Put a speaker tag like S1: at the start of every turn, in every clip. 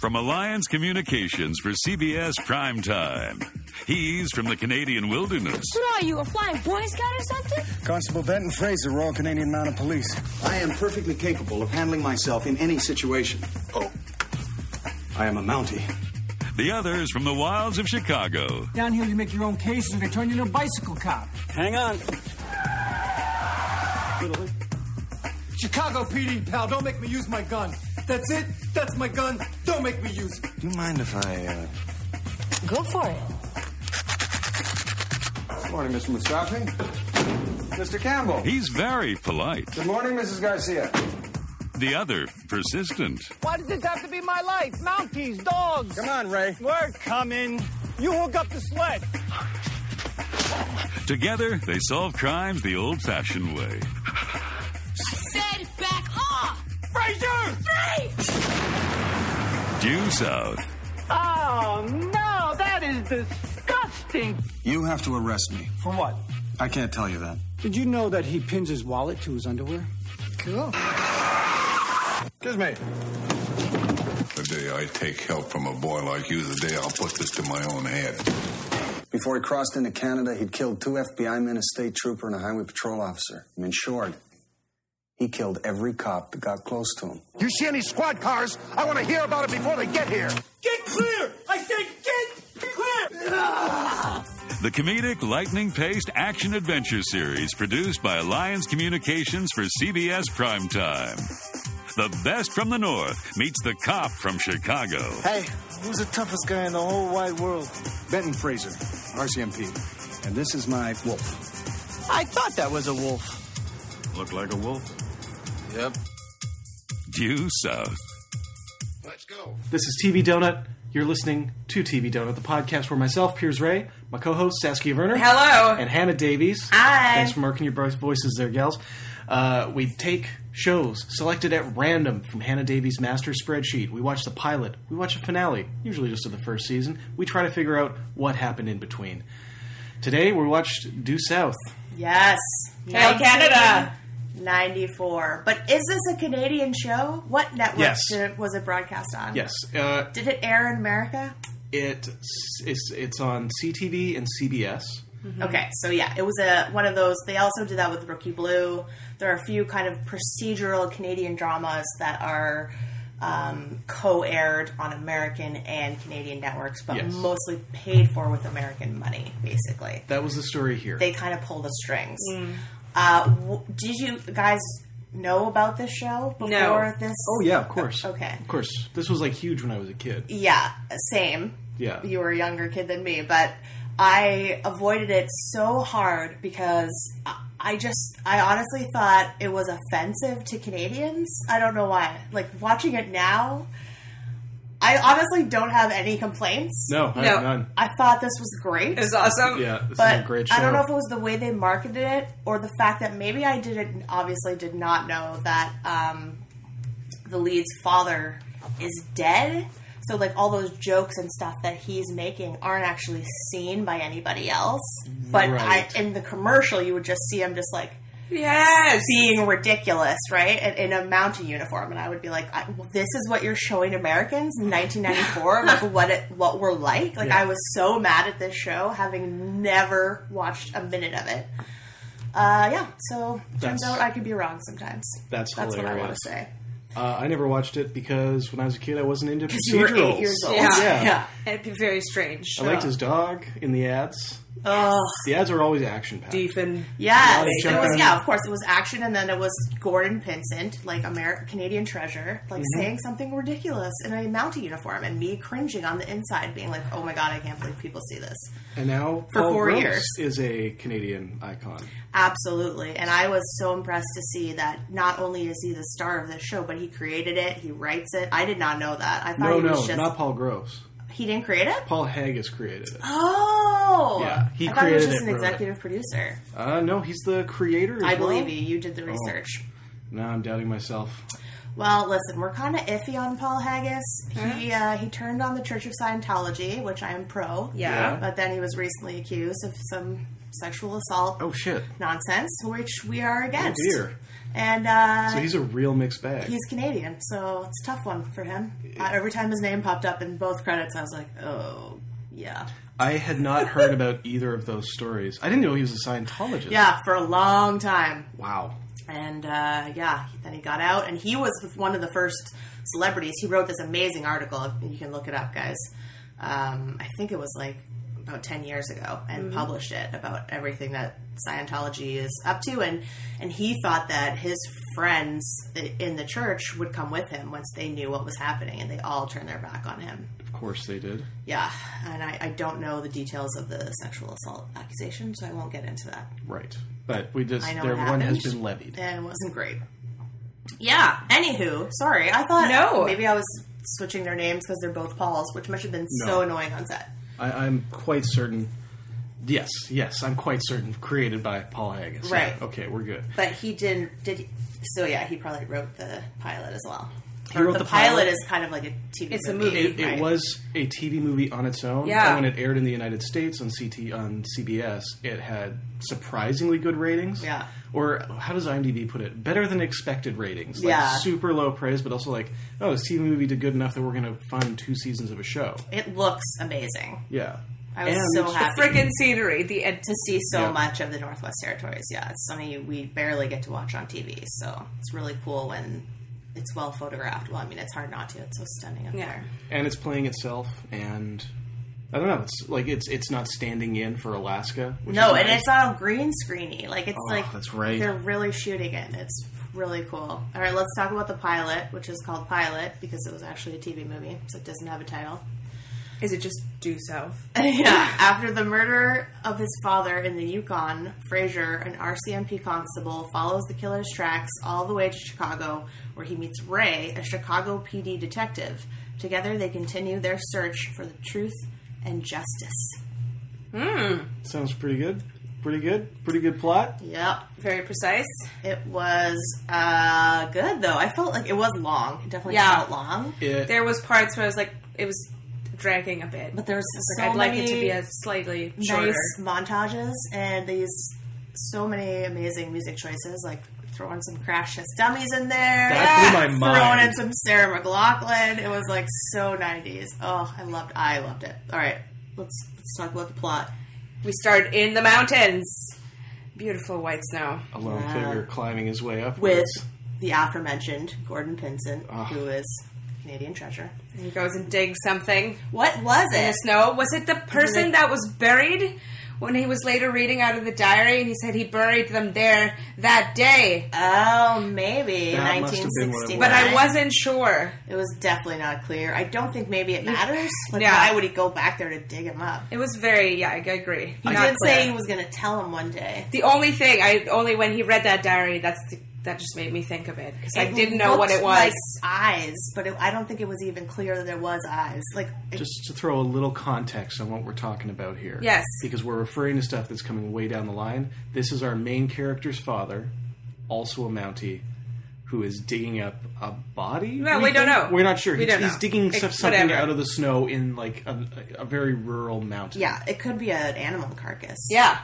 S1: from Alliance Communications for CBS Primetime. He's from the Canadian wilderness.
S2: What are you, a flying Boy Scout or something?
S3: Constable Benton Fraser, Royal Canadian Mounted Police.
S4: I am perfectly capable of handling myself in any situation. Oh. I am a Mountie.
S1: The other is from the wilds of Chicago.
S5: Down here, you make your own cases, and they turn you into a bicycle cop.
S6: Hang on.
S5: Chicago PD, pal, don't make me use my gun. That's it. That's my gun. Don't make me use it.
S3: Do you mind if I, uh...
S2: Go for it.
S4: Good morning, Mr. Mustafi. Mr. Campbell.
S1: He's very polite.
S4: Good morning, Mrs. Garcia.
S1: The other, persistent.
S7: Why does this have to be my life? Mounties, dogs.
S3: Come on, Ray.
S7: We're coming. You hook up the sled.
S1: Together, they solve crimes the old fashioned way.
S2: Said back off!
S7: Fraser!
S1: Due south.
S7: Oh, no, that is disgusting.
S4: You have to arrest me.
S5: For what?
S4: I can't tell you that.
S5: Did you know that he pins his wallet to his underwear?
S2: Cool.
S4: Excuse me.
S8: The day I take help from a boy like you, the day I'll put this to my own head.
S4: Before he crossed into Canada, he'd killed two FBI men, a state trooper, and a highway patrol officer. I mean, short, he killed every cop that got close to him.
S9: You see any squad cars? I want to hear about it before they get here.
S5: Get clear! I said get clear!
S1: The comedic, lightning paced action adventure series produced by Alliance Communications for CBS Primetime. The best from the North meets the cop from Chicago.
S10: Hey, who's the toughest guy in the whole wide world?
S4: Benton Fraser, RCMP. And this is my wolf.
S10: I thought that was a wolf.
S8: Look like a wolf? Yep.
S1: Due south.
S8: Let's go.
S11: This is TV Donut. You're listening to TV Donut, the podcast where myself, Piers Ray, my co-host Saskia Werner,
S12: Hello.
S11: and Hannah Davies.
S12: Hi.
S11: Thanks for marking your both voices there, gals. Uh, we take shows selected at random from Hannah Davies' master spreadsheet. We watch the pilot. We watch the finale, usually just of the first season. We try to figure out what happened in between. Today we watched Due South.
S12: Yes.
S11: Yeah.
S12: Canada. 94. But is this a Canadian show? What network
S11: Yes.
S12: did it, was it broadcast on?
S11: Yes, uh,
S12: Did it air in America?
S11: it it's it's on CTV and CBS.
S12: Mm-hmm.
S11: Mm-hmm.
S12: Okay, so yeah, it was a one of those. They also did that with Rookie Blue. There are a few kind of procedural Canadian dramas that are um, co-aired on American and Canadian networks, but
S11: Yes.
S12: mostly paid for with American money, basically.
S11: That was the story here.
S12: They kind of pull the strings. Uh, w- did you guys know about this show before
S11: No.
S12: this?
S11: oh yeah, of course.
S12: Okay.
S11: of course. This was like huge when I was a kid.
S12: Yeah, same.
S11: Yeah.
S12: You were a younger kid than me, but I avoided it so hard because I- I just, I honestly thought it was offensive to Canadians. I don't know why. Like, watching it now, I honestly don't have any complaints.
S11: No, I
S12: I,
S11: have
S12: no.
S11: none.
S12: I thought this was great. It was awesome.
S11: Yeah, this
S12: but
S11: is a great show.
S12: I don't know if it was the way they marketed it or the fact that maybe I didn't obviously did not know that um, the lead's father is dead. So like all those jokes and stuff that he's making aren't actually seen by anybody else. But
S11: Right.
S12: I, in the commercial, you would just see him just like
S2: Yes.
S12: being ridiculous, right? In, in a mountain uniform, and I would be like, I, "This is what you're showing Americans in 1994, like what it, what we're like." Like
S11: Yeah.
S12: I was so mad at this show, having never watched a minute of it. Uh, yeah, so turns
S11: That's-
S12: out I could be wrong sometimes.
S11: That's
S12: that's what I want
S11: hilarious.
S12: to say.
S11: Uh, I never watched it because when I was a kid, I wasn't into procedurals. Oh,
S12: You were eight years old.
S11: Yeah.
S2: It'd be very strange.
S11: I liked his dog in the ads.
S12: Ugh.
S11: The ads are always action packed.
S2: Deep and
S12: Oh. Yes,
S11: Johnny
S12: it was.
S11: Depp.
S12: Yeah, of course, it was action, and then it was Gordon Pinsent, like American Canadian treasure, like
S11: Mm-hmm.
S12: saying something ridiculous in a Mountie uniform, and me cringing on the inside, being like, "Oh my god, I can't believe people see this."
S11: And now
S12: For
S11: Paul
S12: four
S11: Gross
S12: years.
S11: is a Canadian icon.
S12: Absolutely, and I was so impressed to see that not only is he the star of this show, but he created it, he writes it. I did not know that. I thought
S11: No,
S12: he was
S11: no,
S12: just
S11: not Paul Gross.
S12: he didn't create it.
S11: Paul Haig has created it.
S12: Oh,
S11: Yeah, he
S12: I thought he was just
S11: created it,
S12: an
S11: wrote it.
S12: executive producer.
S11: Uh, no, he's the creator. as
S12: I
S11: well. Oh.
S12: believe you. You did the research.
S11: No, I'm doubting myself.
S12: Well, listen, we're kind of iffy on Paul Haggis. He uh, he turned on the Church of Scientology, which I am pro.
S11: Yeah. Yeah.
S12: But then he was recently accused of some sexual assault
S11: Oh shit! Oh,
S12: nonsense, which we are against.
S11: dear.
S12: And uh,
S11: So he's a real mixed bag.
S12: He's Canadian, so it's a tough one for him. Uh, every time his name popped up in both credits, I was like, oh, yeah.
S11: I had not heard about either of those stories. I didn't know he was a Scientologist.
S12: Yeah, for a long time.
S11: Wow.
S12: And uh, yeah, then he got out, and he was one of the first celebrities. He wrote this amazing article. You can look it up, guys. Um, I think it was like about 10 years ago and
S2: Mhm.
S12: published it about everything that Scientology is up to. And, and he thought that his friends i- in the church would come with him once they knew what was happening, and they all turned their back on him.
S11: Of course they did.
S12: Yeah, and I, I don't know the details of the sexual assault accusation, so I won't get into that.
S11: Right. But we just
S12: I know
S11: their
S12: it
S11: one has
S12: happened.
S11: been levied.
S12: And it wasn't great. Yeah. Anywho, sorry. I thought
S2: No.
S12: Maybe I was switching their names because they're both Pauls, which must have been so
S11: No.
S12: annoying on set.
S11: I, I'm quite certain. Yes, yes, I'm quite certain. Created by Paul Haggis. Yeah,
S12: Right.
S11: okay, we're good.
S12: But he didn't. Did he, so? Yeah, he probably wrote the pilot as well.
S11: He
S12: Or
S11: wrote
S12: the,
S11: the
S12: pilot,
S11: pilot.
S12: is kind of like a TV.
S11: It, it was a TV movie on its own.
S12: Yeah.
S11: And when it aired in the United States on CT on CBS, it had surprisingly good ratings.
S12: Yeah.
S11: Or how does IMDb put it? Better than expected ratings. Like
S12: Yeah.
S11: Super low praise, but also like, oh, this TV movie did good enough that we're going to fund two seasons of a show.
S12: It looks amazing.
S11: Yeah.
S12: I was
S11: And-
S12: so happy.
S2: frickin' scenery, the
S12: to see so
S11: Yeah.
S12: much of the Northwest Territories. Yeah, it's something we barely get to watch on TV, so it's really cool when it's well photographed. Well, I mean, it's hard not to. It's so stunning up there.
S11: and it's playing itself and I don't know. It's like it's it's not standing in for Alaska. which
S12: no,
S11: is
S12: and
S11: nice.
S12: it's all green screeny. Like it's
S11: Oh,
S12: like
S11: that's right.
S12: They're really shooting it. It's really cool. All right, let's talk about the pilot, which is called Pilot because it was actually a TV movie, so it doesn't have a title.
S2: Is it just Do South?
S12: yeah. After the murder of his father in the Yukon, Frazier, an RCMP constable, follows the killer's tracks all the way to Chicago, where he meets Ray, a Chicago PD detective. Together, they continue their search for the truth and justice.
S2: Hmm.
S11: sounds pretty good. Pretty good. Pretty good plot.
S12: Yep.
S2: Very precise.
S12: It was uh, good though. I felt like it was long. It definitely
S2: Yeah.
S12: felt long.
S11: It-
S2: There was parts where I was like, it was dragging a bit. But
S12: there was so
S2: I'd like it to
S12: many
S2: be a slightly shorter.
S12: Nice montages and these so many amazing music choices. Like throwing some Crash Test Dummies in there.
S11: That blew my
S12: Throwing
S11: mind.
S12: in some Sarah McLaughlin. It was like so nineties. Oh, I loved. I loved it. All right, let's let's talk about the plot.
S2: We start in the mountains. Beautiful white snow.
S11: A lone
S12: Yeah.
S11: figure climbing his way up
S12: with the aforementioned Gordon Pinson,
S11: Ah.
S12: who is Canadian treasure.
S2: And he goes and digs something.
S12: What was
S2: In the
S12: it?
S2: snow. Was it the person
S12: it-
S2: that was buried when he was later reading out of the diary and he said he buried them there that day?
S12: Oh, maybe
S2: That
S11: must have been what it
S12: 1969.
S2: But I wasn't sure.
S12: It was definitely not clear. I don't think maybe it
S2: You-
S12: matters. Like,
S2: Yeah.
S12: why would he go back there to dig him up?
S2: It was very, yeah, I agree.
S12: He
S2: Not
S12: did
S2: clear.
S12: say he was going to tell him one day.
S2: The only thing I only when he read that diary, that's the, that just made me think of it because I
S12: It
S2: didn't know what
S12: looked
S2: it was.
S12: Like eyes, but it, I don't think it was even clear that there was eyes. Like it-
S11: Just to throw a little context on what we're talking about here.
S12: Yes.
S11: Because we're referring to stuff that's coming way down the line. This is our main character's father, also a Mountie, who is digging up a body.
S2: Well, we don't
S11: think?
S2: know.
S11: We're not sure.
S2: We
S11: he's,
S2: don't
S11: he's
S2: know.
S11: digging
S2: It-
S11: stuff, something
S2: whatever.
S11: out of the snow in like a, a very rural mountain.
S12: yeah, it could be an animal carcass.
S2: yeah,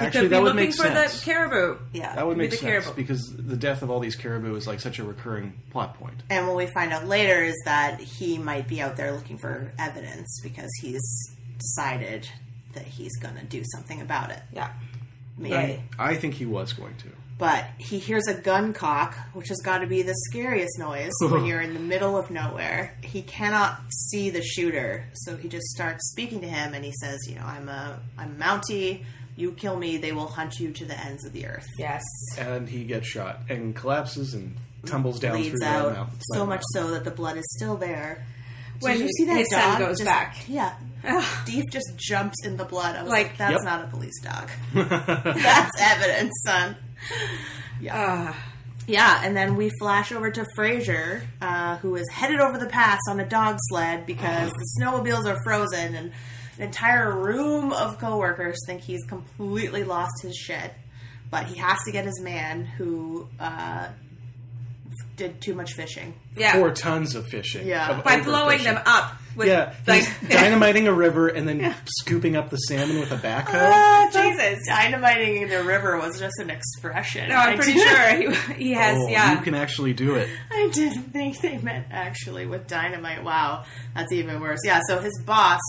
S2: He
S11: Actually,
S2: could be
S11: that would
S2: looking
S11: make
S2: for
S11: sense.
S2: the caribou.
S12: Yeah,
S11: That would
S2: Maybe
S11: make
S2: the
S11: sense
S2: caribou.
S11: because the death of all these caribou is like such a recurring plot point.
S12: And what we find out later is that he might be out there looking for evidence because he's decided that he's going to do something about it.
S2: Yeah.
S12: Maybe.
S11: I think he was going to.
S12: But he hears a gun cock, which has got to be the scariest noise when you're in the middle of nowhere. He cannot see the shooter, so he just starts speaking to him, and he says, "You know, I'm a I'm a Mountie. You kill me, they will hunt you to the ends of the earth."
S2: Yes,
S11: And he gets shot and collapses and tumbles down through
S12: bleeds
S11: the
S12: out
S11: mountain.
S12: so much so that the blood is still there. Did
S2: When
S12: you see that
S2: his
S12: dog
S2: son goes
S12: just-
S2: back.
S12: Yeah, Deep just jumps in the blood. I was like,
S2: Like-
S12: "That's
S2: Yep.
S12: not a police dog. That's evidence, son."
S2: Yeah.
S12: Yeah, and then we flash over to Fraser, uh, who is headed over the pass on a dog sled because the snowmobiles are frozen, and an entire room of coworkers think he's completely lost his shit. But he has to get his man, who uh, did too much fishing.
S2: Yeah.
S11: four tons of fishing.
S12: Yeah.
S11: of
S2: By blowing
S11: overfishing.
S2: them up. With,
S11: yeah,
S2: Like,
S11: he's dynamiting a river and then scooping up the salmon with a backhoe.
S12: Ah, Jesus. Dynamiting in the river was just an expression.
S2: No, I'm
S12: I
S2: pretty
S12: didn't-
S2: sure he, he has,
S11: Oh,
S2: yeah.
S11: you can actually do it.
S12: I didn't think they meant actually with dynamite. Wow, that's even worse. Yeah, so his boss,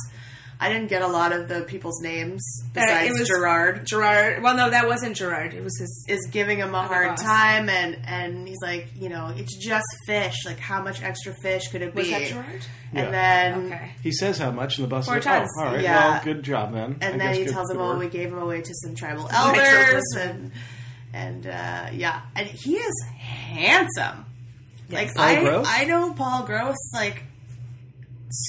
S12: I didn't get a lot of the people's names
S2: That
S12: besides Gerard.
S2: Uh, Gerard. Well, no, that wasn't Gerard. It was his.
S12: Is giving him a
S2: Other
S12: hard
S2: boss.
S12: time, and and he's like, you know, it's just fish. Like, how much extra fish could it be?
S2: Was that Gerard?
S11: Yeah.
S12: And then
S2: Okay.
S11: He says how much, and the boss
S2: Four
S11: says,
S2: tons.
S11: "Oh, all right,
S12: Yeah.
S11: well, good job, man." I
S12: and
S11: guess
S12: then he
S11: good-
S12: tells
S11: good
S12: him, "Oh,
S11: work.
S12: we gave him away to some tribal
S2: Right, tribal
S12: elders," and and uh, yeah, and he is handsome. Like
S11: Paul
S12: I,
S11: Gross?
S12: I know Paul Gross like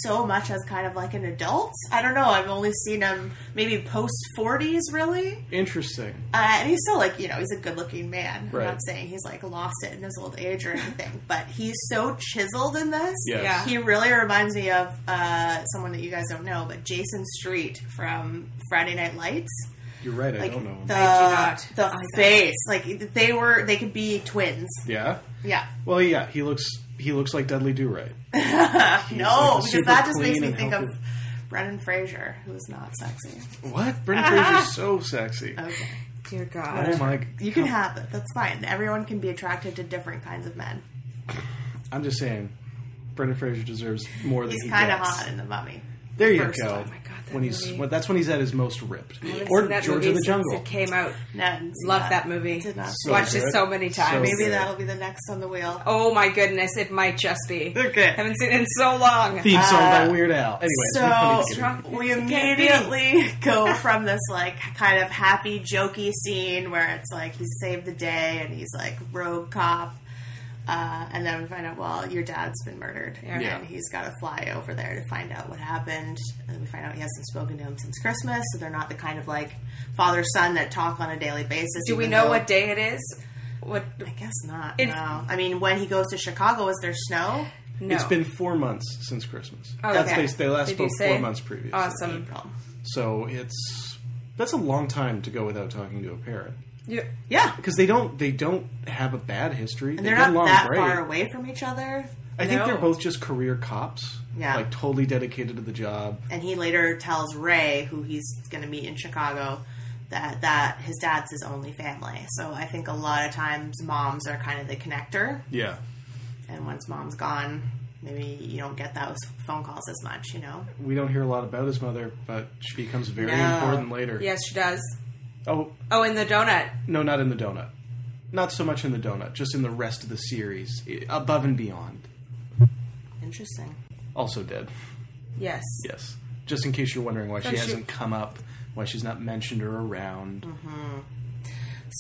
S12: so much as kind of like an adult. I don't know. I've only seen him maybe post forties, really.
S11: Interesting.
S12: Uh, and he's still like you know he's a good looking man.
S11: Right.
S12: I'm not saying he's like lost it in his old age or anything, but he's so chiseled in this.
S11: Yes.
S2: Yeah.
S12: He really reminds me of uh, someone that you guys don't know, but Jason Street from Friday Night Lights
S11: You're right. I
S12: like
S11: don't know. him.
S12: the
S2: I do
S12: the
S2: not. I
S12: face. Like they were, they could be twins.
S11: yeah.
S12: Yeah.
S11: Well, yeah. He looks. He looks like Dudley Do Right.
S12: Uh, no,
S11: like the
S12: because that just
S11: super
S12: makes
S11: clean
S12: me
S11: and
S12: think
S11: healthy.
S12: of Brendan Fraser, who's not sexy.
S11: What? Brendan Fraser's so sexy.
S12: Okay,
S2: Dear God.
S11: Oh my!
S12: you can have it. That's fine. Everyone can be attracted to different kinds of men.
S11: I'm just saying, Brendan Fraser deserves more than
S12: He's
S11: he
S12: kind of
S11: gets.
S12: hot in the Mummy.
S11: There you
S12: First
S11: go.
S12: one. Oh
S2: my God, that
S11: when he's
S2: movie.
S11: well, that's when he's at his most ripped.
S2: I've
S11: Or
S2: seen that
S11: George
S2: movie
S11: of the
S2: since
S11: Jungle.
S2: It came out.
S12: No, I didn't see
S2: Love that movie.
S12: Did not see
S2: Watched
S11: good.
S2: it so many times.
S11: So
S12: Maybe
S11: good.
S12: that'll be the next on the wheel.
S2: Oh my goodness! It might just be.
S12: Okay.
S2: Haven't seen it in so long. Uh,
S11: Theme song by Weird Al. Anyway,
S12: So
S11: we can't get into
S12: we immediately go from this like kind of happy, jokey scene where it's like he's saved the day and he's like rogue cop, uh, and then we find out well your dad's been murdered
S11: Yeah.
S12: and he's got to fly over there to find out what happened. And we find out he hasn't spoken to him since Christmas, so they're not the kind of like father son that talk on a daily basis.
S2: Do we
S12: even
S2: know
S12: though-
S2: what day it is? What?
S12: I guess not.
S2: It-
S12: no, I mean when he goes to Chicago, is there snow?
S2: No.
S11: It's been four months since Christmas.
S2: Oh,
S11: that's
S2: okay.
S11: they, they last
S2: Did you
S11: spoke four
S2: say?
S11: months previously.
S2: awesome.
S12: April.
S11: So it's that's a long time to go without talking to a parent
S2: You-
S12: Yeah.
S11: because they don't they don't have a bad history.
S12: And
S11: they
S12: they're
S11: get
S12: not
S11: along
S12: that
S11: great.
S12: far away from each other.
S11: I think
S12: No.
S11: they're both just career cops.
S12: Yeah.
S11: like totally dedicated to the job.
S12: and he later tells Ray, who he's going to meet in Chicago, that that his dad's his only family. So I think a lot of times moms are kind of the connector,
S11: Yeah.
S12: and once mom's gone, maybe you don't get those phone calls as much, you know.
S11: We don't hear a lot about his mother, but she becomes very
S12: No.
S11: important later.
S2: Yes, she does.
S11: Oh
S2: Oh, in the donut.
S11: no, not in the donut. Not so much in the donut, just in the rest of the series, i- above and beyond.
S12: Interesting.
S11: Also dead.
S2: Yes.
S11: Yes. Just in case you're wondering why she
S2: she-
S11: hasn't come up, why she's not mentioned or around.
S12: Mm-hmm.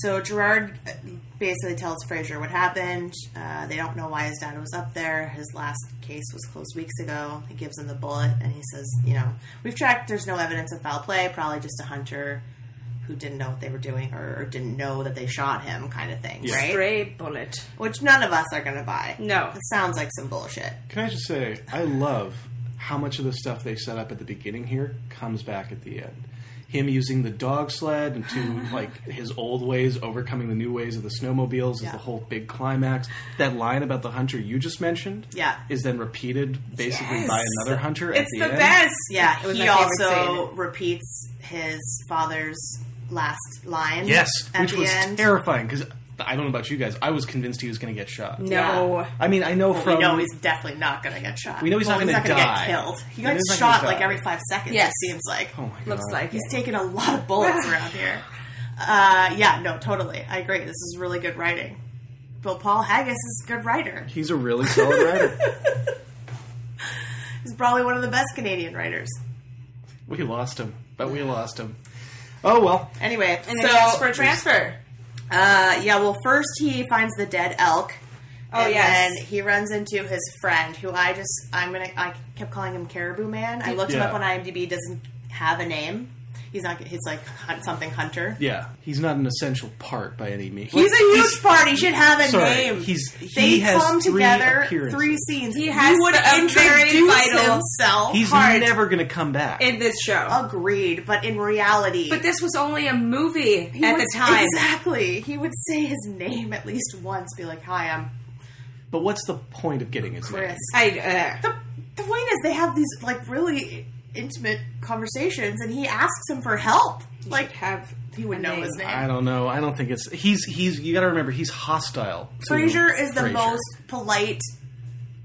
S12: So Gerard uh, basically tells Fraser what happened. Uh, they don't know why his dad was up there. His last case was closed weeks ago. He gives him the bullet, and he says, "You know, we've tracked. There's no evidence of foul play. Probably just a hunter who didn't know what they were doing or, or didn't know that they shot him, kind of thing, right?
S2: Stray bullet.
S12: Which none of us are going to buy.
S2: No.
S12: it sounds like some bullshit.
S11: Can I just say, I love how much of the stuff they set up at the beginning here comes back at the end. Him using the dog sled and to like his old ways, overcoming the new ways of the snowmobiles is
S12: Yeah.
S11: the whole big climax. That line about the hunter you just mentioned,
S12: Yeah.
S11: is then repeated basically
S2: Yes.
S11: by another hunter. at
S2: It's
S11: the,
S2: the
S11: end.
S2: best.
S12: Yeah,
S2: It was
S12: he
S2: my favorite
S12: also
S2: scene.
S12: repeats his father's last line.
S11: Yes,
S12: at
S11: which
S12: the
S11: was
S12: end.
S11: terrifying because I don't know about you guys, I was convinced he was going to get shot.
S2: No.
S11: I mean, I know from
S12: we know he's definitely not going to get shot.
S11: We know he's
S12: Well,
S11: not gonna
S12: gonna get
S11: die.
S12: killed. He
S11: We know
S12: gets
S11: he's not gonna
S12: shot like
S11: die.
S12: every five seconds.
S2: Yes.
S12: It seems like
S11: Oh my god,
S2: Looks like
S12: he's
S2: it.
S12: taking a lot of bullets around here. Uh, yeah, no, totally. I agree. This is really good writing. But Paul Haggis is a good writer.
S11: he's a really solid writer.
S12: He's probably one of the best Canadian writers.
S11: We
S12: Hmm.
S11: lost him, but we lost him. Oh well.
S12: Anyway,
S2: And
S12: so
S2: then so, for transfer.
S12: uh, yeah, well, first he finds the dead elk.
S2: Oh,
S12: and
S2: yes.
S12: then he runs into his friend, who I just I'm gonna I kept calling him Caribou Man. I looked him
S11: Yeah.
S12: up on IMDb. Doesn't have a name. He's not. He's like hunt something hunter.
S11: Yeah, he's not an essential part by any means.
S12: He's a huge part. He should have a
S11: Sorry,
S12: name.
S11: he's- he
S12: they
S11: has
S12: come
S11: three
S12: together
S11: appearances.
S12: three scenes. He
S2: has
S12: you would
S2: a very
S12: introduce
S2: vital-
S12: himself.
S11: He's
S2: part.
S11: never going to come back.
S2: in this show.
S12: agreed, but in reality,
S2: but this was only a movie
S12: he
S2: at
S12: would-
S2: the time.
S12: exactly, he would say his name at least once. Be like, "Hi, I'm
S11: But what's the point of getting his name?
S12: Chris. the, the point is, they have these like really intimate conversations, and he asks him for help. Like, have he would know his name.
S11: I don't know. I don't think it's he's he's. You got to remember he's hostile. to
S12: Fraser is the
S11: Frasier.
S12: most polite.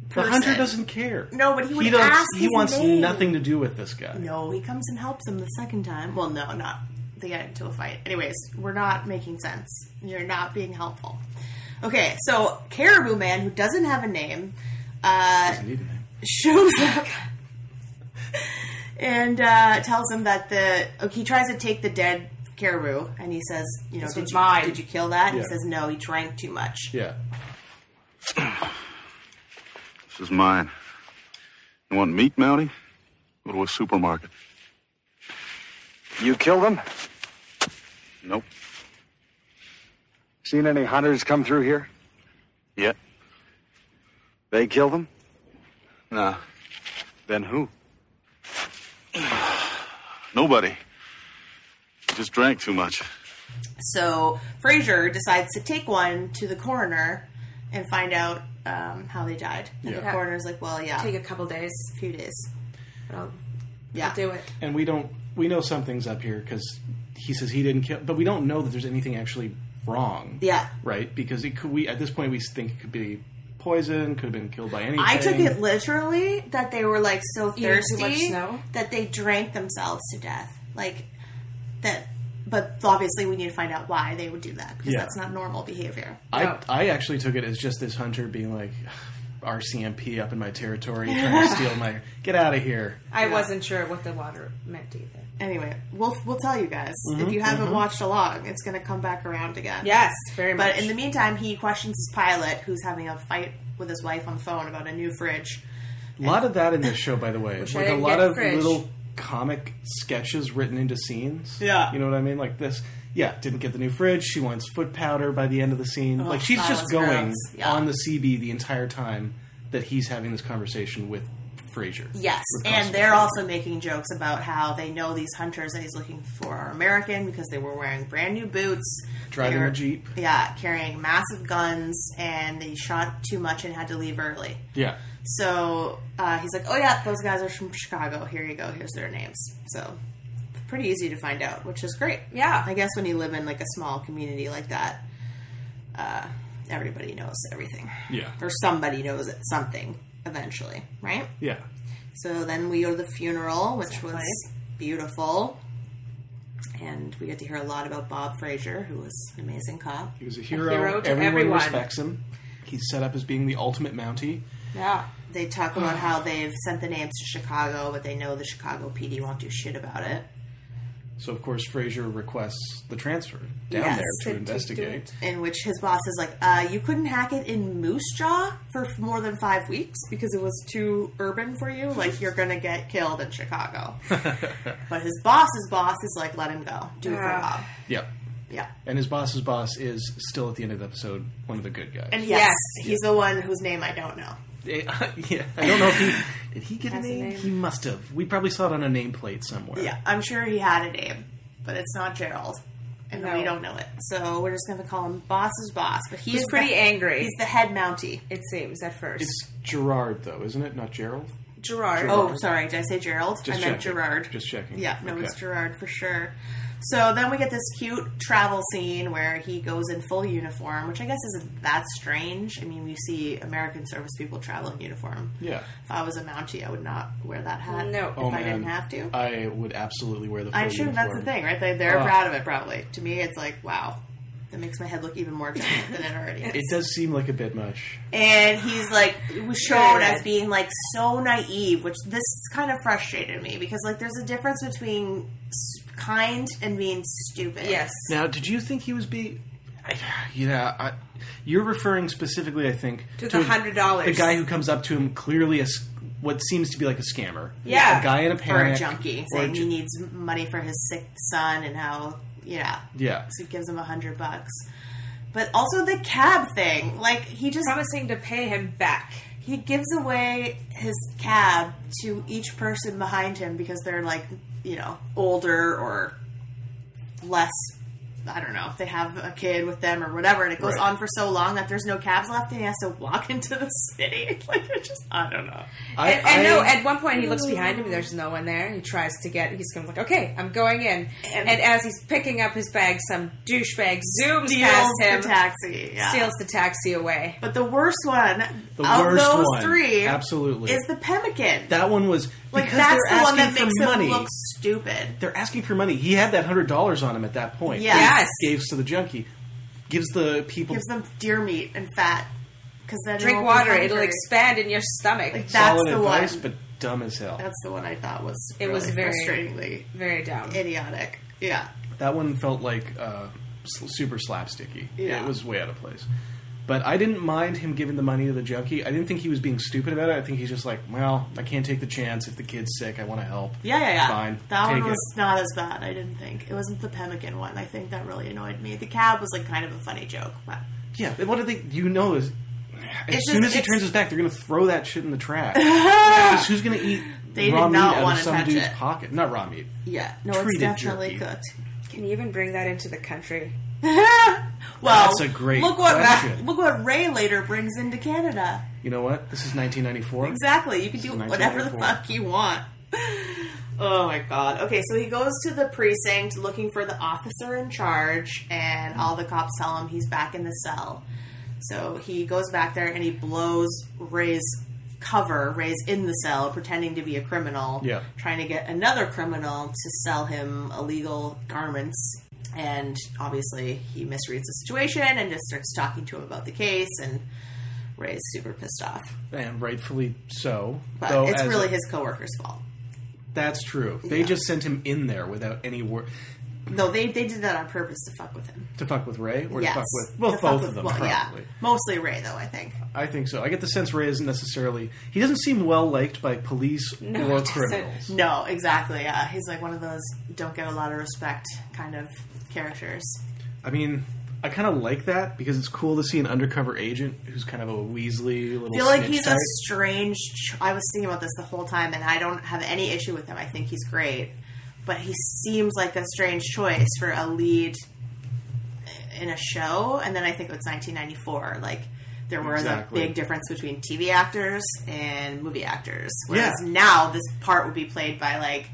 S11: But
S12: Person.
S11: Hunter doesn't care.
S12: No, but he would
S11: does-
S12: ask
S11: He
S12: his
S11: wants
S12: name.
S11: nothing to do with this guy.
S12: No, he comes and helps him the second time. Well, no, not. They get into a fight. Anyways, we're not making sense. You're not being helpful. Okay, so Caribou Man, who doesn't have a name, uh, shows up and uh, tells him that the oh, he tries to take the dead caribou, and he says, "You know,
S2: This
S12: did
S2: was
S12: you,
S2: mine.
S12: did you kill that?" And
S6: Yeah.
S12: He says, "No, he drank too much."
S11: Yeah.
S6: This is mine. You want meat, Mountie? Go to a supermarket.
S9: You killed them?
S6: Nope.
S9: Seen any hunters come through here?
S6: Yet?
S9: They killed them?
S6: Nah.
S9: Then who?
S6: Nobody. Just drank too much.
S12: So Fraser decides to take one to the coroner and find out um, how they died. And the
S11: Yeah.
S12: coroner's like, "Well, yeah,
S2: Take a couple days,
S12: a few days." Oh.
S2: yeah, do it.
S11: And we don't. We know something's up here because he says he didn't kill, but we don't know that there's anything actually wrong.
S12: Yeah.
S11: Right. Because it could. We at this point we think it could be poison. Could have been killed by anything.
S12: I took it literally that they were like so
S2: Eating too
S12: thirsty
S2: much snow?
S12: that they drank themselves to death. Like that, but obviously we need to find out why they would do that because
S11: Yeah.
S12: that's not normal behavior.
S11: I, I actually took it as just this hunter being like, RCMP up in my territory, trying to steal my. Get out of here.
S2: I wasn't sure what the water meant either.
S12: Anyway, we'll we'll tell you guys if
S11: Mhm,
S12: you haven't
S11: mhm.
S12: watched along, it's going to come back around again.
S2: Yes, very
S12: But
S2: much.
S12: in the meantime, he questions his pilot, who's having a fight with his wife on the phone about a new fridge.
S11: A lot of that in this show, by the way.
S12: Wish I
S11: like a
S12: didn't
S11: lot
S12: get
S11: of
S12: fridge.
S11: little comic sketches written into scenes.
S12: Yeah.
S11: You know what I mean? Like this. Yeah, didn't get the new fridge. She wants foot powder by the end of the scene.
S12: Ugh,
S11: like she's
S12: that
S11: just
S12: was
S11: going
S12: gross. Yeah.
S11: on the CB the entire time that he's having this conversation with Frasier.
S12: Yes,
S11: Request
S12: and they're also making jokes about how they know these hunters that he's looking for are American because they were wearing brand new boots,
S11: driving
S12: They're-
S11: a jeep.
S12: yeah, carrying massive guns, and they shot too much and had to leave early.
S11: Yeah.
S12: So uh, he's like, "Oh yeah, those guys are from Chicago. Here you go. Here's their names." So pretty easy to find out, which is great. Yeah, I guess when you live in like a small community like that, uh, everybody knows everything,
S11: Yeah.
S12: or somebody knows it, something eventually, right?
S11: Yeah.
S12: So then we go to the funeral, which was beautiful. And we get to hear a lot about Bob Frazier, who was an amazing cop.
S11: He was a hero. everyone respects him. He's set up as being the ultimate Mountie.
S12: Yeah. They talk about how they've sent the names to Chicago, but they know the Chicago PD won't do shit about it.
S11: So of course Frasier requests the transfer down
S12: Yes.
S11: there to investigate.
S12: In which his boss is like, uh, you couldn't hack it in Moose Jaw for f- more than five weeks because it was too urban for you. Like, you're going to get killed in Chicago. but his boss's boss is like, let him go. Do it for
S2: Yeah.
S12: Bob.
S11: Yep.
S12: Yeah.
S11: And his boss's boss is still at the end of the episode one of the good guys.
S12: And yes, he's the one whose name I don't know.
S11: yeah, I don't know if he did. He get a
S12: Has a
S11: name?
S12: name.
S11: He must have. We probably saw it on a nameplate somewhere.
S12: Yeah, I'm sure he had a name, but it's not Gerald, and
S2: No.
S12: we don't know it. So we're just going to call him Boss's Boss. But he's
S2: He's pretty
S12: the-
S2: angry.
S12: He's the head Mountie.
S2: It seems at first.
S11: it's Gerard though, isn't it? Not Gerald.
S2: Gerard.
S12: Oh, sorry, did I say Gerald?
S11: Just
S12: I meant
S11: checking.
S12: Gerard.
S11: Just checking.
S12: Yeah, no, it's
S11: Okay.
S12: Gerard for sure. So then we get this cute travel scene where he goes in full uniform, which I guess isn't that strange. I mean, you see American service people travel in uniform.
S11: Yeah.
S12: If I was a Mountie, I would not wear that hat.
S2: No.
S12: if
S11: oh
S12: I
S11: man,
S12: didn't have to.
S11: I would absolutely wear the. Full
S12: I'm sure that's the
S11: uniform.
S12: thing, right? They, they're
S11: Ah.
S12: proud of it, probably. To me, it's like, wow, that makes my head look even more giant than it already is.
S11: It does seem like a bit much.
S12: And he's like, was shown
S2: Right.
S12: as being like so naive, which this kind of frustrated me because like there's a difference between s- kind and being stupid. Yes.
S11: Now, did you think he was being? Yeah, I, you're referring specifically, I think,
S2: To the $100.
S11: The guy who comes up to him clearly as what seems to be like a scammer.
S12: Yeah.
S11: a guy in a
S12: Or
S11: panic
S12: a junkie
S11: or a
S12: saying he
S11: ju-
S12: needs money for his sick son and how, yeah.
S11: Yeah.
S12: So he gives him a hundred bucks. But also the cab thing. Like, he just. Promising to pay him back. He gives away his cab to each person behind him because they're, like, you know, older or less I don't know, they have a kid with them or whatever, and it goes
S11: Right.
S12: on for so long that there's no cabs left, and he has to walk into the city. Like, it just, I don't know.
S11: I-
S2: and, and no,
S11: I-
S2: at one point he looks behind him. There's no one there. He tries to get. He's kind of like, okay, I'm going in. And, as he's picking up his bag, some douchebag zooms
S12: Steals
S2: past
S12: the
S2: him,
S12: taxi, yeah.
S2: steals the taxi away.
S12: But the worst one uh,
S11: The
S12: of
S11: worst
S12: those
S11: one.
S12: three
S11: Absolutely.
S12: is the pemmican.
S11: that one was
S12: Like,
S11: because
S12: that's
S11: they're
S12: the one that
S11: asking
S12: makes
S11: for
S12: him
S11: money.
S12: look stupid.
S11: They're asking for money. He had that hundred dollars on him at that point.
S12: Yes.
S11: that
S12: Yes.
S11: he Gives to the junkie. Gives the people
S12: Gives them deer meat and fat. Cause then
S2: Drink water; it'll expand in your stomach.
S12: Like, that's
S11: solid
S12: the
S11: advice,
S12: one.
S11: but dumb as hell.
S12: That's the one I thought was
S2: It was
S12: really
S2: very-
S12: frustratingly
S2: very dumb,
S12: idiotic. Yeah.
S11: That one felt like uh, s- super slapsticky.
S12: Yeah.
S11: It was way out of place. But I didn't mind him giving the money to the junkie. I didn't think he was being stupid about it. I think he's just like, well, I can't take the chance. If the kid's sick, I want to help.
S12: Yeah, yeah, yeah.
S11: Fine.
S12: That
S11: take
S12: one
S11: it.
S12: was not as bad. I didn't think it wasn't the pemmican one. I think that really annoyed me. The cab was like kind of a funny joke, but
S11: Yeah, but what do they? You know, is as
S12: It's
S11: soon
S12: just-
S11: as he
S12: it's-
S11: turns his back, they're gonna throw that shit in the trash. 'Cause who's gonna eat
S12: They
S11: raw
S12: did not
S11: meat out
S12: wanna
S11: of some
S12: touch
S11: dude's
S12: it.
S11: pocket? Not raw meat.
S12: yeah, no, it's
S11: Treated
S12: definitely
S11: jerky.
S12: cooked.
S2: Can you even bring that into the country?
S12: Well,
S11: That's a great
S12: look what
S11: question.
S12: look what Ray later brings into Canada.
S11: You know what? This is 1994.
S12: Exactly, you can do
S11: This is
S12: whatever the
S11: 1994.
S12: fuck you want. Oh my god. Okay, so he goes to the precinct looking for the officer in charge, and all the cops tell him he's back in the cell. So he goes back there and he blows Ray's cover, Ray's in the cell, pretending to be a criminal,
S11: Yeah.
S12: trying to get another criminal to sell him illegal garments. And obviously, he misreads the situation and just starts talking to him about the case, and Ray's super pissed off.
S11: And rightfully so.
S12: But
S11: Though
S12: it's
S11: as
S12: really
S11: a-
S12: his coworker's fault.
S11: That's true. They just sent him in there without any work
S12: No, they they did that on purpose to fuck with him.
S11: to fuck with Ray or
S12: yes.
S11: to fuck with well
S12: To
S11: both
S12: fuck
S11: of
S12: with-
S11: them
S12: well,
S11: probably.
S12: Yeah. Mostly Ray, though. I think.
S11: I think so. I get the sense Ray isn't necessarily he doesn't seem well liked by police
S12: No,
S11: or
S12: he doesn't.
S11: criminals.
S12: No, exactly. Yeah, he's like one of those don't get a lot of respect kind of characters.
S11: I mean, I kind of like that because it's cool to see an undercover agent who's kind of a Weasley little.
S12: I feel like
S11: snitch
S12: he's
S11: type.
S12: a strange. ch- I was thinking about this the whole time, and I don't have any issue with him. I think he's great, but he seems like a strange choice for a lead in a show. And then I think it was 1994. Like there was
S11: Exactly.
S12: a big difference between TV actors and movie actors. Whereas
S11: Yeah.
S12: now this part would be played by like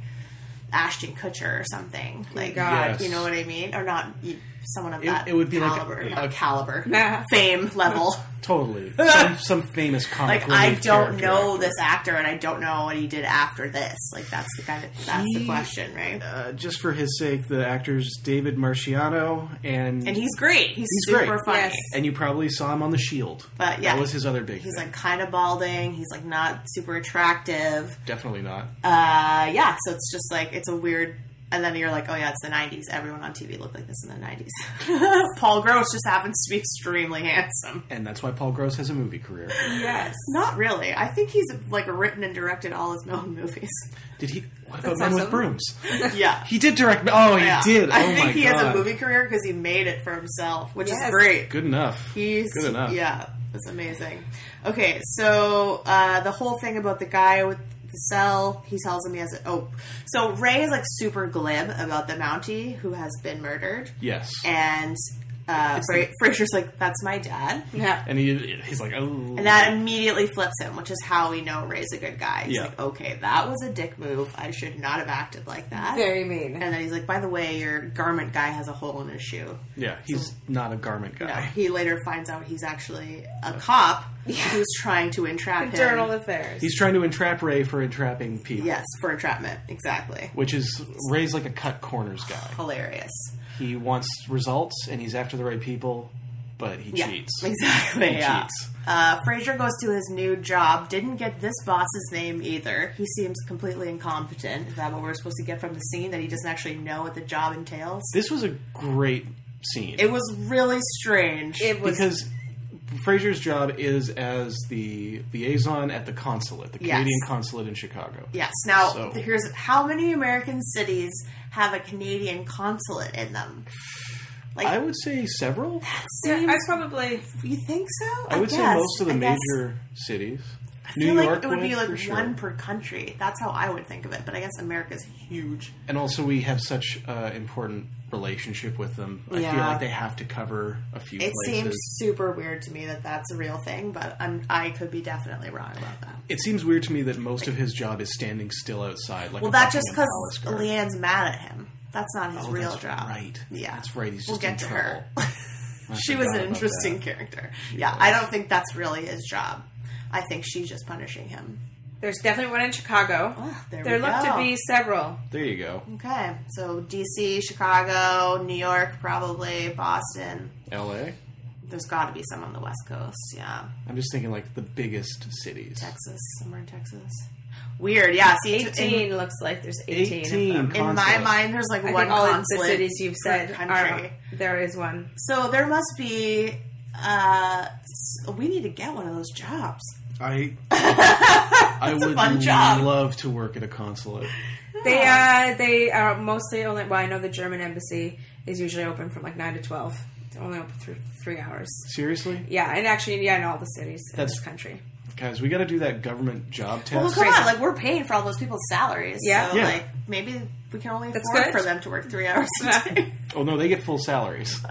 S12: Ashton Kutcher or something. Like
S11: God.
S12: you know what I mean, or not you- someone of
S11: It-
S12: that.
S11: it would be like a-
S12: caliber,
S11: a-
S12: not caliber,
S2: Nah.
S12: fame level.
S11: totally some, some famous comic.
S12: Like I
S11: relief
S12: don't
S11: character
S12: know
S11: actor.
S12: this actor, and I don't know what he did after this. Like that's the kind of that's the
S11: He-
S12: question, right?
S11: Uh, just for his sake, the actors David Marciano and
S12: and he's great. He's,
S11: he's
S12: super
S11: great.
S12: funny.
S11: and you probably saw him on The Shield.
S12: But yeah,
S11: that was his other big.
S12: He's
S11: thing.
S12: like kind of balding. He's like not super attractive.
S11: definitely not.
S12: Uh, yeah. So it's just like it's a weird. And then you're like, oh yeah, it's the '90s. Everyone on TV looked like this in the '90s. Paul Gross just happens to be extremely handsome.
S11: And that's why Paul Gross has a movie career.
S2: Yes.
S12: Not really. I think he's like written and directed all his own movies.
S11: Did he? What about
S12: That's
S11: Men with
S12: awesome.
S11: Brooms?
S12: yeah.
S11: He did direct. Oh, he
S12: Yeah.
S11: did.
S12: I
S11: oh
S12: think
S11: my
S12: he
S11: god.
S12: has a movie career because he made it for himself, which
S2: Yes.
S12: is great.
S11: Good enough.
S12: He's
S11: Good enough.
S12: Yeah, that's amazing. Okay, so uh, the whole thing about the guy with the cell, he tells him he has a oh, so Ray is like super glib about the Mountie who has been murdered,
S11: Yes.
S12: and uh, Fra- Fraser's like, "That's my dad."
S2: Yeah.
S11: And he, he's like, oh.
S12: And that immediately flips him, which is how we know Ray's a good guy. He's
S11: Yeah.
S12: like, okay, that was a dick move. I should not have acted like that.
S2: Very mean.
S12: And then he's like, by the way, your garment guy has a hole in his shoe.
S11: Yeah, he's not a garment guy.
S12: No, he later finds out he's actually a cop who's trying to entrap him.
S2: Internal affairs.
S11: He's trying to entrap Ray for entrapping people.
S12: Yes, for entrapment. Exactly.
S11: Which is Ray's like a cut corners guy.
S12: Hilarious.
S11: He wants results and he's after the right people, but he
S12: Yeah,
S11: cheats.
S12: exactly,
S11: He
S12: yeah.
S11: cheats.
S12: Uh, Fraser goes to his new job. Didn't get this boss's name either. He seems completely incompetent. Is that what we're supposed to get from the scene? That he doesn't actually know what the job entails?
S11: This was a great scene.
S12: It was really strange.
S2: it was
S11: because Fraser's job is as the liaison at the consulate, the
S12: Yes.
S11: Canadian consulate in Chicago.
S12: yes. Now,
S11: So-
S12: here's how many American cities have a Canadian consulate in them? Like,
S11: I would say several.
S2: Yeah,
S12: seems-
S2: I probably
S12: you think so?
S11: I would say
S12: guess.
S11: most of the
S12: I guess.
S11: major cities. New
S12: feel
S11: York
S12: like it would be
S11: would,
S12: like
S11: for sure.
S12: one per country. That's how I would think of it. But I guess America's huge.
S11: and also we have such uh, important relationship with them. I feel
S12: Yeah.
S11: like they have to cover a few.
S12: It
S11: places.
S12: seems super weird to me that that's a real thing, but I'm I could be definitely wrong about that.
S11: It seems weird to me that most of his job is standing still outside. Like
S12: well,
S11: a
S12: that's just
S11: Buckingham
S12: because
S11: Palace guard.
S12: Leanne's mad at him. That's not his
S11: Oh,
S12: real
S11: that's
S12: job.
S11: Right.
S12: Yeah.
S11: That's right. He's
S12: We'll
S11: just
S12: get
S11: in
S12: to
S11: trouble.
S12: her.
S11: I
S12: she was an
S11: forgot about
S12: interesting
S11: that.
S12: character. yeah, I don't think that's really his job. I think she's just punishing him. Ah,
S2: There's definitely one in Chicago.
S12: there
S2: there
S12: we
S2: look
S12: go.
S2: to be several.
S11: There you go.
S12: Okay, so DC, Chicago, New York, probably Boston.
S11: L.A.
S12: There's got to be some on the West Coast. Yeah,
S11: I'm just thinking like the biggest cities.
S12: Texas, somewhere in Texas. Weird, yeah. See, t-
S2: 18
S12: in-
S2: looks like there's 18, of
S12: 18
S2: them.
S12: In my mind, there's like
S2: I
S12: one
S2: think all of the
S12: consulate
S2: cities you've
S12: per
S2: said
S12: country.
S2: are, there is one.
S12: So there must be. Uh, s- we need to get one of those jobs.
S11: I I would
S12: fun job.
S11: love to work at a consulate.
S2: They uh they are mostly only. Well, I know the German embassy is usually open from like nine to twelve. They're only open for three hours.
S11: Seriously,
S2: Yeah, and actually, yeah, in all the cities in
S11: That's-
S2: this country.
S11: guys, we got to do that government job test.
S12: Well, come on, like we're paying for all those people's salaries.
S11: Yeah.
S12: so
S11: Yeah.
S12: like maybe we can only
S2: That's
S12: afford
S2: good.
S12: for them to work three hours a day.
S11: Oh no, they get full salaries.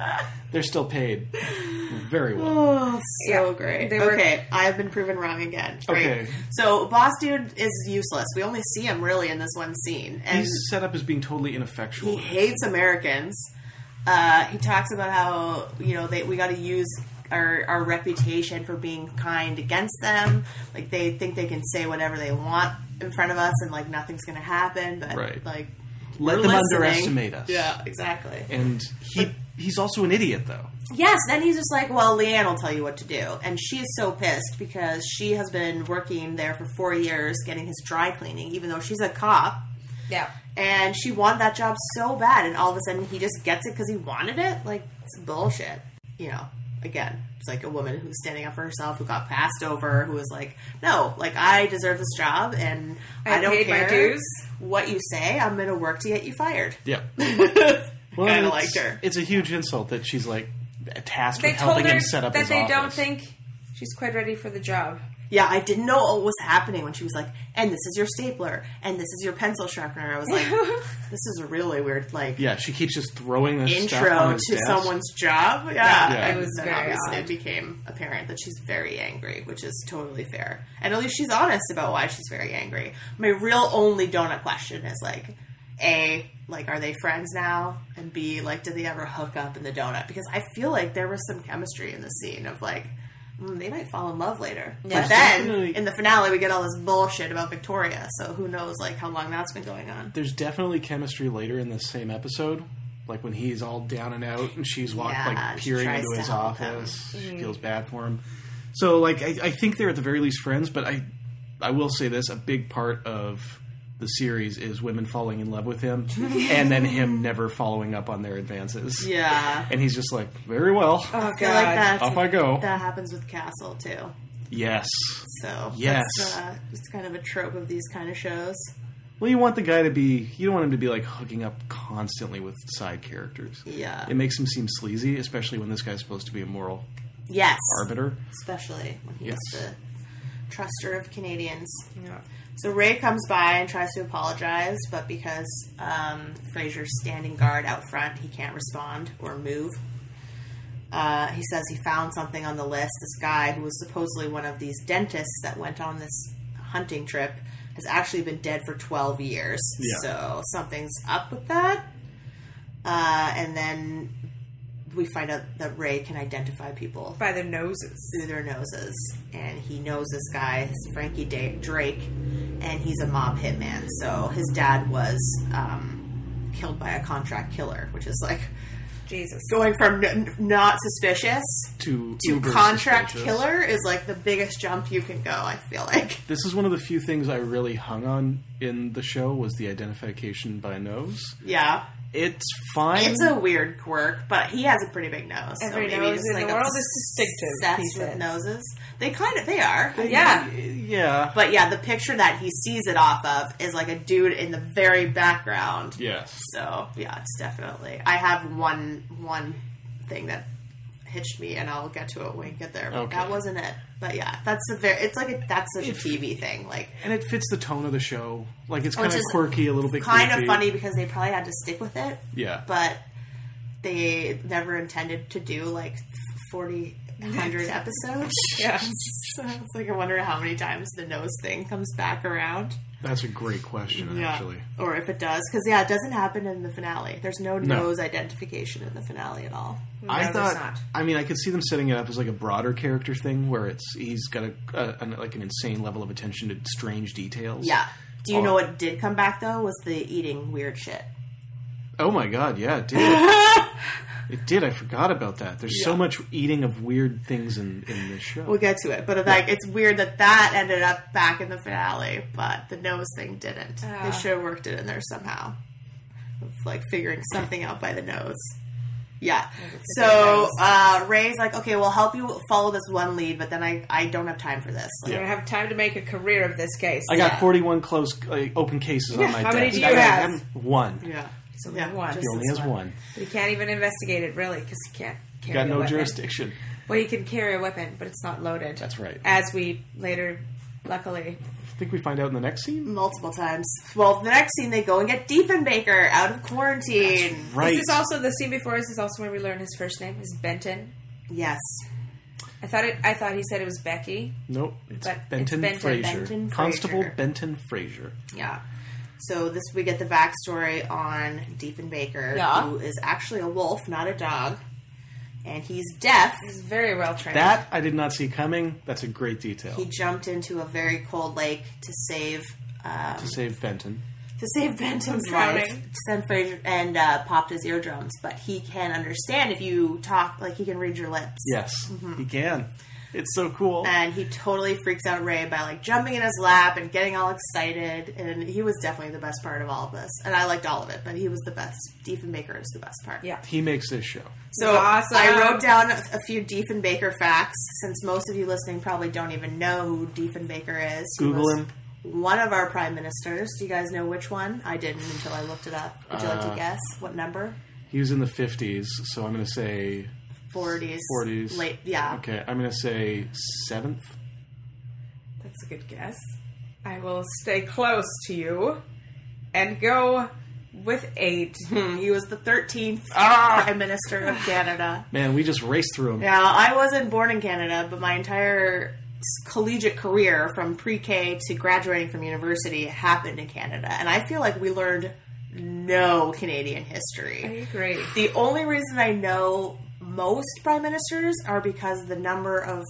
S11: They're still paid very well.
S12: Oh, so
S2: Yeah,
S12: great.
S2: they were-
S12: okay, I have been proven wrong again. Great.
S11: Okay.
S12: So Boss Dude is useless. We only see him really in this one scene, and
S11: He's set up as being totally ineffectual.
S12: he hates Americans. Uh, he talks about how you know they, we got to use our, our reputation for being kind against them. Like they think they can say whatever they want in front of us, and like nothing's going to happen. But
S11: Right.
S12: like,
S11: Let
S12: we're
S11: them
S12: listening.
S11: underestimate us.
S12: Yeah, exactly.
S11: And he he's also an idiot though.
S12: Yes, then he's just like, well, Leanne will tell you what to do. And she is so pissed because she has been working there for four years getting his dry cleaning, even though she's a cop.
S2: Yeah.
S12: And she wanted that job so bad. And all of a sudden he just gets it because he wanted it. Like, it's bullshit. You know, again, it's like a woman who's standing up for herself, who got passed over, who was like, no, like, I deserve this job and I,
S2: I
S12: don't
S2: paid my
S12: care
S2: dues.
S12: what you say. I'm going to work to get you fired.
S11: Yeah.
S12: Well, kind of
S11: it's-
S12: liked her.
S11: It's a huge insult that she's like tasked
S2: They
S11: with
S2: told
S11: helping
S2: her
S11: him set up
S2: that
S11: his
S2: they
S11: office.
S2: don't think she's quite ready for the job.
S12: Yeah, I didn't know what was happening when she was like, "And this is your stapler, and this is your pencil sharpener." I was like, "This is a really weird like
S11: yeah, she keeps just throwing this stuff on
S12: intro
S11: his
S12: to
S11: desk.
S12: someone's job." Yeah,
S11: Yeah.
S12: and
S11: It was
S12: then
S2: very
S12: obviously
S2: odd.
S12: it became apparent that she's very angry, which is totally fair. And at least she's honest about why she's very angry. My real only donut question is like, a like are they friends now, and b like did they ever hook up in the donut? Because I feel like there was some chemistry in the scene of like. mm, They might fall in love later,
S11: There's
S12: but then
S11: definitely-
S12: in the finale we get all this bullshit about Victoria. So who knows like how long that's been going on?
S11: There's definitely chemistry later in the same episode. Like when he's all down and out and she's walk,
S12: Yeah,
S11: like
S12: she
S11: peering
S12: tries
S11: into
S12: to
S11: his
S12: help him. Mm-hmm.
S11: office. She feels bad for him. So like I, I think they're at the very least friends, but I I will say this, a big part of the series is women falling in love with him and then him never following up on their advances.
S12: Yeah.
S11: And he's just like, Very well.
S12: I
S2: Oh
S12: feel like
S2: god.
S12: that's,
S11: Off I go.
S12: That happens with Castle too.
S11: Yes.
S12: So
S11: Yes.
S12: that's, uh, it's kind of a trope of these kind of shows.
S11: Well, you want the guy to be. You don't want him to be like hooking up constantly with side characters.
S12: Yeah.
S11: It makes him seem sleazy, especially when this guy's supposed to be a moral
S12: Yes,
S11: arbiter.
S12: especially when he's
S11: Yes.
S12: the truster of Canadians.
S2: Yeah.
S12: So Ray comes by and tries to apologize, but because um, Fraser's standing guard out front, he can't respond or move. Uh, he says he found something on the list. This guy, who was supposedly one of these dentists that went on this hunting trip, has actually been dead for 12 years.
S11: Yeah.
S12: So something's up with that. Uh, and then we find out that Ray can identify people
S2: By their noses.
S12: through their noses, and he knows this guy, is Frankie Da- Drake, and he's a mob hitman. So his dad was um, killed by a contract killer, which is like
S2: Jesus.
S12: going from n- not suspicious
S11: To,
S12: to
S11: uber
S12: contract
S11: suspicious.
S12: killer is like the biggest jump you can go. I feel like
S11: This is one of the few things I really hung on in the show was the identification by nose.
S12: yeah.
S11: It's fine.
S12: It's a weird quirk, but he has a pretty big nose. so
S2: Every
S12: maybe
S2: nose
S12: just,
S2: in
S12: like,
S2: the world is distinctive,
S12: obsessed
S2: he
S12: with
S2: says.
S12: noses. They kind of they are.
S2: Yeah.
S11: yeah.
S12: But yeah, the picture that he sees it off of is like a dude in the very background.
S11: yes.
S12: So yeah, it's definitely. I have one one thing that pitched me, and I'll get to it when we get there. But
S11: Okay.
S12: That wasn't it. But yeah, that's a very. It's like a, that's such a TV thing. Like
S11: and it fits the tone of the show. Like it's
S12: Which
S11: kind of
S12: is
S11: quirky, a little bit
S12: kind of
S11: creepy.
S12: funny because they probably had to stick with it.
S11: Yeah.
S12: But they never intended to do like 40, 100 episodes. yeah. So it's like I wonder how many times the nose thing comes back around.
S11: That's a great question,
S12: Yeah.
S11: actually.
S12: Or if it does. Because, yeah, it doesn't happen in the finale. There's no,
S11: No.
S12: nose identification in the finale at all.
S11: I
S12: No, there's
S11: thought.
S12: not.
S11: I mean, I could see them setting it up as like a broader character thing, where it's he's got a, a an, like an insane level of attention to strange details.
S12: Yeah. Do you
S11: Oh.
S12: know what did come back, though? Was the eating weird shit.
S11: Oh my god! Yeah, it did. it did. I forgot about that. There's so
S12: Yeah.
S11: much eating of weird things in in this show.
S12: We'll get to it, but like it's weird that that ended up back in the finale, but the nose thing didn't.
S2: Ah.
S12: The show worked it in there somehow, of like figuring something out by the nose. Yeah. So uh, Ray's like, okay, we'll help you follow this one lead, but then I I don't have time for this. Like,
S2: I don't have time to make a career of this case.
S11: I got 41 close uh, open cases
S2: Yeah,
S11: on my
S2: how
S11: desk.
S2: many do you
S11: I
S2: have?
S11: haven't- One.
S12: Yeah.
S2: So we have one.
S11: He only has one.
S2: You can't even investigate it really because you can't.
S11: You
S2: Carry
S11: got
S2: a
S11: no
S2: weapon.
S11: jurisdiction.
S2: Well, you can carry a weapon, but it's not loaded.
S11: That's right.
S2: As we later, luckily,
S11: I think we find out in the next scene.
S12: multiple times. Well, the next scene they go and get Diefenbaker out of quarantine.
S11: Right.
S2: This is also the scene before. This is also where we learn his first name is Benton.
S12: Yes.
S2: I thought it. I thought he said it was Becky.
S11: Nope. It's
S2: But it's
S11: Benton,
S2: Benton-
S11: Fraser.
S12: Benton
S11: Constable
S12: Fraser.
S11: Benton Fraser.
S12: Yeah. So this we get the backstory on Diefenbaker,
S2: Yeah.
S12: who is actually a wolf, not a dog, and he's deaf.
S2: He's very well trained.
S11: That I did not see coming. That's a great detail.
S12: He jumped into a very cold lake to save um,
S11: to save Benton.
S12: to save Benton's
S2: drowning.
S12: life. Send Fraser and uh, popped his eardrums, but he can understand if you talk. Like he can read your lips. Mm-hmm.
S11: Yes, he can. It's so cool.
S12: And he totally freaks out Ray by like jumping in his lap and getting all excited. And he was definitely the best part of all of this. And I liked all of it, but he was the best. Diefenbaker is the best part.
S2: yeah.
S11: He makes this show.
S12: So
S2: Awesome.
S12: I wrote down a, a few Diefenbaker facts, since most of you listening probably don't even know who Diefenbaker is. He
S11: Google
S12: was
S11: him.
S12: One of our prime ministers. Do you guys know which one? I didn't until I looked it up. Would you like
S11: Uh,
S12: to guess what number?
S11: He was in the 50s, so I'm going to say
S12: Forties.
S11: 40s.
S12: Late. Yeah.
S11: Okay, I'm going to say 7th.
S2: That's a good guess. I will stay close to you and go with eight.
S12: Hmm, He was the thirteenth
S11: Ah!
S12: prime minister of Canada.
S11: Man, we just raced through him.
S12: Now I wasn't born in Canada, but my entire s- collegiate career from pre-K to graduating from university happened in Canada, and I feel like we learned no Canadian history.
S2: I agree.
S12: The only reason I know most prime ministers are because the number of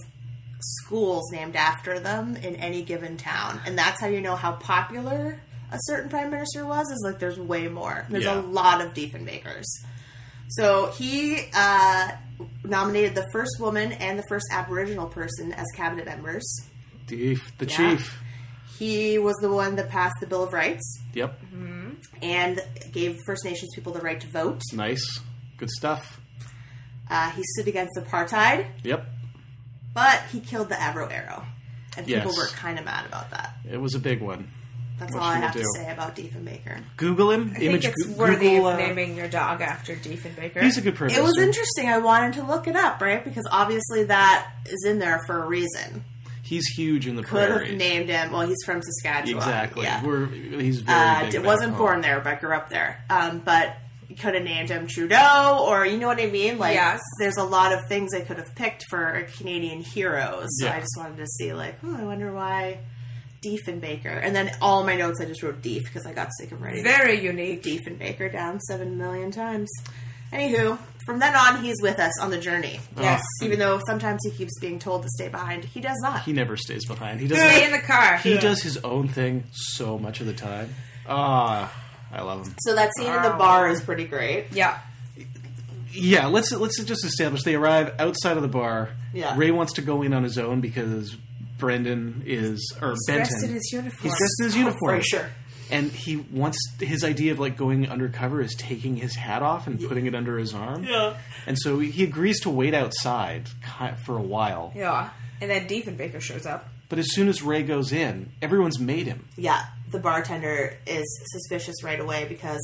S12: schools named after them in any given town. And that's how you know how popular a certain prime minister was, is like there's way more. There's a
S11: Yeah.
S12: lot of Diefenbakers. So he uh, nominated the first woman and the first Aboriginal person as cabinet members.
S11: The, the
S12: Yeah.
S11: chief.
S12: He was the one that passed the Bill of Rights
S11: Yep.
S12: and gave First Nations people the right to vote.
S11: Nice. Good stuff.
S12: Uh, he stood against apartheid.
S11: Yep.
S12: But he killed the Avro Arrow. And people
S11: Yes.
S12: were kind of mad about that.
S11: It was a big one.
S12: That's
S11: What
S12: all I
S11: should we
S12: have to
S11: do?
S12: say about Diefenbaker.
S11: Google him.
S2: I
S11: image
S2: think it's
S11: Goo-
S2: worthy
S11: Google,
S2: of
S11: uh,
S2: naming your dog after Diefenbaker.
S11: He's a good person.
S12: It was interesting. I wanted to look it up, right? Because obviously that is in there for a reason.
S11: He's huge in the
S12: Could have
S11: prairies.
S12: named him. Well, he's from Saskatchewan.
S11: Exactly.
S12: Yeah.
S11: We're, he's very
S12: Uh,
S11: big
S12: d-
S11: back
S12: wasn't
S11: home.
S12: born there, but grew up there. Um, but could have named him Trudeau, or you know what I mean? Like,
S2: Yes.
S12: there's a lot of things I could have picked for Canadian heroes. So
S11: Yeah.
S12: I just wanted to see, like, oh, I wonder why Diefenbaker. And then all my notes, I just wrote Dief because I got sick of writing
S2: very unique.
S12: Diefenbaker down seven million times. Anywho, from then on, he's with us on the journey.
S2: Yes.
S12: Even though sometimes he keeps being told to stay behind, he does not.
S11: He never stays behind. He
S2: Stay
S11: does.
S2: in the
S12: Ah,
S2: car.
S11: He does his own thing so much of the time. Ah, I love him.
S12: so that scene in the bar is pretty great.
S2: Yeah.
S11: Yeah, let's let's just establish they arrive outside of the bar.
S12: Yeah.
S11: Ray wants to go in on his own because Brendan is or Benton.
S2: dressed in his uniform. Oh,
S11: He's dressed in
S12: Oh,
S11: his uniform.
S12: Fraser.
S11: And he wants his idea of like going undercover is taking his hat off and putting it under his arm.
S12: Yeah.
S11: And so he agrees to wait outside ki- for a while.
S2: Yeah. And then Diefenbaker shows up.
S11: But as soon as Ray goes in, everyone's made him.
S12: yeah, the bartender is suspicious right away because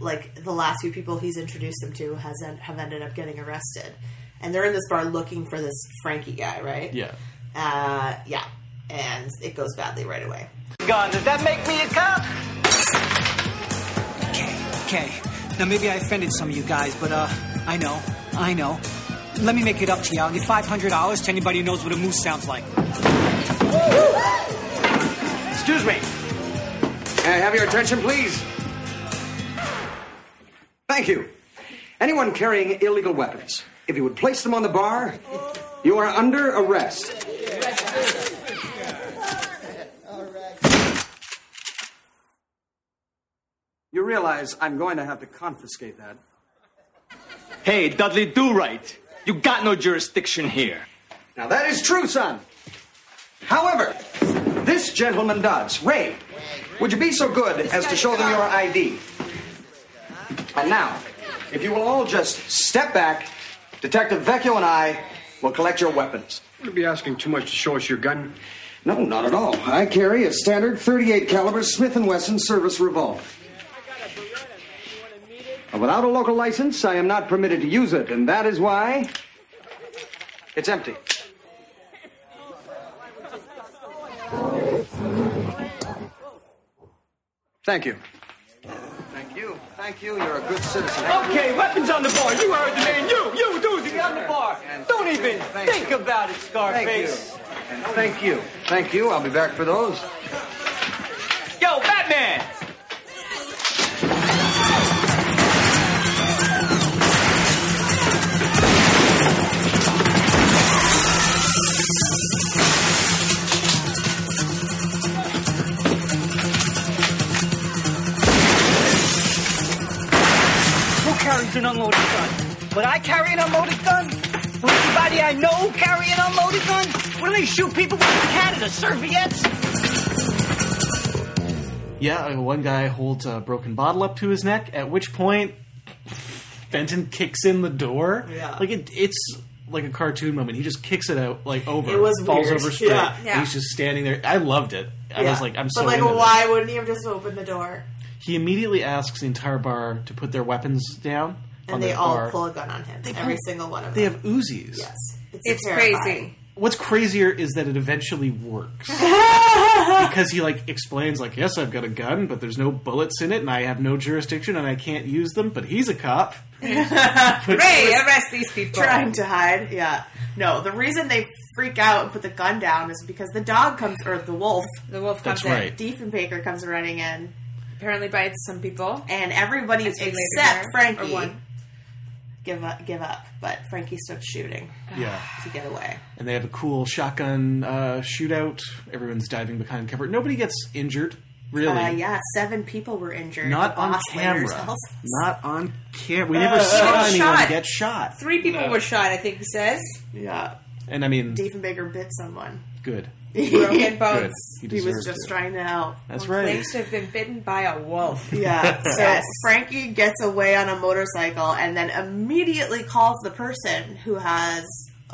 S12: like the last few people he's introduced them to has en- have ended up getting arrested.
S2: and they're in this bar looking for this Frankie guy, right?
S11: Yeah.
S2: Uh, yeah, and it goes badly right away.
S7: Gun, does that make me a cop?
S13: Okay. Now maybe I offended some of you guys, but uh, I know, I know. Let me make it up to you. I'll give five hundred dollars to anybody who knows what a moose sounds like.
S10: Excuse me. Can I have your attention, please? Thank you. Anyone carrying illegal weapons, if you would place them on the bar, you are under arrest. You realize I'm going to have to confiscate that.
S14: Hey, Dudley Do Right. You got no jurisdiction here.
S10: Now that is true, son. However, this gentleman does. Ray, would you be so good as to show them your ID? And now, if you will all just step back, Detective Vecchio and I will collect your weapons.
S9: Would you be asking too much to show us your gun?
S10: No, not at all. I carry a standard 38 caliber Smith & Wesson service revolver. But Without a local license, I am not permitted to use it, and that is why it's empty. Thank you. Thank you. Thank you. You're a good citizen.
S7: Okay, weapons on the bar. You heard the man. You, you, doozy on the bar. Don't even think about it, Scarface.
S10: And thank you. Thank you. I'll be back for those.
S7: Yo, Batman.
S14: Who carries an unloaded gun? Would I carry an unloaded gun? Would anybody I know carry an unloaded gun? Wouldn't they shoot people with a Canada serviettes?
S11: Yeah, uh, one guy holds a broken bottle up to his neck, at which point Benton kicks in the door.
S2: Yeah.
S11: Like it, it's like a cartoon moment. He just kicks it out like over.
S2: It was
S11: falls
S2: weird.
S11: over straight.
S2: Yeah.
S11: and
S2: Yeah.
S11: He's just standing there. I loved it. I
S2: Yeah.
S11: was like, I'm
S2: but
S11: so
S2: like,
S11: into
S2: why wouldn't you have just opened the door?
S11: this. He immediately asks the entire bar to put their weapons down. on
S2: And they
S11: the
S2: all
S11: bar.
S2: pull a gun on him.
S11: They
S2: every
S11: pull-
S2: single one of
S11: They
S2: them.
S11: have Uzis. Yes.
S2: It's,
S15: It's
S2: terrifying.
S15: crazy.
S11: What's crazier is that it eventually works because he like explains like, "Yes, I've got a gun, but there's no bullets in it, and I have no jurisdiction, and I can't use them." But he's a cop.
S2: Ray, arrest these people.
S12: Trying to hide. Yeah. No, the reason they freak out and put the gun down is because the dog comes, or the wolf.
S2: The wolf
S11: That's comes in. right.
S12: Diefenbaker comes running in.
S2: Apparently bites some people.
S12: And everybody
S2: As we later
S12: except
S2: learn,
S12: Frankie
S2: or one.
S12: give up. Give up. But Frankie starts shooting.
S11: Yeah.
S12: To get away.
S11: and they have a cool shotgun uh, shootout. Everyone's diving behind cover. Nobody gets injured, really.
S12: Uh, yeah, seven people were injured.
S11: Not
S12: The
S11: on
S12: boss later
S11: camera.
S12: tells-
S11: Not on camera. We never
S2: Uh,
S11: saw
S2: shot.
S11: anyone get shot.
S2: Three people
S11: No.
S2: were shot, I think he says.
S12: Yeah.
S11: And I mean,
S12: Diefenbaker bit someone.
S11: good.
S2: Broken
S11: Good.
S2: bones.
S11: He
S12: He was
S11: deserves
S12: just
S11: it.
S12: trying to help.
S11: That's right.
S2: Claims to have been bitten by a wolf.
S12: Yeah. So
S2: Yes.
S12: Frankie gets away on a motorcycle and then immediately calls the person who has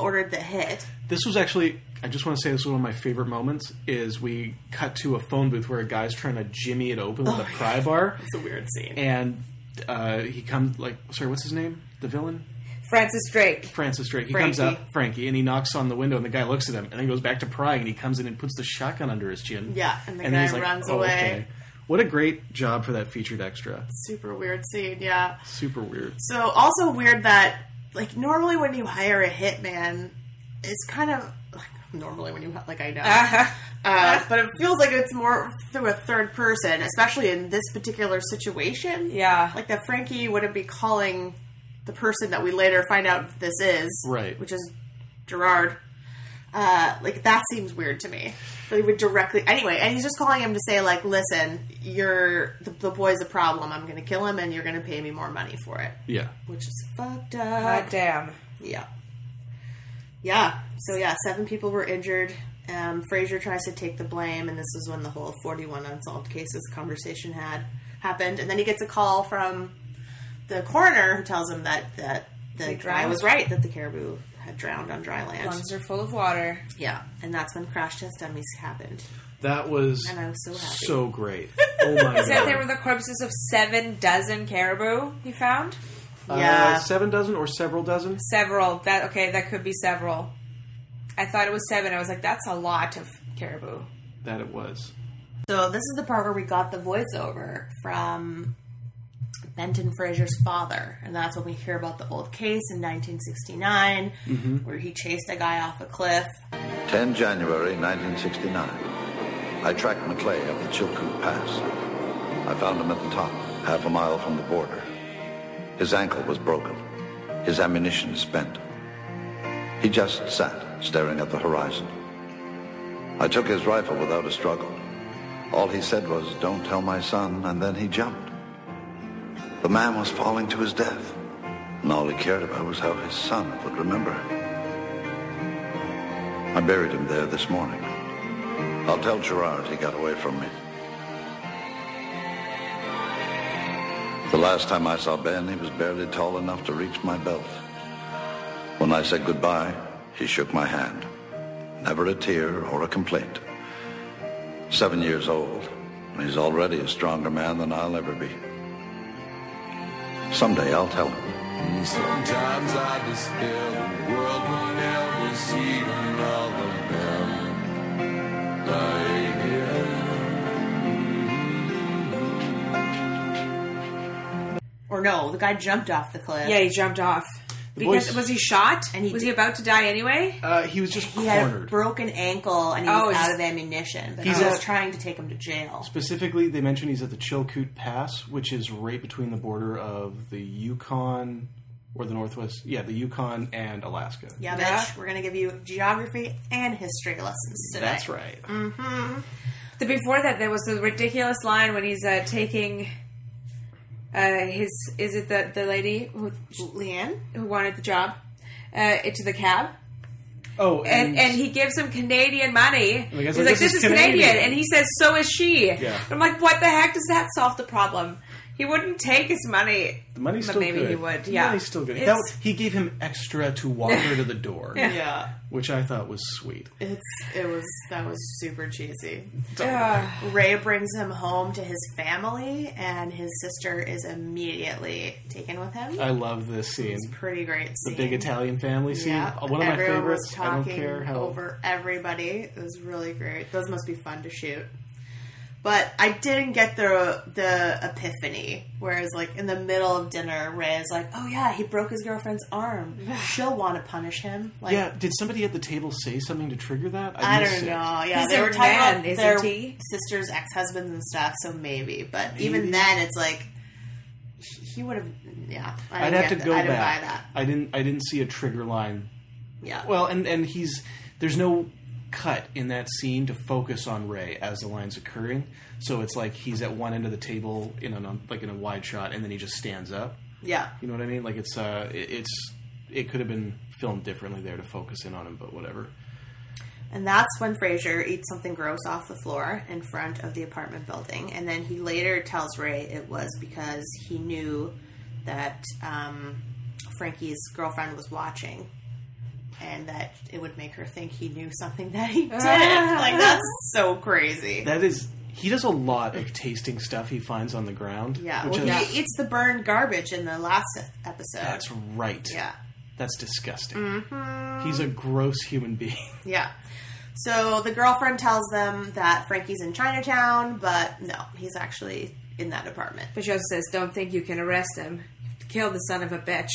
S12: ordered the hit.
S11: This was actually. I just want to say this was one of my favorite moments. Is we cut to a phone booth where a guy's trying to jimmy it open with a pry bar.
S12: It's Oh, a weird scene.
S11: And uh, he comes like, sorry, what's his name? The villain.
S2: Francis Drake.
S11: Francis Drake. He comes
S2: Frankie.
S11: up, Frankie, and he knocks on the window, and the guy looks at him, and then goes back to prying, and he comes in and puts the shotgun under his chin.
S12: Yeah, and the
S11: then
S12: guy
S11: he's like,
S12: runs
S11: "Oh,
S12: away."
S11: okay." What a great job for that featured extra.
S12: Super weird scene, yeah.
S11: Super weird.
S12: So also weird that like normally when you hire a hitman, it's kind of like, normally when you ha- like I know, uh, but it feels like it's more through a third person, especially in this particular situation.
S2: Yeah,
S12: like that Frankie wouldn't be calling the person that we later find out this is
S11: Right.
S12: which is Gerard. Uh, like that seems weird to me. That he would directly anyway, and he's just calling him to say like, "Listen, you're the, the boy's a problem. I'm going to kill him, and you're going to pay me more money for it."
S11: Yeah.
S12: which is fucked up.
S2: God damn.
S12: Yeah. Yeah. So yeah, seven people were injured. Um, Frazier tries to take the blame, and this is when the whole 41 unsolved cases conversation had happened. And then he gets a call from the coroner who tells him that that the
S2: They
S12: guy
S2: drowned.
S12: was right that the caribou had drowned on dry land.
S2: Lungs are full of water.
S12: Yeah, and that's when crash test dummies happened.
S11: That was
S12: And I was so happy.
S11: so great. Oh my
S2: He said
S11: god.
S2: there were the corpses of seven dozen caribou he found.
S11: Uh,
S2: Yeah.
S11: seven dozen or several dozen?
S2: Several. That okay? That could be several. I thought it was seven. I was like, that's a lot of caribou.
S11: That it was.
S12: So this is the part where we got the voiceover from Benton Fraser's father, and that's when we hear about the old case in 1969,
S15: Mhm.
S12: where he chased a guy off a cliff.
S15: 10 January 1969. I tracked McClay up the Chilkoot Pass. I found him at the top, half a mile from the border. His ankle was broken, his ammunition spent. He just sat, staring at the horizon. I took his rifle without a struggle. All he said was, Don't tell my son, and then he jumped. The man was falling to his death, and all he cared about was how his son would remember. I buried him there this morning. I'll tell Gerard he got away from me. The last time I saw Ben, he was barely tall enough to reach my belt. When I said goodbye, he shook my hand. Never a tear or a complaint. Seven years old, and he's already a stronger man than I'll ever be. Someday I'll tell him.
S16: Sometimes I despair the world will never see another man like
S12: Or no, the guy jumped off the cliff.
S2: Yeah, he jumped off.
S12: The
S2: because
S12: voice-
S2: was he shot? And he was he about to die anyway?
S11: Uh, he was just
S12: He had a broken ankle and he
S2: Oh,
S12: was
S2: he's-
S12: out of ammunition, but
S11: He's
S12: he was
S11: out-
S12: trying to take him to jail.
S11: Specifically, they mention he's at the Chilkoot Pass, which is right between the border of the Yukon or the Northwest. Yeah, the Yukon and Alaska.
S12: Yeah, bitch, we're gonna give you geography and history lessons today.
S11: That's right.
S2: Mm-hmm. The, before that, there was the ridiculous line when he's uh, taking uh, his. Is it the the lady who Leanne who wanted the job uh, to the cab?
S11: Oh,
S2: and, and he gives him Canadian money.
S11: the
S2: He's
S11: guy's
S2: like, "This is Canadian. and he says, "So is she."
S11: Yeah.
S2: I'm like, "What the heck does that solve the problem?" He wouldn't take his money.
S11: The money's
S2: but
S11: still
S2: maybe
S11: good.
S2: he would.
S11: The
S2: Yeah,
S11: money's still good.
S2: It's-
S11: That, he gave him extra to walk her to the door.
S2: Yeah.
S12: Yeah.
S11: which I thought was sweet.
S12: It's it was that was super cheesy.
S2: Yeah.
S12: Ray brings him home to his family, and his sister is immediately taken with him.
S11: I love this scene.
S12: It's a pretty great
S11: The
S12: scene.
S11: big Italian family scene.
S12: Yeah,
S11: uh, One of my
S12: everyone
S11: favorites.
S12: Was
S11: I don't
S12: talking
S11: care how.
S12: over everybody. It was really great. Those must be fun to shoot. But I didn't get the the epiphany. Whereas, like in the middle of dinner, Ray is like, "Oh yeah, he broke his girlfriend's arm. She'll want to punish him." Like,
S11: yeah, did somebody at the table say something to trigger that?
S12: I,
S11: missed
S12: don't
S11: it.
S12: know. Yeah,
S2: He's
S12: they
S2: a
S12: were talking
S2: man,
S12: about
S2: isn't
S12: their
S2: he?
S12: sisters, ex husbands, and stuff. So maybe, but even
S11: Maybe.
S12: then, it's like he- he would have. Yeah, I
S11: I'd
S12: didn't
S11: have to
S12: get
S11: go
S12: that. I didn't
S11: back.
S12: buy that.
S11: I didn't. I didn't see a trigger line.
S12: Yeah.
S11: Well, and and he's there's no cut in that scene to focus on Ray as the line's occurring. So it's like he's at one end of the table in an like in a wide shot, and then he just stands up.
S12: Yeah.
S11: You know what I mean? Like it's uh, it, it's it could have been filmed differently there to focus in on him, but whatever.
S12: And that's when Fraser eats something gross off the floor in front of the apartment building. And then he later tells Ray it was because he knew that um, Frankie's girlfriend was watching and that it would make her think he knew something that he did. like, that's so crazy.
S11: That is. He does a lot of tasting stuff he finds on the ground.
S12: yeah.
S11: which
S12: Well,
S11: is-
S12: he eats the burned garbage in the last episode.
S11: that's right.
S12: Yeah.
S11: that's disgusting.
S12: Mhm.
S11: He's a gross human being.
S12: Yeah. So the girlfriend tells them that Frankie's in Chinatown, but no, he's actually in that apartment.
S2: But she also says, "Don't think you can arrest him. Kill the son of a bitch."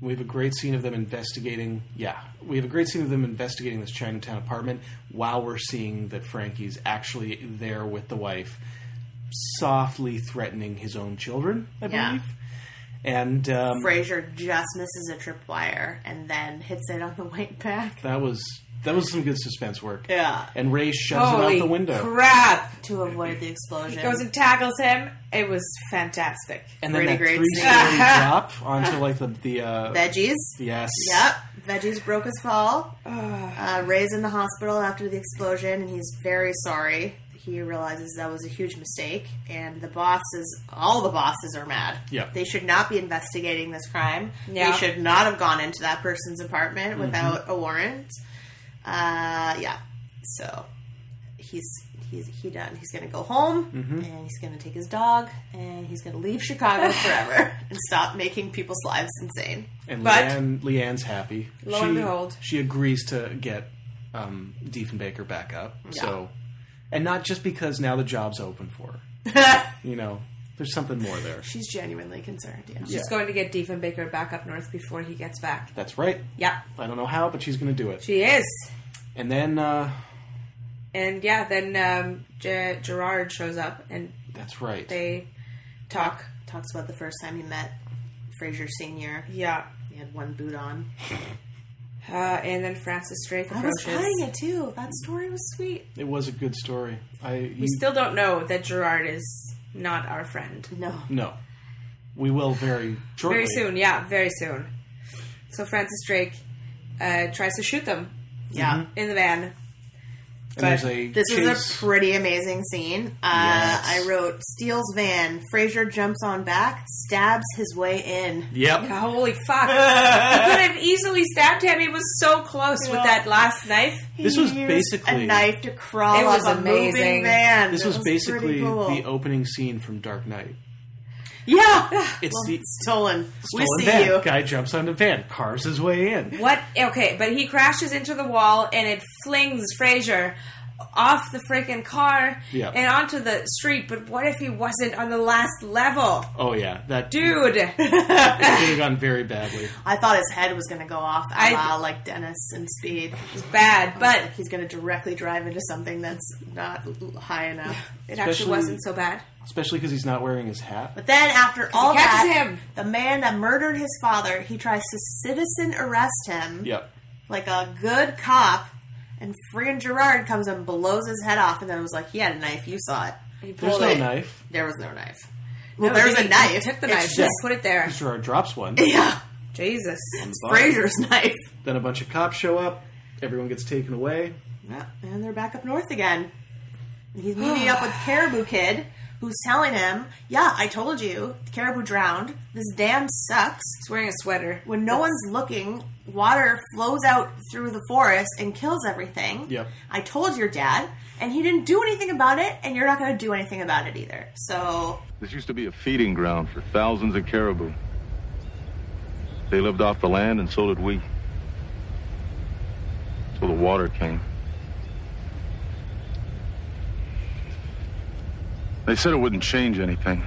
S11: We have a great scene of them investigating. Yeah, we have a great scene of them investigating this Chinatown apartment while we're seeing that Frankie's actually there with the wife, softly threatening his own children, I
S12: Yeah.
S11: believe. And um,
S12: Frazier just misses a tripwire and then hits it on the way back.
S11: that was that was some good suspense work.
S12: Yeah.
S11: And Ray shoves
S2: Holy
S11: him out the window.
S2: crap!
S12: To avoid the
S2: He
S12: explosion.
S2: goes and tackles him. It was fantastic.
S11: and then
S12: Pretty
S11: that
S12: great
S11: three
S12: scene.
S11: story drop onto like the the uh,
S12: Veggies.
S11: Yes.
S12: Yep. Veggies broke his fall. Uh, Ray's in the hospital after the explosion and he's very sorry. He realizes that was a huge mistake and the bosses, all the bosses are mad.
S11: Yeah.
S12: They should not be investigating this crime.
S2: Yeah.
S12: They should not have gone into that
S11: Mm-hmm.
S12: person's apartment without a warrant. Uh, yeah. So he's he's he done. He's going to go home
S11: Mhm.
S12: and he's going to take his dog and he's going to leave Chicago forever and stop making people's lives insane.
S11: And
S12: but
S11: Leanne, Leanne's happy.
S12: Lo
S11: she,
S12: and behold.
S11: she agrees to get um, Diefenbaker back up. So, and not just because now the job's open for her. you know, there's something more there.
S12: she's genuinely concerned. Yeah.
S2: She's going to get Diefenbaker back up north before he gets back.
S11: That's right.
S2: Yeah.
S11: I don't know how, but she's going to do it.
S2: She is.
S11: And then, uh,
S2: And yeah, then um, Ge- Gerard shows up and
S11: that's right.
S2: they talk.
S12: Talks about the first time he met Fraser Senior.
S2: Yeah.
S12: He had one boot on.
S2: Uh, and then Francis Drake
S12: I was
S2: approaches.
S12: crying it too. That story was sweet.
S11: It was a good story. I
S2: We still don't know that Gerard is not our friend.
S12: No.
S11: no. We will very shortly.
S2: Very soon, yeah, very soon. So Francis Drake uh, tries to shoot them.
S12: Yeah.
S2: In the van.
S11: And there's a
S12: This
S11: chase.
S12: is a pretty amazing scene. Uh,
S11: Yes.
S12: I wrote steals van. Fraser jumps on back, stabs his way in.
S11: Yep.
S2: Yeah, holy fuck. he could
S11: Mm-hmm.
S2: have easily stabbed him. He was so close with that last knife.
S11: This was
S12: He used
S11: basically
S12: a knife to crawl
S2: It was
S12: up a
S2: amazing.
S12: moving van.
S11: This
S12: It
S11: was,
S12: pretty
S11: basically
S12: cool.
S11: the opening scene from Dark Knight.
S12: yeah.
S11: It's
S12: Well,
S11: the
S12: stolen.
S11: stolen
S12: we see
S11: van.
S12: you.
S11: Guy jumps on the van, carves his way in.
S2: What? Okay, but he crashes into the wall and it flings Frazier off the freaking car
S11: Yeah.
S2: and onto the street. But what if he wasn't on the last level?
S11: Oh yeah, that
S2: Dude,
S11: it could have gone very badly.
S12: I thought his head was going to go off.
S2: I-
S12: I wow, like Dennis and Speed.
S2: it's bad, but
S12: He's going to directly drive into something that's not l- high enough.
S2: it actually
S11: Especially-
S2: wasn't so bad.
S11: Especially because he's not wearing his hat.
S12: But then after all
S2: catches
S12: that,
S2: him.
S12: the man that murdered his father, he tries to citizen arrest him
S11: Yep.
S12: like a good cop, and friggin' Gerard comes and blows his head off, and then was like, "He had a knife. You saw it.
S2: He
S11: There's
S2: pulled
S11: no
S2: it.
S11: knife.
S12: There was no knife. Well,
S2: No,
S12: there's
S2: he-
S12: a knife.
S2: He took the
S12: It's
S2: knife,
S12: just-
S2: just put it there.
S11: Gerard drops one.
S12: yeah,
S2: Jesus.
S11: It's
S12: Fraser's knife.
S11: Then a bunch of cops show up. Everyone gets taken away.
S12: Yeah, and they're back up north again. And He's meeting up with Caribou Kid, who's telling him, "Yeah, I told you, Caribou drowned. This dam sucks.
S2: He's wearing a sweater.
S12: When no one's looking, water flows out through the forest and kills everything.
S11: Yep.
S12: I told your dad, and he didn't do anything about it, and you're not going to do anything about it either. So
S6: This used to be a feeding ground for thousands of caribou. They lived off the land, and so did we. So the water came. They said it wouldn't change anything.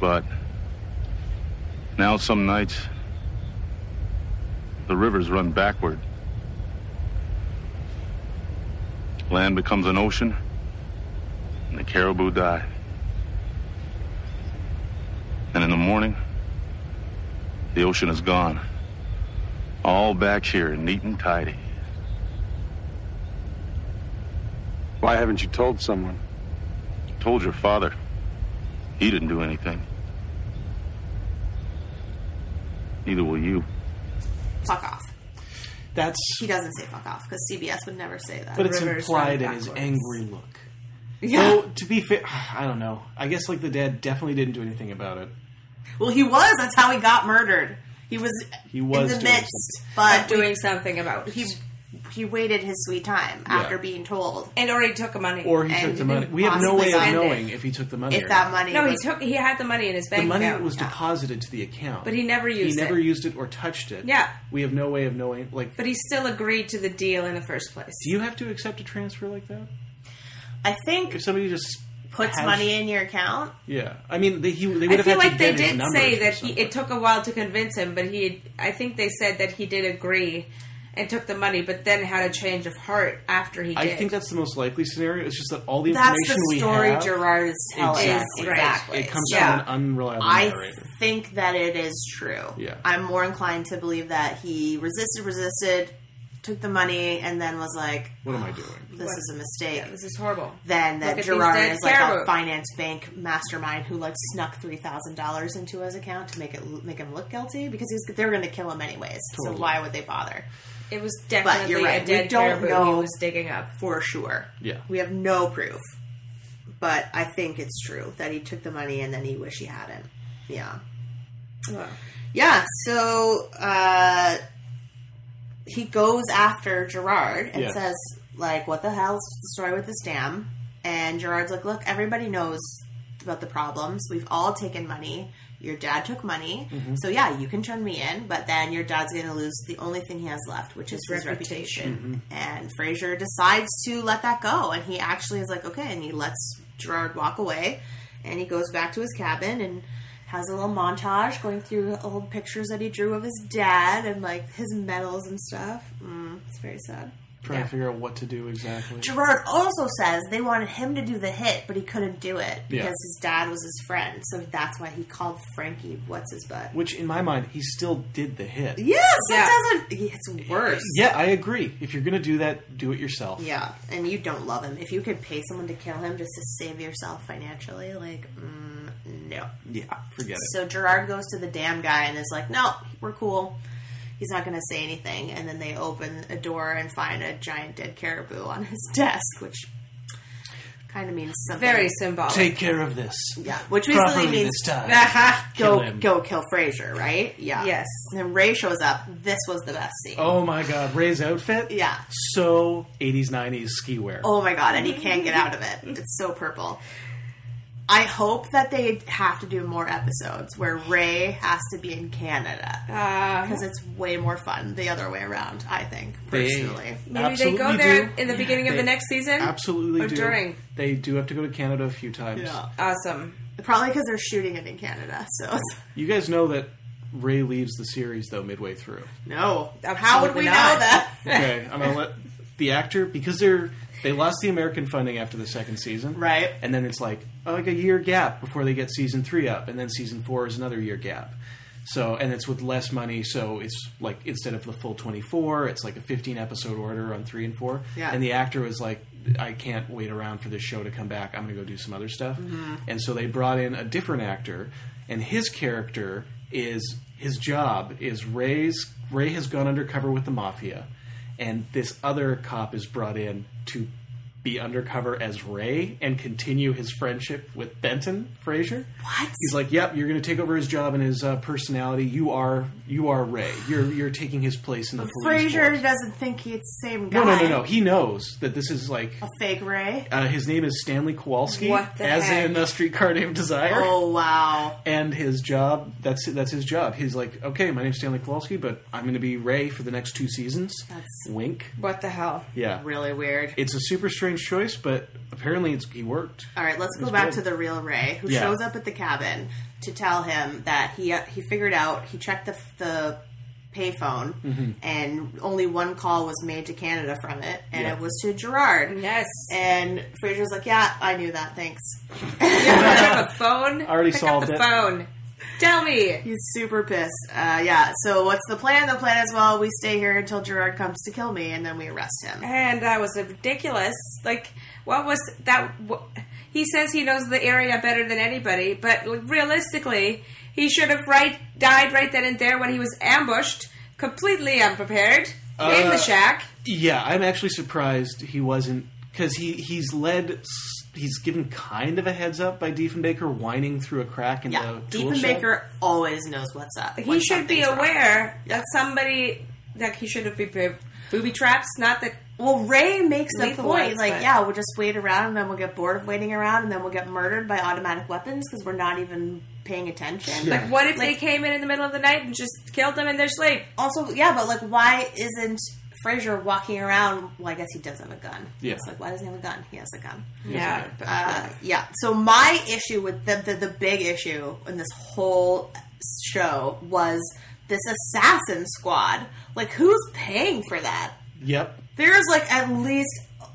S6: But now, some nights, the rivers run backward. Land becomes an ocean, and the caribou die. And in the morning, the ocean is gone. All back here, neat and tidy.
S4: Why haven't you told someone?
S6: Told your father. He didn't do anything. Neither will you.
S12: fuck off.
S11: That's
S12: He doesn't say fuck off because CBS would never say that.
S11: but it's
S2: Rivers
S11: implied
S2: run
S11: in his
S2: backwards.
S11: angry look.
S12: Yeah.
S11: Though, to be fair, I don't know. I guess like the dad definitely didn't do anything about it.
S12: well, he was. That's how he got murdered. He was.
S11: He was
S12: in the
S11: doing
S12: midst, but
S2: Doing something about it.
S12: he he waited his sweet time
S11: Yeah.
S12: after being told
S2: and already took the money.
S11: Or he
S12: And
S11: took the
S12: you
S11: money.
S12: didn't
S11: We have no
S12: possibly
S11: way of
S12: find it.
S11: knowing if he took the money.
S12: if
S11: or
S12: that
S11: not.
S12: money.
S2: no, he
S12: was-
S2: took. He had the money in his bank
S11: The money
S2: account.
S11: was
S2: Yeah.
S11: deposited to the account,
S2: But he never used
S11: He never
S2: it.
S11: used it or touched it.
S2: Yeah.
S11: we have no way of knowing. Like,
S2: But he still agreed to the deal in the first place.
S11: do you have to accept a transfer like that?
S12: I think
S11: If somebody just
S12: puts
S11: has-
S12: money in your account.
S11: yeah. I mean, they, he, they would
S2: I
S11: have
S2: feel
S11: had
S2: like
S11: to
S2: they
S11: get his
S2: did
S11: numbers
S2: say
S11: or
S2: that he,
S11: something.
S2: it took a while to convince him, but he. I think they said that he did agree and took the money, but then had a change of heart after he.
S11: I
S2: did.
S11: think that's the most likely scenario. It's just that all the
S12: That's
S11: information
S12: the
S11: we
S12: story
S11: have,
S12: Gerard is telling.
S11: Exactly.
S12: Exactly.
S11: It comes
S12: Yeah.
S11: from an unreliable
S12: I
S11: narrator.
S12: think that it is true.
S11: Yeah.
S12: I'm more inclined to believe that he resisted, resisted, took the money, and then was like,
S11: What am I doing?
S12: "This
S2: What?
S12: is a mistake."
S2: Yeah, this is horrible.
S12: Then
S2: Look at
S12: that
S2: these
S12: Gerard
S2: dead
S12: is like
S2: caribou.
S12: a finance bank mastermind who like snuck three thousand dollars into his account to make it make him look guilty because he was, they were going to kill him anyways.
S11: Totally.
S12: So why would they bother?
S2: It was definitely
S12: you're right.
S2: a
S12: We
S2: dead
S12: don't
S2: caribou he
S12: know.
S2: was digging up.
S12: for sure.
S11: Yeah.
S12: We have no proof. But I think it's true that he took the money and then he wished he hadn't. Yeah. Yeah, so uh, he goes after Gerard and
S11: Yes.
S12: says, like, what the hell's the story with this dam? And Gerard's like, look, everybody knows about the problems. We've all taken money. Your dad took money.
S17: Mhm.
S12: So, yeah, you can turn me in, but then your dad's going to lose the only thing he has left, which is
S17: His
S12: his reputation. And Frazier decides to let that go. And he actually is like, okay. And he lets Gerard walk away. And he goes back to his cabin and has a little montage going through old pictures that he drew of his dad and like his medals and stuff. Mm, it's very sad.
S11: Trying to figure out what to do exactly.
S12: Gerard also says they wanted him to do the hit, but he couldn't do it because
S11: Yeah.
S12: his dad was his friend. So that's why he called Frankie what's his butt.
S11: Which, in my mind, he still did the hit.
S12: Yes, it doesn't. It's worse.
S11: Yeah, I agree. If you're going to do that, do it yourself.
S12: Yeah, and you don't love him. If you could pay someone to kill him just to save yourself financially, like, mm, no.
S11: Yeah, forget it.
S12: So Gerard goes to the damn guy and is like, "No, we're cool. He's not going to say anything." And then they open a door and find a giant dead caribou on his desk, which kind of means something
S2: Very symbolic.
S11: Take care of this.
S12: Yeah, which
S11: Properly
S12: basically means
S11: this time. Kill
S12: go
S11: him.
S12: go kill Frazier, right? Yeah.
S2: Yes.
S12: And then Ray shows up. This was the best scene.
S11: Oh my god, Ray's outfit?
S12: Yeah.
S11: So 80s, 90s ski wear.
S12: Oh my god, and he can't get out of it. It's so purple. I hope that they have to do more episodes where Ray has to be in Canada
S2: Um,
S12: because it's way more fun the other way around. I think
S11: They
S12: personally.
S2: Maybe they go
S11: absolutely
S2: there
S11: do.
S2: in the beginning of
S11: They
S2: the next season.
S11: Absolutely
S2: or
S11: do.
S2: during.
S11: They do have to go to Canada a few times.
S12: Yeah.
S2: Awesome.
S12: Probably because they're shooting it in Canada. So it's,
S11: You guys know that Ray leaves the series, though, midway through. Oh,
S12: no, how would we
S2: Absolutely
S12: know
S2: not.
S12: that?
S11: Okay, I'm gonna let the actor because they're they lost the American funding after the second season,
S12: right?
S11: And then it's like oh, like a year gap before they get season three up, and then season four is another year gap. So and it's with less money, so it's like instead of the full twenty four, it's like a fifteen episode order on three and four.
S12: Yeah.
S11: And the actor was like, I can't wait around for this show to come back. I'm gonna go do some other stuff.
S12: Mhm.
S11: And so they brought in a different actor, and his character is his job is Ray's. Ray has gone undercover with the mafia, and this other cop is brought in to be undercover as Ray and continue his friendship with Benton Fraser.
S12: What?
S11: He's like, "Yep, you're going to take over his job and his uh, personality. You are you are Ray. You're you're taking his place in the police."
S12: Frazier doesn't think he's the same guy.
S11: No, no, no, no. He knows that this is like
S12: A fake Ray.
S11: uh, his name is Stanley Kowalski,
S12: What the
S11: as
S12: heck?
S11: in a streetcar named Desire.
S12: Oh wow!
S11: And his job that's that's his job. He's like, okay, my name's Stanley Kowalski, but I'm going to be Ray for the next two seasons.
S12: That's
S11: Wink.
S2: What the hell?
S11: Yeah,
S12: really weird.
S11: It's a super strange choice, but apparently it's, he worked.
S12: All right, let's
S11: It
S12: go
S11: was
S12: back
S11: good.
S12: to the real Ray, who
S11: Yeah.
S12: shows up at the cabin to tell him that he uh, he figured out he checked the the payphone
S15: Mm-hmm.
S17: Mhm.
S12: and only one call was made to Canada from it, and
S17: Yeah.
S12: it was to Gerard.
S2: Yes,
S12: and Fraser's like, "Yeah, I knew that. Thanks."
S2: a phone.
S11: Already
S2: Pick up
S11: solved
S2: the
S11: it.
S2: phone. Tell me.
S12: He's super pissed. Uh, yeah. So what's the plan? The plan is well, we stay here until Gerard comes to kill me, and then we arrest him.
S2: And that was ridiculous. Like, what was that? wh- He says he knows the area better than anybody, but like, realistically, he should have right died right then and there when he was ambushed, completely unprepared in
S11: Uh,
S2: the shack.
S11: Yeah, I'm actually surprised he wasn't because he he's led. s- He's given kind of a heads up by Diefenbaker whining through a crack in
S12: Yeah,
S11: the tool shed.
S12: Diefenbaker always knows what's up.
S2: He
S12: when
S2: should be
S12: something's wrong.
S2: aware that somebody that he should have been pre- booby traps. Not that.
S12: Well, Ray makes the
S2: Lethal
S12: point,
S2: ones,
S12: like,
S2: but-
S12: yeah, we'll just wait around, and then we'll get bored of waiting around, and then we'll get murdered by automatic weapons because we're not even paying attention.
S2: Like, what if they came in in the middle of the night and just killed them in their sleep?
S12: Also, yeah, but like, why isn't Fraser walking around? Well, I guess he does have a gun.
S2: Yeah.
S12: It's like, why doesn't he have a gun? He has a gun.
S2: He has a gun.
S12: Uh, yeah. So my issue with the, the the big issue in this whole show was this assassin squad. Like, who's paying for that?
S11: Yep.
S12: There's like at least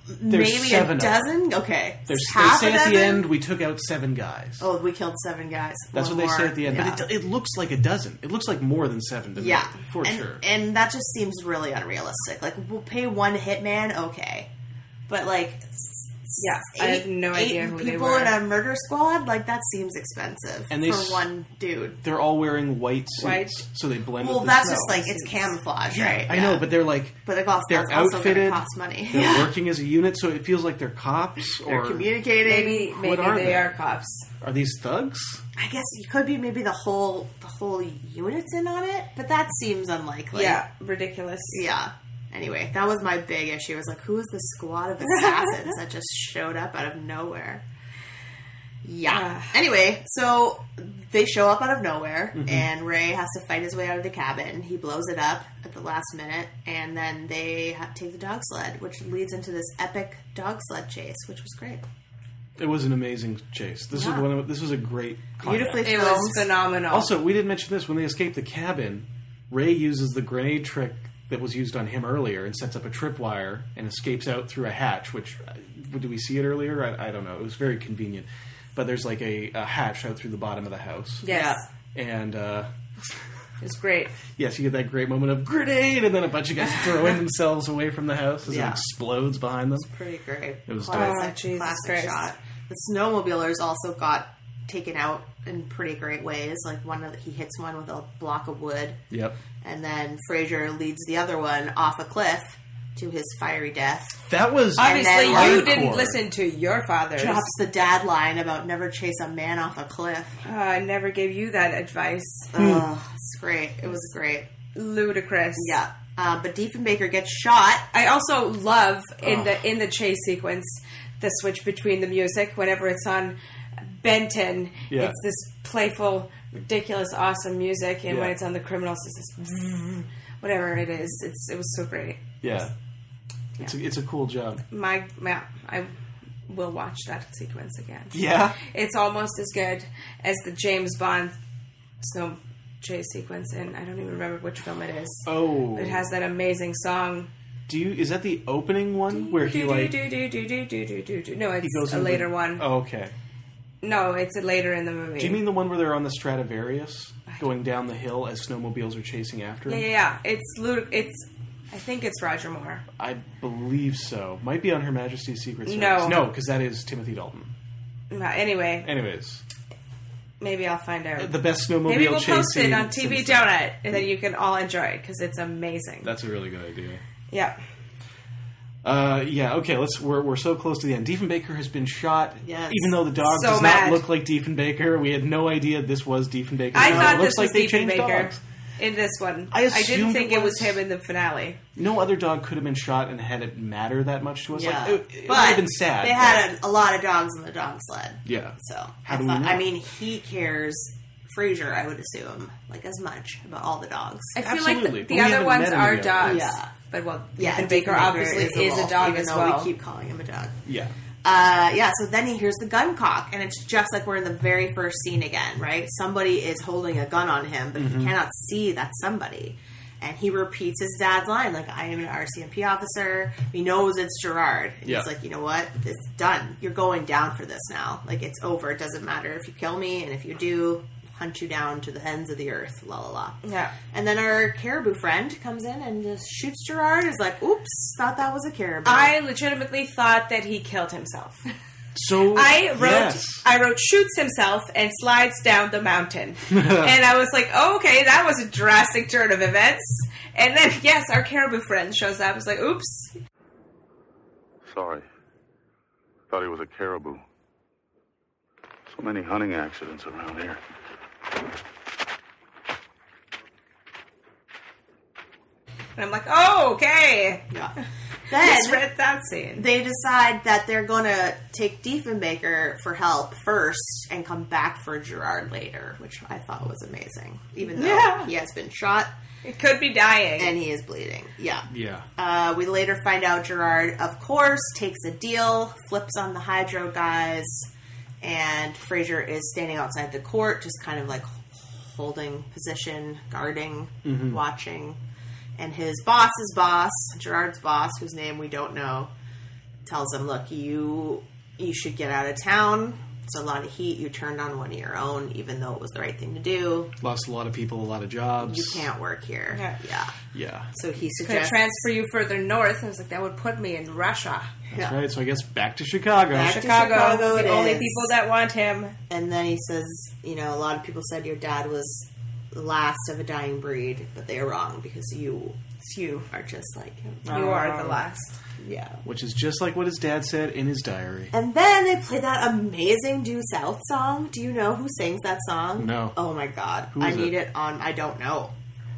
S11: There's
S12: maybe
S11: seven
S12: a
S11: of them.
S12: dozen. Okay,
S11: There's, they
S12: half
S11: say
S12: a
S11: at
S12: dozen.
S11: the end we took out seven guys.
S12: Oh, we killed seven guys.
S11: That's
S12: Or
S11: what they say
S12: more.
S11: at the end.
S12: Yeah.
S11: But it, it looks like a dozen. It looks like more than seven to me,
S12: yeah,
S11: for
S12: and,
S11: sure.
S12: And that just seems really unrealistic. Like we'll pay one hitman, okay, but like yeah,
S2: I have no idea who they
S12: people
S2: were.
S12: in a murder squad like that seems expensive
S11: And they
S12: for
S11: s-
S12: one dude.
S11: They're all wearing white suits,
S12: White.
S11: so they blend.
S12: Well,
S11: with the
S12: that's
S11: snow.
S12: just like it's camouflage,
S11: Yeah,
S12: right?
S11: I
S12: Yeah.
S11: know, but they're like,
S12: But it also,
S11: they're
S12: that's also going to
S11: outfitted.
S12: cost money.
S11: They're
S12: Yeah.
S11: working as a unit, so it feels like they're cops
S12: They're
S11: or
S12: communicating. Maybe,
S11: What maybe are they they? are
S2: cops.
S11: are these thugs?
S12: I guess it could be maybe the whole the whole unit's in on it, but that seems unlikely.
S2: Yeah, ridiculous.
S12: Yeah. Anyway, that was my big issue. I was like, who is this squad of assassins that just showed up out of nowhere? Yeah. Anyway, so they show up out of nowhere,
S2: Mhm.
S12: and Ray has to fight his way out of the cabin. He blows it up at the last minute, and then they ha- take the dog sled, which leads into this epic dog sled chase, which was great.
S11: It was an amazing chase. This
S12: Yeah.
S11: was one. Of, this was a great.
S12: Beautifully
S11: climax.
S12: It was filmed. phenomenal.
S11: Also, we didn't mention this when they escape the cabin. Ray uses the grenade trick that was used on him earlier and sets up a tripwire and escapes out through a hatch. Which uh, do we see it earlier? I, I don't know. It was very convenient. But there's like a, a hatch out through the bottom of the house.
S2: Yes.
S11: And uh,
S2: It's great.
S11: yes, you get that great moment of grenade, and then a bunch of guys throwing themselves away from the house as
S12: Yeah.
S11: it explodes behind them.
S12: Pretty great.
S11: It was
S12: classic,
S11: dope.
S2: Oh, Jesus
S12: classic
S2: Christ.
S12: shot. The snowmobilers also got taken out in pretty great ways. Like one of the, he hits one with a block of wood,
S11: Yep.
S12: and then Frazier leads the other one off a cliff to his fiery death.
S11: That was
S2: Obviously,
S12: And
S2: you
S12: then
S2: didn't
S12: hardcore.
S2: listen to your father.
S12: Drops the dad line about never chase a man off a cliff.
S2: Uh, I never gave you that advice.
S12: Ugh, it's great. It was great.
S2: Ludicrous.
S12: Yeah. Uh, but Diefenbaker gets shot.
S2: I also love in
S12: Ugh.
S2: the in the chase sequence the switch between the music whenever it's on Benton.
S12: Yeah.
S2: It's this playful, ridiculous, awesome music, and when
S11: Yeah.
S2: it's on the criminals, it's this whatever it is. It's it was so great.
S11: Yeah. It's a, it's a cool job.
S2: My, my I will watch that sequence again.
S11: Yeah?
S2: it's almost as good as the James Bond snow chase sequence, and I don't even remember which film it is.
S11: Oh.
S2: it has that amazing song.
S11: Do you is that the opening one where he
S2: Do,
S11: like
S2: do, do, do, do, do, do, do, do. No,
S11: he
S2: it's
S11: goes
S2: a
S11: into
S2: later
S11: the-
S2: one.
S11: Oh, okay.
S2: No, it's a later in the movie.
S11: Do you mean the one where they're on the Stradivarius going down the hill as snowmobiles are chasing after
S2: Yeah,
S11: him?
S2: yeah, yeah. It's ludic- It's. I think it's Roger Moore.
S11: I believe so. Might be on Her Majesty's Secret Service.
S2: No.
S11: no, because that is Timothy Dalton.
S2: No, Anyway,
S11: Anyways,
S2: maybe I'll find out.
S11: the best snowmobile
S2: Maybe we'll
S11: chase
S2: post it
S11: scene
S2: on TV
S11: since-
S2: Donut, and then you can all enjoy it because it's amazing.
S11: That's a really good idea.
S2: yeah.
S11: Uh, yeah, okay, let's we're, we're so close to the end. Diefenbaker has been shot.
S2: Yes.
S11: Even though the dog
S2: So
S11: does
S2: mad.
S11: not look like Diefenbaker, we had no idea this was Diefenbaker.
S2: I
S11: No,
S2: thought
S11: it Uh, looks
S2: this
S11: like
S2: was
S11: they
S2: Stephen
S11: changed
S2: Baker
S11: dogs.
S2: in this one.
S11: I
S2: didn't
S11: assumed
S2: think
S11: it
S2: it was
S11: was-
S2: him in the finale.
S11: No other dog could have been shot and had it matter that much to us.
S12: Yeah.
S11: Like, it, it would
S12: But
S11: have been sad.
S12: They had a, a lot of dogs in the dog sled.
S11: Yeah.
S12: So
S11: How
S12: I,
S11: do we
S12: thought,
S11: know?
S12: I mean, he cares Frasier, I would assume, like as much about all the dogs.
S2: I feel like the, the other ones are dogs.
S12: Yeah.
S2: But well,
S12: Yeah,
S2: yeah, Baker
S12: Diefenbaker
S2: obviously
S12: is
S2: is
S12: a
S2: a,
S12: wolf,
S2: dog
S12: even
S2: as
S12: though we
S2: well.
S12: keep calling him a dog.
S11: Yeah.
S12: Uh, yeah, so then he hears the gun cock, and it's just like we're in the very first scene again, right? Somebody is holding a gun on him, but
S2: Mhm.
S12: he cannot see that somebody. And he repeats his dad's line, like, I am an RCMP officer. He knows it's Gerard. And
S2: Yeah.
S12: he's like, you know what? It's done. You're going down for this now. Like, it's over. It doesn't matter if you kill me, and if you do, hunt you down to the ends of the earth, la la la.
S2: Yeah.
S12: And then our caribou friend comes in and just shoots Gerard. Is like, oops, thought that was a caribou.
S2: I legitimately thought that he killed himself.
S11: So
S2: I wrote,
S11: yes.
S2: I wrote, shoots himself and slides down the mountain, and I was like, oh, okay, that was a drastic turn of events. And then, yes, our caribou friend shows up. I was like, oops,
S6: Sorry. Thought he was a caribou. So many hunting accidents around here.
S2: and I'm like, oh, okay.
S12: Yeah. Then-
S2: read that scene.
S12: they decide that they're going to take Diefenbaker for help first and come back for Gerard later, which I thought was amazing. Even though
S2: Yeah.
S12: he has been shot,
S2: it could be dying,
S12: and he is bleeding. Yeah.
S11: Yeah.
S12: Uh, we later find out Gerard, of course, takes a deal, flips on the Hydro guys, and Fraser is standing outside the court, just kind of like holding position, guarding,
S11: Mm-hmm.
S2: Mhm.
S12: watching. And his boss's boss, Gerard's boss, whose name we don't know, tells him, "Look, you you should get out of town. It's a lot of heat. You turned on one of your own, even though it was the right thing to do.
S11: Lost a lot of people, a lot of jobs.
S12: You can't work here.
S2: Yeah.
S12: yeah.
S11: Yeah.
S12: So he
S2: could
S12: suggests
S2: transfer you further north. I was like, that would put me in Russia.
S11: That's right. So I guess back to Chicago.
S12: Back to
S2: Chicago,
S12: Chicago
S2: the
S12: it
S2: only
S12: is.
S2: people that want him.
S12: And then he says, you know, a lot of people said your dad was the last of a dying breed, but they're wrong because you, you are just like him.
S2: You are the last.
S12: Yeah.
S11: Which is just like what his dad said in his diary.
S12: And then they play that amazing Due South song. Do you know who sings that song?
S11: No.
S12: Oh my god.
S11: Who
S12: I
S11: is
S12: need
S11: it?
S12: it on I don't know.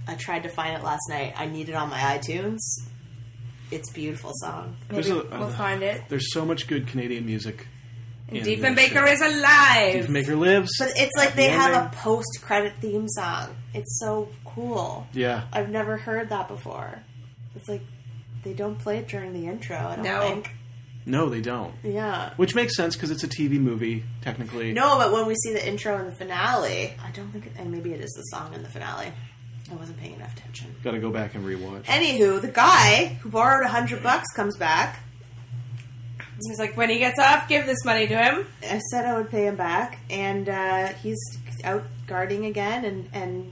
S12: I tried to find it last night. I need it on my iTunes. it's beautiful song.
S11: There's
S12: Maybe
S11: a- uh,
S12: we'll find it.
S11: Theefenbaker. There's so much good Canadian music.
S12: And
S11: in
S12: Deepin
S11: this
S12: Baker
S11: show.
S12: is alive.
S11: Diefenbaker lives.
S12: But it's like they have
S11: Warning.
S12: a post credit theme song. It's so cool.
S11: Yeah.
S12: I've never heard that before. It's like they don't play it during the intro, I don't
S2: No.
S12: think.
S11: No, they don't.
S12: Yeah.
S11: Which makes sense because it's a TV movie, technically.
S12: No, but when we see the intro and the finale, I don't think, and maybe it is the song in the finale. I wasn't paying enough attention.
S11: Got to go back and rewatch.
S12: Anywho, the guy who borrowed a hundred bucks comes back.
S2: He's like, when he gets off, give this money to him.
S12: I said I would pay him back, and uh, he's out guarding again, and and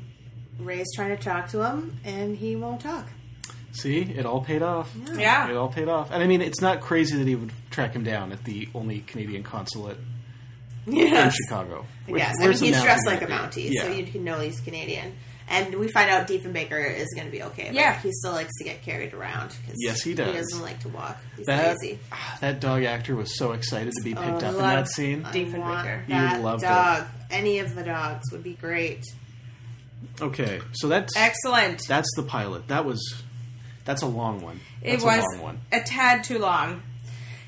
S12: Ray's trying to talk to him, and he won't talk.
S11: See, it all paid off.
S12: Yeah. Yeah.
S11: It all paid off. And I mean, it's not crazy that he would track him down at the only Canadian consulate in
S12: Yes.
S11: Chicago. Which-
S12: Yes, I mean,
S11: where's the
S12: he's dressed like
S11: mountain
S12: a Mountie,
S11: at? Yeah.
S12: so you can know he's Canadian. And we find out Diefenbaker is going to be okay.
S2: Yeah.
S12: yeah, he still likes to get carried around. 'cause
S11: Yes, he does.
S12: He doesn't like to walk. He's
S11: that,
S12: lazy.
S11: ah, that dog actor was so excited to be
S12: Oh,
S11: picked up in that scene.
S12: Diefenbaker.
S11: You
S12: That
S11: loved it.
S12: dog. Any of the dogs would be great.
S11: Okay, so that's
S2: Excellent.
S11: That's the pilot. That was that's a long one.
S2: It
S11: That's
S2: was
S11: a long one.
S2: a tad too long,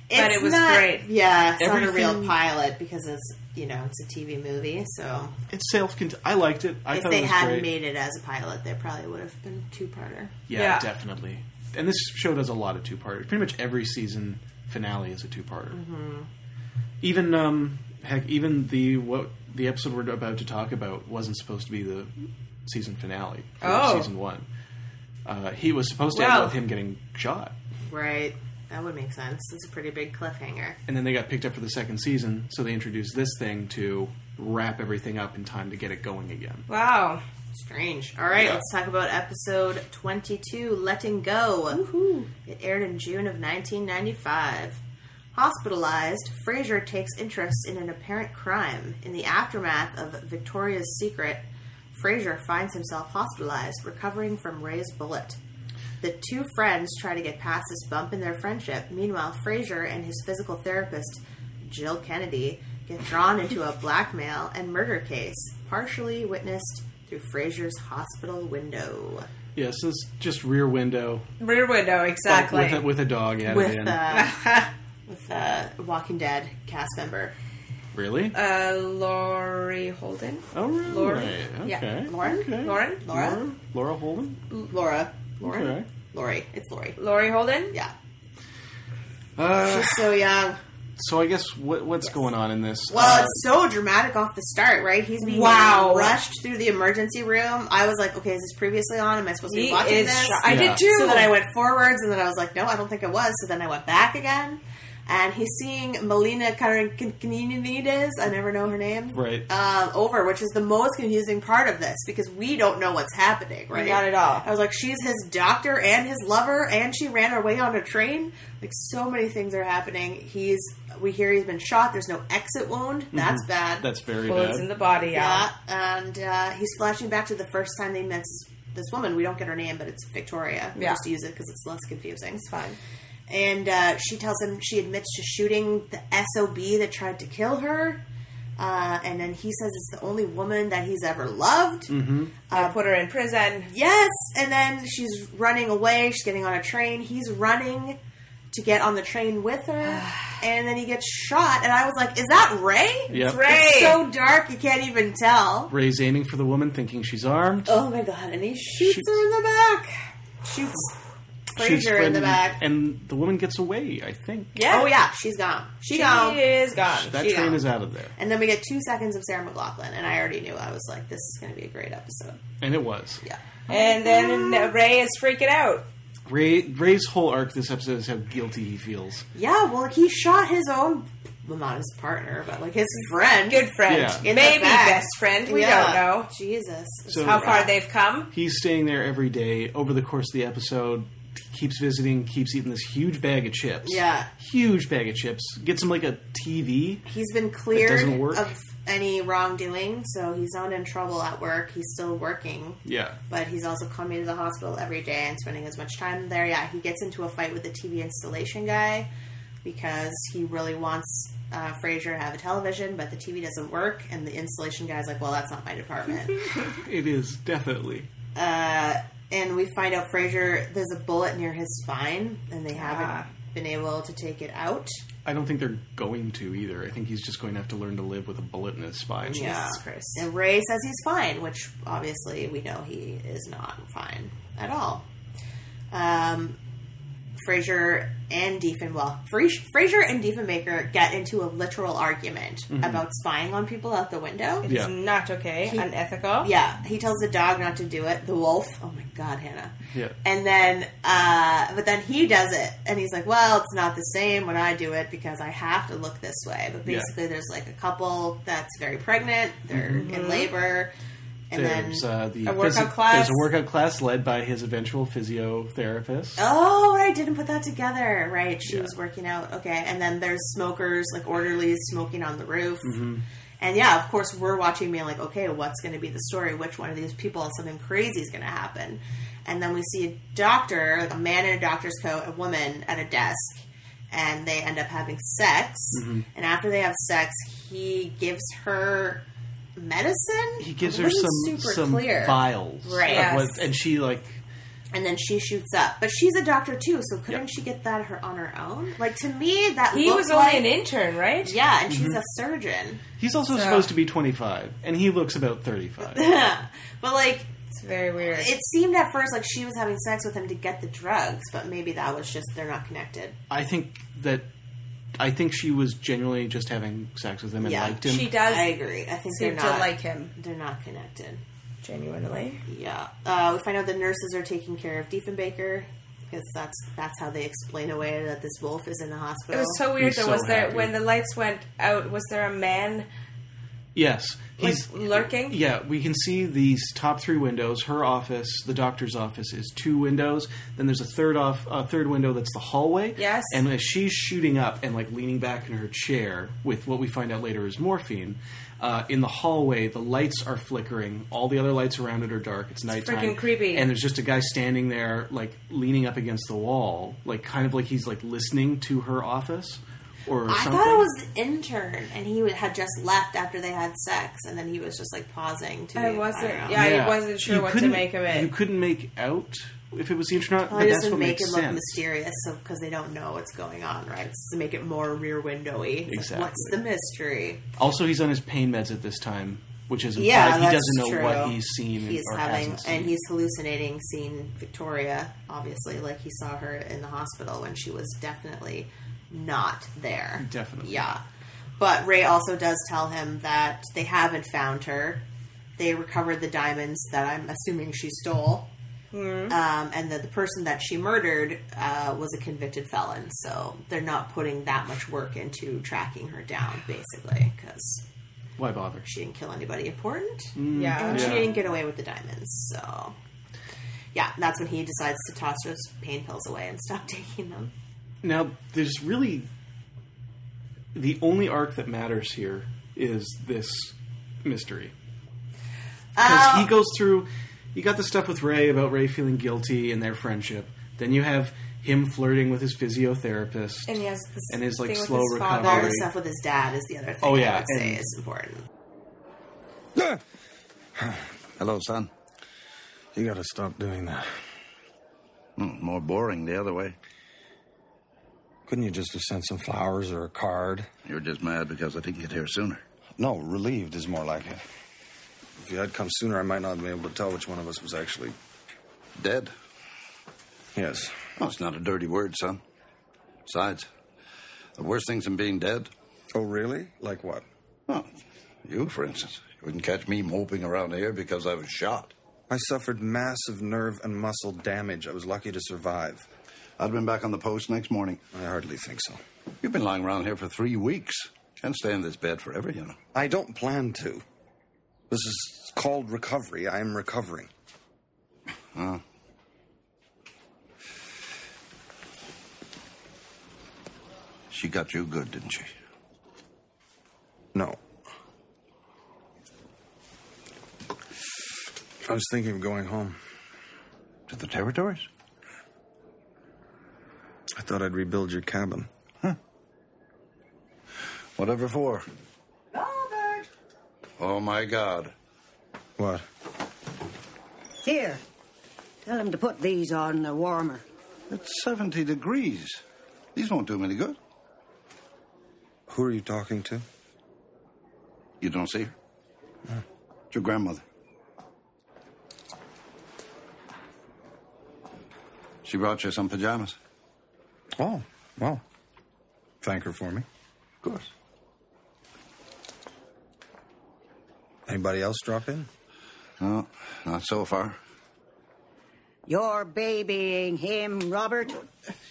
S2: but
S12: It's
S2: it was
S12: not-
S2: great.
S12: Yeah, it's not a real
S2: Everything-
S12: pilot because it's you know it's a TV movie. So
S11: It's self. cont I liked it. I
S12: if
S11: thought
S12: they
S11: it was
S12: had
S11: great.
S12: made it as a pilot, they probably would have been two parter.
S11: yeah, definitely. And this show does a lot of two parters. Pretty much every season finale is a two parter.
S12: Mhm.
S18: Mm-hmm.
S11: Even um, heck, even the what the episode we're about to talk about wasn't supposed to be the season finale for
S12: Oh.
S11: season one. Uh, he was supposed to end
S12: Wow.
S11: with him getting shot,
S12: Right. That would make sense. It's a pretty big cliffhanger.
S11: and then they got picked up for the second season. So they introduced this thing to wrap everything up in time to get it going again.
S12: Wow. Strange. All right,
S11: Yeah.
S12: let's talk about episode 22, Letting Go. It aired in June of 1995. Hospitalized, Fraser takes interest in an apparent crime. In the aftermath of Victoria's Secret, Fraser finds himself hospitalized, recovering from Ray's bullet. The two friends try to get past this bump in their friendship. Meanwhile, Fraser and his physical therapist, Jill Kennedy, get drawn into a blackmail and murder case, partially witnessed through Fraser's hospital window.
S11: Yes, yeah, so it's just Rear Window,
S2: Rear Window,
S11: but
S2: exactly.
S11: with a, with a dog added
S12: Oh, with
S11: in.
S12: uh, with uh, Walking Dead cast member.
S11: really?
S2: Uh, Lori Holden.
S11: Oh, really?
S2: Lauren.
S11: Okay.
S2: Yeah. Lauren.
S11: Okay.
S2: Lauren.
S12: Laura?
S11: Laura Holden.
S12: Laura. Laura?
S11: Okay.
S12: Lori. It's Lori.
S2: Lori Holden.
S12: Yeah.
S11: Uh,
S12: She's so young.
S11: so I guess what, what's going on in this?
S12: Well,
S11: Uh,
S12: it's so dramatic off the start, right? He's being
S2: Wow.
S12: rushed through the emergency room. I was like, okay, is this previously on? Am I supposed to be
S2: He
S12: watching
S2: is
S12: this?
S2: sho- I did Yeah. too.
S12: So then I went forwards, and then I was like, no, I don't think it was. So then I went back again, and he's seeing Melina Karankininides. I never know her name.
S11: Right.
S12: Um, over, which is the most confusing part of this because we don't know what's happening, right?
S2: Not at all.
S12: I was like, she's his doctor and his lover, and she ran away on a train. Like, so many things are happening. He's, we hear he's been shot. There's no exit wound. That's
S11: Mhm.
S12: bad.
S11: That's very
S2: Bullets
S11: bad.
S2: in the body. Yeah.
S12: Yeah, and uh, he's flashing back to the first time they met this, this woman. We don't get her name, but it's Victoria. We
S2: Yeah.
S12: just use it because it's less confusing. It's fine. And uh, she tells him she admits to shooting the SOB that tried to kill her. Uh, and then he says it's the only woman that he's ever loved.
S2: Mm-hmm.
S12: Uh,
S2: put her in prison.
S12: Yes, and then she's running away. She's getting on a train. He's running to get on the train with her, and then he gets shot. And I was like, "Is that Ray?
S11: Yep.
S12: It's It's so dark you can't even tell."
S11: Ray's aiming for the woman, thinking she's armed.
S12: Oh my god! And he shoots, her in the back. Shoots
S11: Shoots
S12: Fraser in the
S11: Fred-
S12: back.
S11: and the woman gets away. I think
S12: Yeah. Oh yeah, she's gone. She,
S2: She
S12: gone.
S2: is gone.
S11: that
S12: She
S11: train
S12: gone.
S11: is out of there,
S12: And then we get two seconds of Sarah McLaughlin, and I already knew. I was like, "This is going to be a great episode."
S11: and it was.
S12: Yeah.
S2: And then Ray is freaking out.
S11: Ray Ray's whole arc this episode is how guilty he feels.
S12: Yeah, Oh, well, he shot his own, well, not his partner, but like his friend,
S2: Good friend.
S11: Yeah.
S12: In the
S2: maybe
S12: back.
S2: best friend. We
S12: Yeah.
S2: don't know
S12: Jesus,
S11: So-
S2: how far they've come.
S11: He's staying there every day over the course of the episode. Keeps visiting, keeps eating this huge bag of chips.
S12: Yeah.
S11: huge bag of chips. Gets him like a TV.
S12: He's been
S11: It
S12: cleared
S11: doesn't work.
S12: of any wrongdoing, so he's not in trouble at work. He's still working,
S11: Yeah,
S12: but he's also coming to the hospital every day and spending as much time there. Yeah, he gets into a fight with the TV installation guy because he really wants uh, Fraser to have a television, but the TV doesn't work, and the installation guy's like, "Well, that's not my department."
S11: it is definitely.
S12: uh, and we find out Frazier there's a bullet near his spine, and they haven't been able to take it out.
S11: I don't think they're going to either. I think he's just going to have to learn to live with a bullet in his spine.
S12: And Ray says he's fine, which obviously we know he is not fine at all. Um, Frazier and Diefenbaker, well, Fra- Frazier and Diefenbaker get into a literal argument
S2: Mhm.
S12: about spying on people out the window.
S2: It's Yeah. not okay, unethical.
S12: Yeah, he tells the dog not to do it. The wolf. Oh my god, Hannah.
S11: Yeah.
S12: And then, uh, but then he does it, and he's like, "Well, it's not the same when I do it because I have to look this way." But
S11: Yeah.
S12: basically, there's like a couple that's very pregnant, they're in
S2: Mhm.
S12: labor, and
S11: Mm-hmm. there's
S12: then
S11: uh, the
S12: a workout
S11: physi-
S12: class.
S11: There's a workout class led by his eventual physiotherapist.
S12: Oh, right, didn't put that together. Right, she was working out. Okay, and then there's smokers, like orderlies smoking on the roof.
S11: Mhm.
S12: And yeah, of course, we're watching being like, okay, what's going to be the story? Which one of these people, something crazy is going to happen? And then we see a doctor, like a man in a doctor's coat, a woman at a desk, and they end up having sex.
S11: Mhm.
S12: And after they have sex, he gives her medicine.
S11: He gives
S12: It
S11: her
S12: wasn't
S11: some some vials,
S12: right?
S11: of what- and she like
S12: and then she shoots up. But she's a doctor too, so couldn't she get that her on her own? Like to me, that
S2: He
S12: looked
S2: was only
S12: like-
S2: an intern, right?
S12: Yeah, and she's
S11: Mhm.
S12: a surgeon.
S11: he's also
S12: So-
S11: supposed to be 25, and he looks about 35.
S12: but like, it's
S2: very weird.
S12: It seemed at first like she was having sex with him to get the drugs, but maybe that was just they're not connected.
S11: I think that I think she was genuinely just having sex with him and liked him.
S12: I agree. I think
S2: seem
S12: they're not
S2: to like him.
S12: They're not connected.
S2: Genuinely.
S12: Yeah. Uh, we find out the nurses are taking care of Diefenbaker because that's that's how they explain away that this wolf is in the
S2: It
S12: hospital.
S2: was so weird though. was there
S11: happy.
S2: when the lights went out? Was there a man
S11: Yes, he's
S2: lurking?
S11: Yeah, we can see these top three windows. Her office, the doctor's office, is two windows. Then there's a third off, a third window that's the hallway.
S2: Yes.
S11: and as she's shooting up and like leaning back in her chair with what we find out later is morphine. Uh, in the hallway, the lights are flickering. All the other lights around it are dark. It's nighttime.
S2: freaking creepy.
S11: And there's just a guy standing there, like leaning up against the wall, like kind of like he's like listening to her office or
S12: I
S11: something.
S12: thought it was the intern, and he had just left after they had sex, and then he was just like pausing. To
S2: I
S12: be-
S2: wasn't-
S12: don't know.
S2: yeah, I wasn't sure what to
S11: couldn't-
S2: make of it.
S11: You couldn't make out if it was the internet,
S12: Well,
S11: but
S12: it
S11: that's
S12: doesn't
S11: what
S12: make
S11: makes
S12: it look
S11: sense.
S12: mysterious because they don't know what's going on, right? It's to make it more rear windowy. It's like, What's
S11: Exactly.
S12: the mystery?
S11: Also, he's on his pain meds at this time, which is implied
S12: Yeah,
S11: he
S12: that's
S11: doesn't know
S12: true.
S11: what he's seen
S12: He's
S11: or
S12: having,
S11: hasn't seen.
S12: and he's hallucinating. Seeing Victoria, obviously, like he saw her in the hospital when she was definitely not there.
S11: Definitely.
S12: yeah. But Ray also does tell him that they haven't found her. They recovered the diamonds that I'm assuming she stole,
S2: Hmm.
S12: um, and that the person that she murdered uh, was a convicted felon. So they're not putting that much work into tracking her down, basically, because
S11: Why bother?
S12: she didn't kill anybody important.
S11: Mm, Yeah.
S12: And she
S11: yeah.
S12: didn't get away with the diamonds, so. Yeah, that's when he decides to toss those pain pills away and stop taking them.
S11: Now, there's really the only arc that matters here is this mystery because
S12: Uh,
S11: he goes through. You got the stuff with Ray about Ray feeling guilty and their friendship. Then you have him flirting with his physiotherapist
S12: And he has this
S11: and his like
S12: thing with
S11: slow
S12: his father. All
S11: recovery.
S12: the stuff with his dad is the other thing
S11: Oh,
S12: I
S11: yeah,
S12: would say
S11: and-
S12: is important.
S3: Hello, son. You gotta stop doing that.
S15: Hmm, more boring the other way.
S3: Couldn't you just have sent some flowers or a card?
S15: You're just mad because I didn't get here sooner.
S3: No, relieved is more like it. If you had come sooner, I might not have been able to tell which one of us was actually
S15: dead.
S3: Yes.
S15: Well, it's not a dirty word, son. Besides, the worst things than being dead.
S3: Oh, really? Like what?
S15: Well, you, for instance. You wouldn't catch me moping around here because I was shot.
S3: I suffered massive nerve and muscle damage. I was lucky to survive.
S15: I'd have been back on the post next morning.
S3: I hardly think so.
S15: You've been lying around here for three weeks. Can't stay in this bed forever, you know.
S3: I don't plan to. This is called recovery. I am recovering.
S15: Huh? She got you good, didn't she?
S3: No. I was thinking of going home.
S15: To the territories?
S3: I thought I'd rebuild your cabin.
S15: Whatever for.
S17: Robert!
S15: Oh, my God.
S3: What?
S17: Dear, Tell them to put these on the warmer.
S15: It's 70 degrees. These won't do me any good.
S10: Who are you talking to?
S15: You don't see her? It's your grandmother. She brought you some pajamas.
S10: Oh, well. Thank her for me.
S15: Of course.
S10: Anybody else drop in?
S15: No, not so far.
S17: You're babying him, Robert.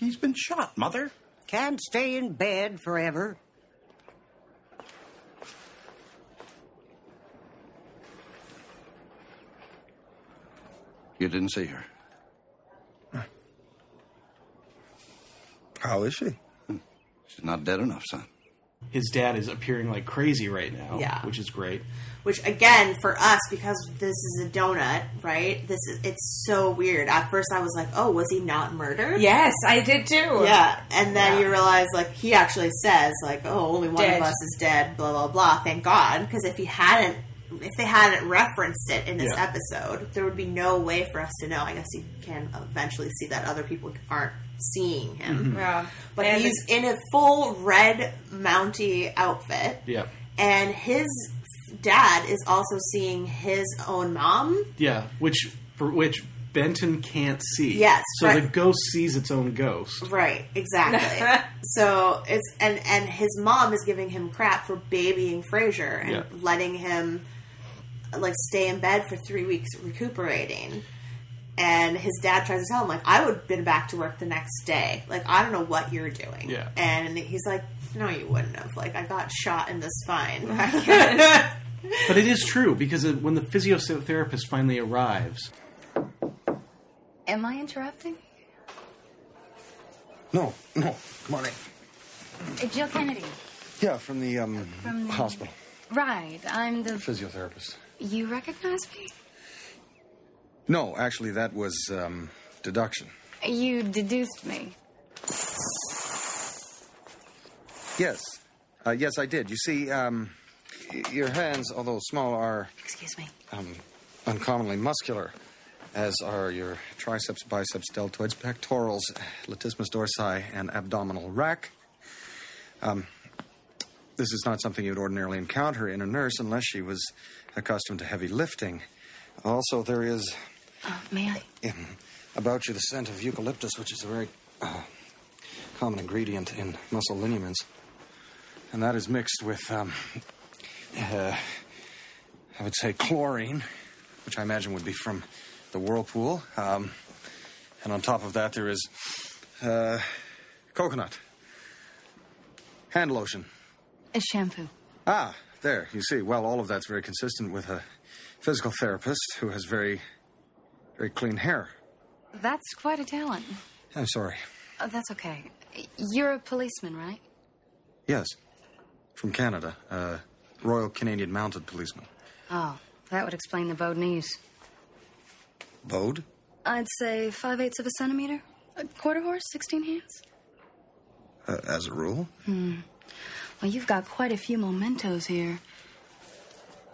S15: He's been shot, Mother.
S17: Can't stay in bed forever.
S15: You didn't see her.
S10: How is she?
S15: She's not dead enough, son.
S11: His dad is appearing like crazy right now,
S12: Yeah.
S11: which is great.
S12: Which again, for us, because this is a donut, right? This is it's so weird. At first, I was like, "Oh, was he not murdered?"
S2: Yes, I did too.
S12: Yeah, and then
S2: Yeah.
S12: you realize like he actually says like, "Oh, only one
S2: Dead.
S12: of us is dead." Blah blah blah. Thank God, because if he hadn't, if they hadn't referenced it in this
S2: Yeah.
S12: episode, there would be no way for us to know. I guess you can eventually see that other people aren't seeing him,
S2: Mhm. Yeah.
S12: but
S2: And-
S12: he's in a full red Mountie outfit,
S11: Yeah.
S12: and his dad is also seeing his own mom.
S11: Yeah, which for which Benton can't see.
S12: Yes,
S11: So
S12: right.
S11: the ghost sees its own ghost.
S12: Right, exactly. so it's and and his mom is giving him crap for babying Fraser and
S11: Yeah.
S12: letting him like stay in bed for three weeks recuperating. And his dad tries to tell him like, "I would have been back to work the next day. Like I don't know what you're doing."
S11: Yeah.
S12: And he's like, "No, you wouldn't have. Like I got shot in the spine. I can't."
S11: But it is true because uh, when the physiotherapist finally arrives,
S18: Am I interrupting?
S10: No, no. Come on in.
S18: Uh, Jill Kennedy.
S10: Yeah, from the, um,
S18: From the-
S10: hospital.
S18: Right, I'm the.
S10: Physiotherapist.
S18: You recognize me?
S10: No, actually, that was, um, deduction.
S18: You deduced me.
S10: Yes. Uh, yes, I did. You see, um, y- your hands, although small, are
S18: Excuse me.
S10: um, uncommonly muscular, as are your triceps, biceps, deltoids, pectorals, latissimus dorsi, and abdominal rack. Um, this is not something you'd ordinarily encounter in a nurse unless she was accustomed to heavy lifting. Also, there is
S18: Oh, may I?
S10: in, about you the scent of eucalyptus, which is a very uh, common ingredient in muscle lineaments. And that is mixed with, um, uh, I would say, chlorine, which I imagine would be from the whirlpool. Um, and on top of that, there is uh, coconut, hand lotion.
S18: A shampoo.
S10: Ah, there, you see. Well, all of that's very consistent with a physical therapist who has very, very clean hair.
S18: That's quite a talent.
S10: I'm sorry.
S18: Oh, that's okay. You're a policeman, right?
S10: Yes. From Canada. Uh, Royal Canadian Mounted Policeman.
S18: Oh, that would explain the bowed knees.
S10: Bode?
S18: I'd say five eighths of a centimeter. A quarter horse, 16 hands.
S10: Uh, as a rule?
S18: Hmm. Well, you've got quite a few mementos here.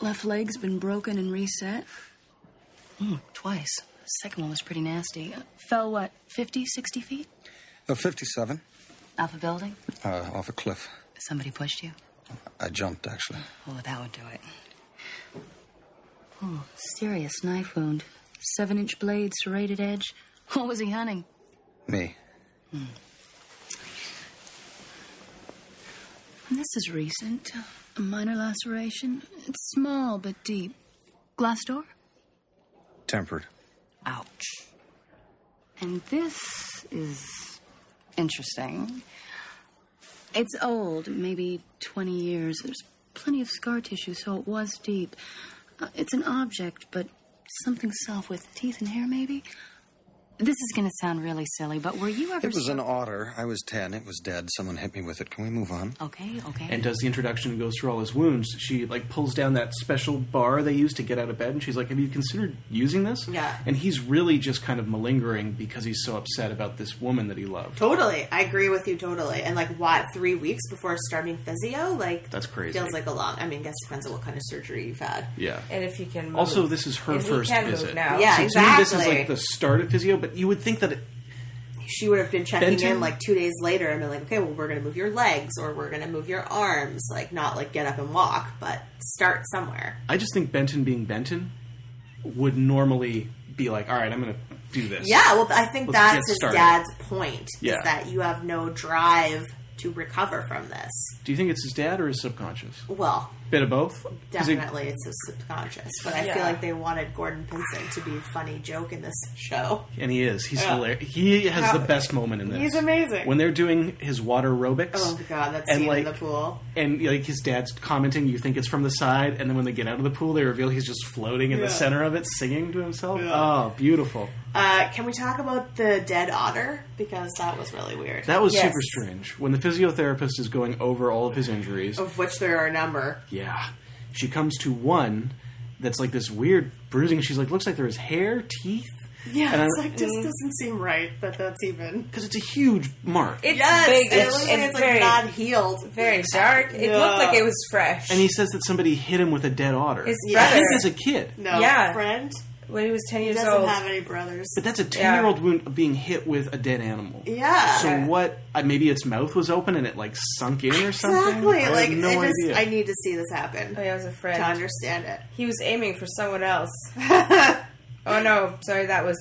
S18: Left leg's been broken and reset. Mm, twice. Second one was pretty nasty. Uh, Fell, what, 50, 60 feet?
S10: Uh, 57.
S18: Off a building?
S10: Uh, off a cliff.
S18: Somebody pushed you?
S10: I jumped, actually.
S18: Oh, that would do it. Oh, serious knife wound. Seven inch blade, serrated edge. What was he hunting?
S10: Me. Hmm.
S18: And This is recent. A minor laceration. It's small but deep. Glass door?
S10: Tempered.
S18: Ouch. And this is interesting. It's old, maybe 20 years. There's plenty of scar tissue, so it was deep. Uh, it's an object, but something soft with teeth and hair, maybe? This is going to sound really silly, but were you ever.
S10: It was an otter. I was 10. It was dead. Someone hit me with it. Can we move on?
S18: Okay, okay.
S11: and does the introduction and goes through all his wounds. She like pulls down that special bar they use to get out of bed, and she's like, "Have you considered using this?"
S12: Yeah.
S11: And he's really just kind of malingering because he's so upset about this woman that he loved.
S12: Totally, I agree with you totally. And like, what three weeks before starting physio? Like,
S11: That's crazy.
S12: Feels like a lot. I mean, I guess it depends on what kind of surgery you've had.
S11: Yeah.
S2: And if you can. Move.
S11: Also, this is her
S2: If he
S11: first
S2: can move
S11: visit.
S2: now.
S12: Yeah,
S11: so To me, this is
S12: exactly.
S11: like the start of physio, but you would think that it,
S12: She would have been checking
S11: Benton?
S12: in like two days later and been like, okay, well, we're going to move your legs or we're going to move your arms. Like, not like get up and walk, but start somewhere.
S11: I just think Benton being Benton would normally be like, "All right, I'm going to do this."
S12: Yeah, well, I think
S11: Let's get
S12: that's his
S11: started."
S12: dad's point
S11: Yeah.
S12: is that you have no drive to recover from this.
S11: Do you think it's his dad or his subconscious?
S12: Well,
S11: Bit of both. 'Cause he-
S12: definitely it's his subconscious, but I
S2: Yeah.
S12: feel like they wanted Gordon Pinsent to be a funny joke in this show.
S11: And he is. He's
S12: Yeah.
S11: hilarious. He has
S12: How-
S11: the best moment in this.
S12: He's amazing.
S11: When they're doing his water aerobics.
S12: Oh god, that
S11: And,
S12: scene
S11: like-
S12: in the pool.
S11: and like his dad's commenting, you think it's from the side, and then when they get out of the pool, they reveal he's just floating in
S12: Yeah.
S11: the center of it, singing to himself.
S12: Yeah.
S11: Oh, beautiful!
S12: Uh, can we talk about the dead otter because that was really weird.
S11: That was super strange. When the physiotherapist is going over all of his injuries,
S12: Of which there are a number.
S11: yeah, she comes to one that's like this weird bruising. She's like, looks like there is hair, teeth.
S12: Yeah,
S11: And
S12: it's
S11: I'm-
S12: like this doesn't seem right that that's even
S11: because it's a huge mark.
S2: It's
S12: yes,
S2: big.
S12: It
S2: It's,
S12: looks like
S2: and
S12: it's like
S2: very,
S12: not healed.
S2: very dark. It looked like it was fresh.
S11: And he says that somebody hit him with a dead otter.
S2: His
S11: I think
S2: brother.
S11: as a kid.
S12: no
S2: Yeah.
S12: friend.
S2: when he was ten
S12: He
S2: years
S12: doesn't
S2: old.
S12: have any brothers.
S11: But that's a ten-year-old wound of being hit with a dead animal.
S12: Yeah.
S11: So what? I, maybe its mouth was open and it like sunk in or something.
S12: Exactly.
S11: I have
S12: like
S11: no
S12: I just
S11: idea.
S12: I need to see this happen.
S2: Oh, yeah, it was a friend.
S12: To understand it.
S2: He was aiming for someone else. oh no, sorry, that was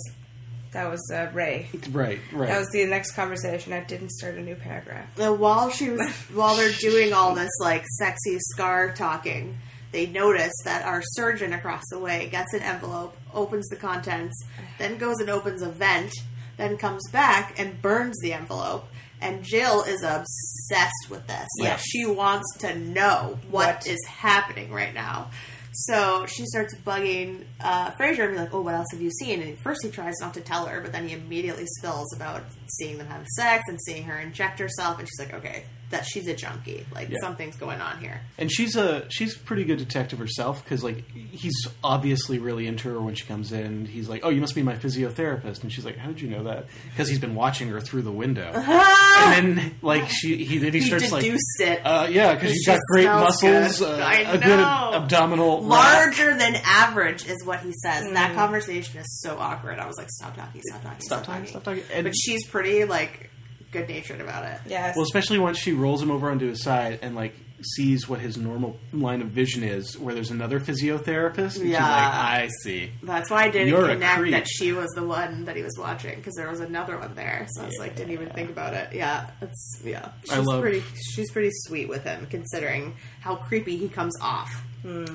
S2: that was uh, Ray.
S11: right, right.
S2: That was the next conversation. I didn't start a new paragraph.
S12: Now, while she was while they're doing all this like sexy scar talking, they notice that our surgeon across the way gets an envelope, opens the contents, then goes and opens a vent, then comes back and burns the envelope. And Jill is obsessed with this. Like
S2: Yes.
S12: she wants to know what is happening right now. So she starts bugging uh, Fraser and be like, "Oh, what else have you seen?" And first he tries not to tell her, but then he immediately spills about seeing them have sex and seeing her inject herself, and she's like, "Okay, that she's a junkie. Like
S11: Yeah.
S12: something's going on here."
S11: and she's a she's a pretty good detective herself because like he's obviously really into her when she comes in. He's like, "Oh, you must be my physiotherapist," and she's like, "How did you know that?" Because he's been watching her through the window. and then like she he then he,
S12: He
S11: starts like,
S12: deduced it.
S11: Uh, yeah, because you've
S12: She
S11: got great
S12: smells
S11: muscles,
S12: good.
S11: uh,
S12: I
S11: a good
S12: know.
S11: abdominal, rock.
S12: Larger than average is what he says. And That
S11: Mm.
S12: conversation is so awkward. I was like, "Stop talking, stop talking, stop, talking, stop
S11: talking."
S12: but she's pretty like good natured about it.
S2: Yes.
S11: Well, especially once she rolls him over onto his side and like sees what his normal line of vision is, where there's another physiotherapist. And
S12: Yeah.
S11: she's like, I see.
S12: That's why I didn't
S11: You're a
S12: connect
S11: creep.
S12: that she was the one that he was watching because there was another one there. So I was like, didn't even think about it. Yeah, it's yeah. She's
S11: I love-
S12: pretty. She's pretty sweet with him, considering how creepy he comes off.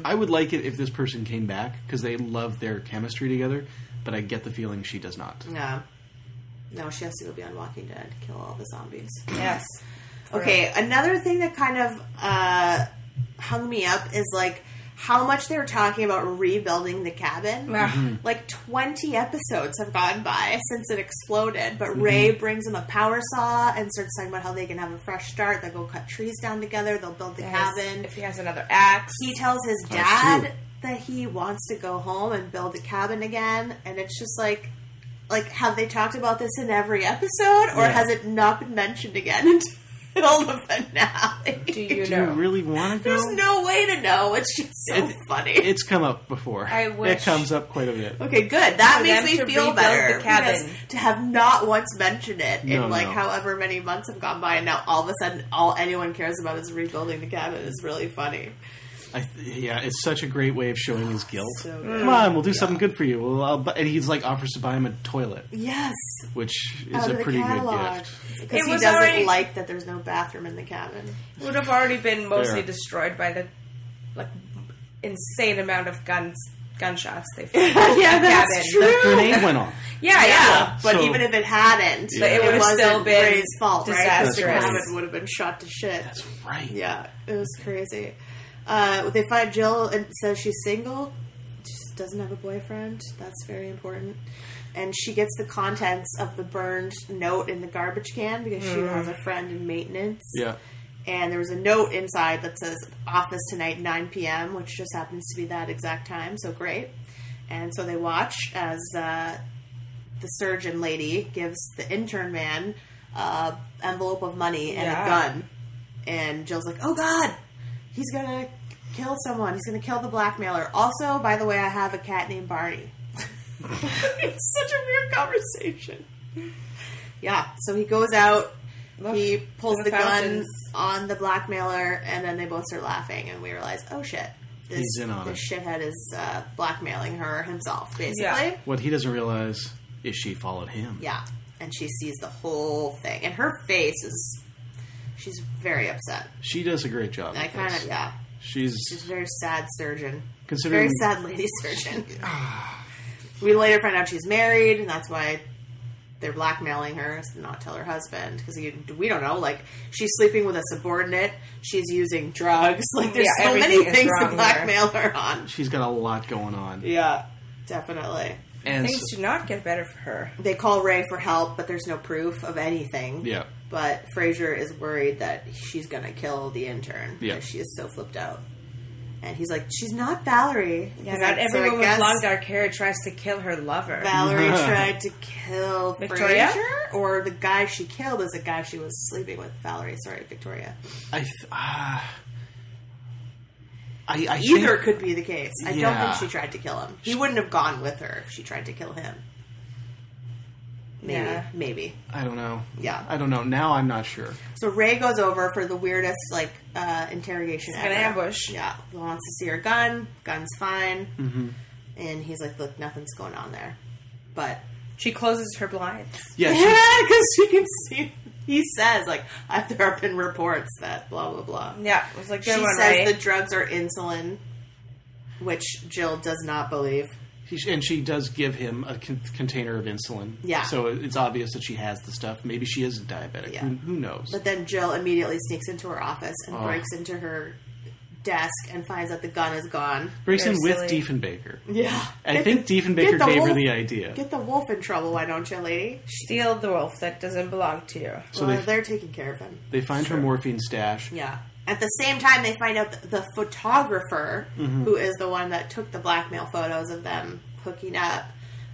S11: I would like it if this person came back because they love their chemistry together, but I get the feeling she does not.
S12: Yeah. No, she has to go be on Walking Dead, kill all the zombies.
S2: Yes.
S12: Okay, another thing that kind of uh, hung me up is like how much they were talking about rebuilding the cabin.
S2: Yeah. Mhm.
S12: Like 20 episodes have gone by since it exploded, but
S2: Mhm.
S12: Ray brings him a power saw and starts talking about how they can have a fresh start. They'll go cut trees down together, they'll build the
S2: Yes,
S12: cabin.
S2: If he has another axe,
S12: He tells his
S2: That's true.
S12: dad that he wants to go home and build a cabin again, and it's just like. Like, have they talked about this in every episode, or
S11: Yeah.
S12: has it not been mentioned again until the finale? Do you
S11: Do you really want to go?
S12: There's no way to know. It's just so
S11: It-
S12: funny.
S11: It's come up before.
S12: I
S11: It
S12: wish-
S11: comes up quite a bit.
S12: Okay, good. That
S2: For
S12: makes
S2: them
S12: me
S2: to
S12: feel
S2: rebuild
S12: better.
S2: the cabin.
S12: because To have not once mentioned it in
S11: No,
S12: like
S11: no.
S12: however many months have gone by, and now all of a sudden all anyone cares about is rebuilding the cabin is really funny.
S11: I, yeah, it's such a great way of showing his guilt.
S12: So good.
S11: Come on, we'll do something good for you. Well, I'll, bu- and he's like offers to buy him a toilet,
S12: Yes.
S11: which is
S12: Out
S11: a
S12: of the
S11: pretty good
S12: catalog.
S11: gift.
S12: Because
S2: It
S12: he
S2: was
S12: doesn't
S2: already-
S12: like that there's no bathroom in the cabin.
S2: would have already been mostly
S11: Fair.
S2: destroyed by the like insane amount of guns gunshots they found.
S12: yeah, that's
S2: Cabin.
S12: true.
S11: That grenade went off.
S2: Yeah, yeah.
S12: But
S11: So-
S12: even if it hadn't,
S2: But it
S12: it,
S2: would've
S12: wasn't
S2: still been
S12: Ray's fault, right?
S2: disastrous.
S12: The cabin would have been shot to shit. That's
S11: right.
S12: Yeah, it was crazy. Uh, they find Jill and says she's single. She doesn't have a boyfriend. That's very important. and she gets the contents of the burned note in the garbage can because she
S2: Mm.
S12: has a friend in maintenance.
S11: Yeah.
S12: And there was a note inside that says office tonight 9 p.m., which just happens to be that exact time, so great. And so they watch as uh, the surgeon lady gives the intern man uh, envelope of money and
S2: Yeah.
S12: a gun. And Jill's like, oh god, he's gonna kill someone. He's gonna kill the blackmailer. Also, by the way, I have a cat named Barney. it's such a weird conversation. Yeah, so he goes out, he pulls
S2: the
S12: the, gun
S2: fountains.
S12: on the blackmailer, and then they both start laughing, and we realize, oh shit, this,
S11: He's in on
S12: this
S11: it.
S12: shithead is uh, blackmailing her himself, basically.
S11: What he doesn't realize is she followed him.
S12: Yeah, and she sees the whole thing, and her face is. She's very upset.
S11: She does a great job.
S12: I
S11: at
S12: kind
S11: this.
S12: of yeah.
S11: She's
S12: She's a very sad surgeon.
S11: Considering- Ah.
S12: very sad lady surgeon. we later find out she's married, and that's why they're blackmailing her to not tell her husband because we don't know. Like she's sleeping with a subordinate. She's using drugs. Like there's
S2: Yeah,
S12: so many
S2: everything is
S12: things
S2: wrong
S12: to
S2: there.
S12: blackmail her on.
S11: she's got a lot going on.
S12: Yeah, definitely.
S11: And Things so-
S12: do not get better for her. They call Ray for help, but there's no proof of anything.
S11: Yeah.
S12: But Frazier is worried that she's going to kill the intern.
S11: Yeah.
S12: because She is so flipped out. And he's like, she's not Valerie.
S2: Yeah,
S12: He's
S2: not
S12: like, so I
S2: everyone with
S12: guess
S2: long dark hair tries to kill her lover.
S12: Valerie tried to kill
S2: Victoria?
S12: Frazier? Or the guy she killed is the guy she was sleeping with. Valerie, sorry, Victoria.
S11: I, th- uh, I, I
S12: Either
S11: think-
S12: could be the case. I don't
S11: Yeah.
S12: think she tried to kill him. He wouldn't have gone with her if she tried to kill him. Maybe.
S11: Yeah.
S12: Maybe.
S11: I don't know.
S12: Yeah.
S11: I don't know. Now I'm not sure.
S12: So Ray goes over for the weirdest like uh, interrogation.
S2: It's an
S12: ambush. Yeah, he wants to see her gun. Gun's fine,
S11: Mm-hmm.
S12: and he's like, "Look, nothing's going on there." But she closes her blinds.
S11: Yeah,
S12: because she can see. He says, "Like I, there have been reports that blah blah blah."
S2: Yeah, it was like,
S12: she
S2: good one,
S12: says
S2: Ray.
S12: the drugs are insulin, which Jill does not believe.
S11: He, and she does give him a con- container of insulin.
S12: Yeah.
S11: So it's obvious that she has the stuff. Maybe she is diabetic.
S12: Yeah.
S11: Who, who knows?
S12: But then Jill immediately sneaks into her office and
S11: Oh.
S12: breaks into her desk and finds that the gun is gone.
S11: Grayson
S12: Very
S11: with
S12: silly.
S11: Diefenbaker.
S12: Yeah.
S11: I
S12: Get
S11: think
S12: the-
S11: Diefenbaker
S12: get the
S11: gave her
S12: wolf-
S11: the idea.
S12: Get the wolf in trouble, why don't you, lady?
S2: Steal the wolf that doesn't belong to you.
S11: So
S12: well,
S11: they-
S12: they, are taking care of him.
S11: They find her morphine stash.
S12: Yeah. At the same time, they find out that the photographer,
S11: Mhm.
S12: who is the one that took the blackmail photos of them hooking up,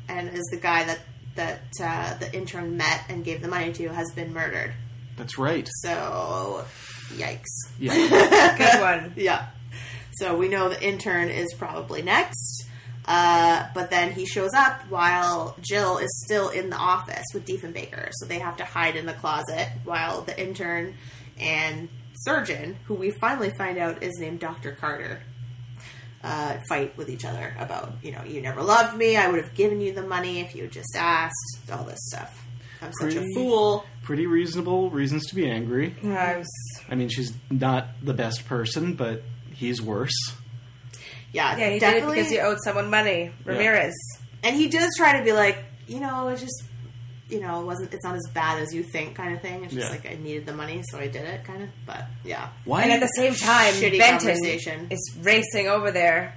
S12: and is the guy that that uh, the intern met and gave the money to, has been murdered.
S11: That's right.
S12: So, yikes.
S11: Yeah.
S12: Good one. Yeah. So we know the intern is probably next. Uh, but then he shows up while Jill is still in the office with Diefenbaker. So they have to hide in the closet while the intern and surgeon, who we finally find out is named Dr. Carter, uh, fight with each other about, you know, you never loved me. I would have given you the money if you had just asked. All this stuff. I'm such a
S11: Pretty-
S12: fool.
S11: Pretty reasonable reasons to be angry. I mean, she's not the best person, but he's worse.
S12: Yeah,
S2: Yeah, he
S12: definitely.
S2: did it because he owed someone money. Ramirez.
S12: And he does try to be like, you know, it's just, you know, it wasn't it's not as bad as you think, kind of thing. It's just
S2: Yeah.
S12: like I needed the money, so I did it, kind of. But yeah,
S11: Why-
S2: And at the same time,
S12: Shitty
S2: Benton
S12: conversation.
S2: is racing over there.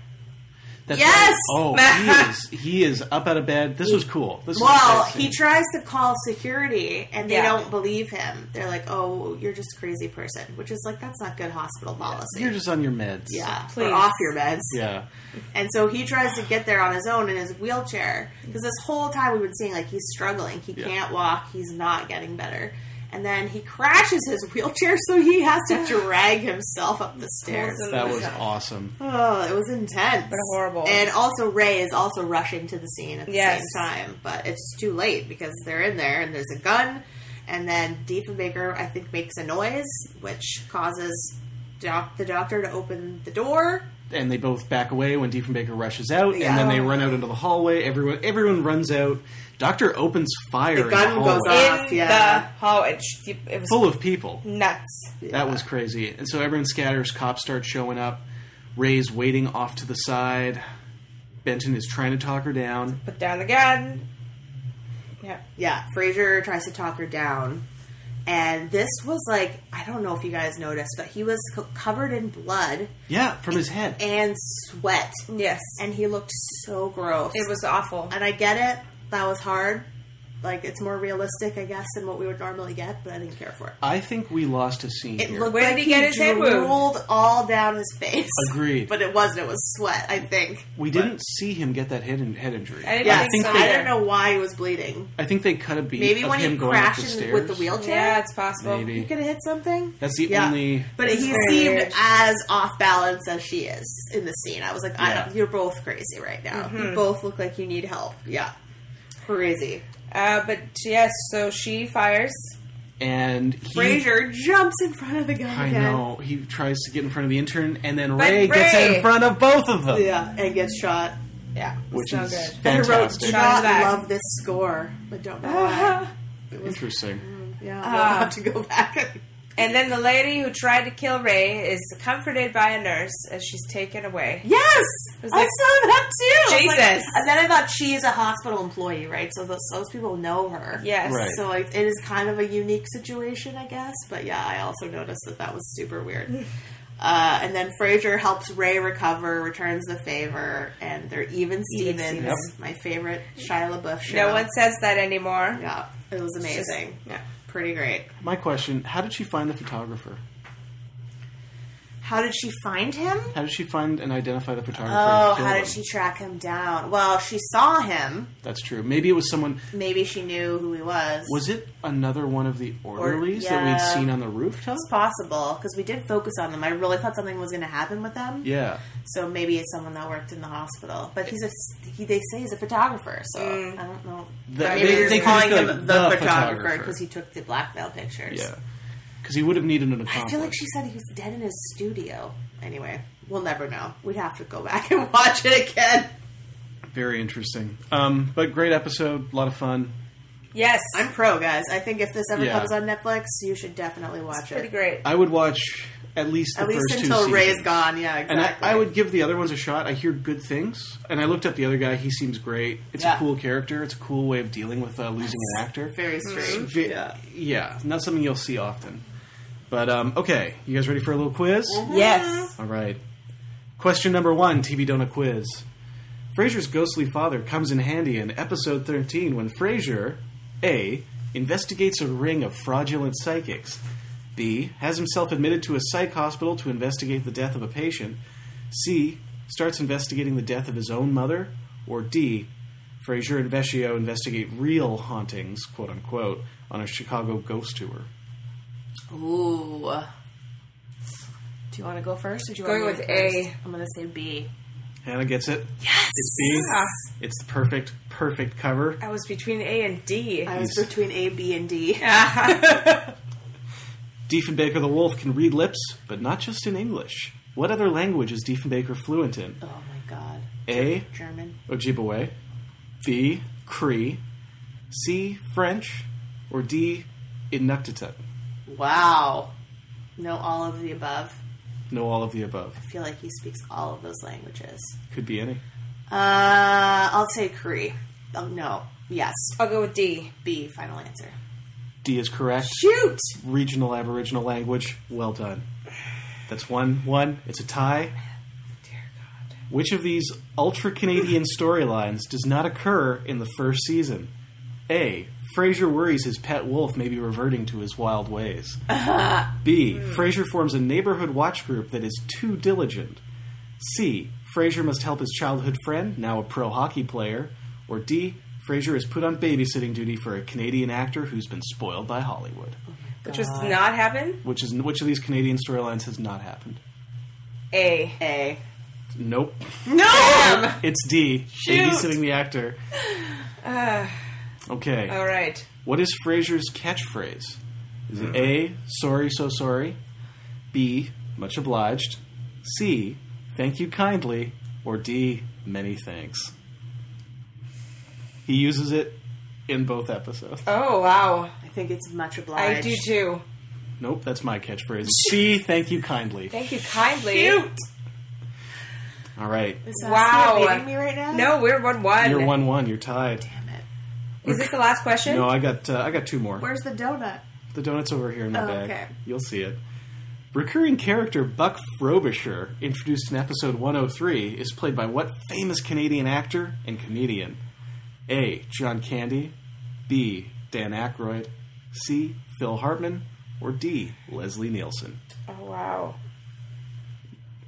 S11: That's
S12: Yes!
S11: right. Oh, he is. He is up out of bed. This was cool. This
S12: well,
S11: was
S12: he tries to call security, and they
S11: Yeah.
S12: don't believe him. They're like, "Oh, you're just a crazy person," which is like that's not good hospital policy.
S11: You're just on your meds.
S12: Yeah, or off your meds.
S11: Yeah.
S12: And so he tries to get there on his own in his wheelchair because this whole time we've been seeing like he's struggling. He
S11: Yeah.
S12: can't walk. He's not getting better. And then he crashes his wheelchair, so he has to drag himself up the stairs.
S11: That was awesome.
S12: Oh, it was intense. But horrible. And also, Ray is also rushing to the scene at the
S2: Yes.
S12: same time, but it's too late because they're in there and there's a gun. And then Diefenbaker, I think, makes a noise, which causes doc- the doctor to open the door.
S11: and they both back away when Diefenbaker rushes out,
S12: Yeah.
S11: and then they run out into the hallway. Everyone, everyone runs out. Doctor opens fire.
S2: The
S11: in
S2: gun
S11: the
S2: goes
S11: hallway.
S2: off. Yeah. The hall. It, sh- it was
S11: full of people.
S2: nuts.
S11: That was crazy. And so everyone scatters. Cops start showing up. Ray's waiting off to the side. Benton is trying to talk her down.
S2: Put down the gun.
S12: Yeah. Yeah. Frazier tries to talk her down. And this was like, I don't know if you guys noticed, but he was co- covered in blood
S11: Yeah, from his head.
S12: and sweat. Yes. And he looked so gross.
S2: It was awful.
S12: And I get it. that was hard. Like it's more realistic, I guess, than what we would normally get, but I didn't care for it.
S11: I think we lost a scene
S12: It
S11: here.
S12: looked
S2: Where
S12: like
S2: did he get his head wound?
S12: drooled all down his face.
S11: Agreed.
S12: But it wasn't. It was sweat. I think.
S11: we didn't see him get that head, in, head injury.
S12: I didn't
S11: I
S12: think
S11: think
S12: so.
S11: they,
S12: I don't know why he was bleeding.
S11: I think they cut a beat
S12: Maybe
S11: of
S12: when
S11: him
S12: he
S11: going up the
S12: crashes
S11: stairs.
S12: with the wheelchair.
S2: Yeah, it's possible.
S11: Maybe.
S12: He could have hit something.
S11: That's the
S12: Yeah.
S11: only.
S12: But
S2: It's
S12: he
S2: very
S12: seemed
S2: weird.
S12: as off balance as she is in the scene. I was like, I
S2: Yeah.
S12: don't, you're both crazy right now. You
S2: Mhm.
S12: both look like you need help. Yeah. Crazy.
S2: Uh, but yes, so she fires.
S11: And he,
S12: Frazier jumps in front of the gun
S11: I
S12: again.
S11: know he tries to get in front of the intern, and then
S12: But
S11: Ray, gets
S12: Ray-
S11: in front of both of them.
S12: Yeah, and gets shot. Yeah.
S11: Which
S12: so
S11: is
S12: good. And I wrote,
S11: fantastic.
S12: do
S11: Shot in
S12: not
S11: the back.
S12: love this score. I don't know why.
S11: Interesting.
S12: Yeah, we'll
S2: Ah.
S12: have to go back.
S2: And then the lady who tried to kill Ray is comforted by a nurse as she's taken away.
S12: Yes,
S2: was
S12: I
S2: like,
S12: saw that too. I was like-
S2: Jesus.
S12: and then I thought she is a hospital employee, right? So those, those people know her.
S2: Yes. Right.
S12: So like, it is kind of a unique situation, I guess. But yeah, I also noticed that that was super weird. Uh, and then Frazier helps Ray recover, returns the favor, and they're even
S2: Even
S12: Stevens.
S2: Stevens.
S12: My favorite Shia LaBeouf show.
S2: No one says that anymore.
S12: Yeah, it was
S2: It's just-
S12: amazing. yeah, pretty great.
S11: My question: How did she find the photographer?
S12: How did she find him?
S11: How did she find and identify the photographer?
S12: Oh,
S11: and kill
S12: how did
S11: him?
S12: she track him down? Well, she saw him.
S11: That's true. Maybe it was someone.
S12: Maybe she knew who he was.
S11: Was it another one of the orderlies
S12: yeah.
S11: that we'd seen on the rooftop?
S12: It's possible because we did focus on them. I really thought something was going to happen with them.
S11: Yeah.
S12: So maybe it's someone that worked in the hospital, but he's a he, they say he's a photographer, so
S2: Mm.
S12: I don't know.
S11: The-
S12: But maybe
S11: they-
S12: they're
S11: they could
S12: calling
S11: just
S12: him
S11: be
S12: the,
S11: like, "The
S12: photographer
S11: photographer."
S12: because he took the blackmail pictures.
S11: Yeah. Because he would have needed an
S12: I
S11: accomplice.
S12: feel like she said he was dead in his studio. Anyway, we'll never know. We'd have to go back and watch it again.
S11: Very interesting. Um, but great episode, a lot of fun.
S12: Yes, I'm pro, guys. I think if this ever
S11: Yeah.
S12: comes on Netflix, you should definitely watch it. Pretty
S2: great.
S11: I would watch at least the
S12: At least
S11: first
S12: until
S11: two
S12: Ray's
S11: seasons.
S12: gone. Yeah, exactly.
S11: And I, I would give the other ones a shot. I hear good things, and I looked up the other guy. He seems great. It's
S12: Yeah.
S11: a cool character. It's a cool way of dealing with uh, losing an actor.
S12: Very
S2: Hmm.
S12: strange.
S11: Ve- yeah, not something you'll see often. But um, okay, you guys ready for a little quiz?
S2: Yes.
S11: All right. Question number one: TV Donut quiz. Frasier's ghostly father comes in handy in episode thirteen when Frasier, a, investigates a ring of fraudulent psychics. B has himself admitted to a psych hospital to investigate the death of a patient. C starts investigating the death of his own mother, or D. Frasier and Vescio investigate real hauntings, quote unquote, on a Chicago ghost tour.
S12: Ooh. Do you want to go first? Or do you
S2: Going
S12: want me
S2: with
S12: to go
S2: A.
S12: first? I'm going to say B.
S11: Hannah gets it. Yes. It's B.
S2: Ah.
S11: It's the perfect, perfect cover.
S2: I was between A and D.
S12: I was
S11: Yes.
S12: between A, B, and D.
S11: Diefenbaker the wolf can read lips, but not just in English. What other language is Diefenbaker fluent in?
S12: Oh my god.
S11: A.
S12: German.
S11: Ojibwe, B. Cree, C. French, or D. Inuktitut.
S12: Wow. No, all of the above.
S11: Know all of the above.
S12: I feel like he speaks all of those languages.
S11: Could be any.
S12: Uh, I'll say Cree. Oh, no. Yes. I'll go with D. B, final answer.
S11: D is correct.
S12: Shoot!
S11: Regional Aboriginal language. Well done. That's one. One. It's a tie. Dear God. Which of these ultra Canadian storylines does not occur in the first season? A. Fraser worries his pet wolf may be reverting to his wild ways. B. Frasier forms a neighborhood watch group that is too diligent. C. Frasier must help his childhood friend, now a pro hockey player. Or D. Frasier is put on babysitting duty for a Canadian actor who's been spoiled by Hollywood.
S2: Which was not happen.
S11: Which is which of these Canadian storylines has not happened?
S2: A.
S12: A.
S11: Nope.
S2: No.
S11: It's D.
S2: Shoot.
S11: Babysitting the actor.
S2: Uh,
S11: Okay.
S2: all right.
S11: What is Frasier's catchphrase? Is it A, sorry, so sorry? B, much obliged? C, thank you kindly? Or D, many thanks? He uses it in both episodes.
S2: Oh wow.
S12: I think it's much obliged.
S2: I do too.
S11: Nope, that's my catchphrase. C, thank you kindly.
S2: Thank you kindly.
S12: Shoot.
S11: All right.
S12: Is that
S2: Wow.
S12: still beating me right now?
S2: No, we're one one.
S11: You're 1 1. You're tied.
S2: Is this the last question?
S11: No, I got, uh, I got two more.
S12: Where's the donut?
S11: The donut's over here in my
S12: Oh,
S11: bag.
S12: okay.
S11: You'll see it. Recurring character Buck Frobisher, oh introduced in episode 103, is played by what famous Canadian actor and comedian? A. John Candy, B. Dan Aykroyd, C. Phil Hartman, or D. Leslie Nielsen.
S2: Oh wow.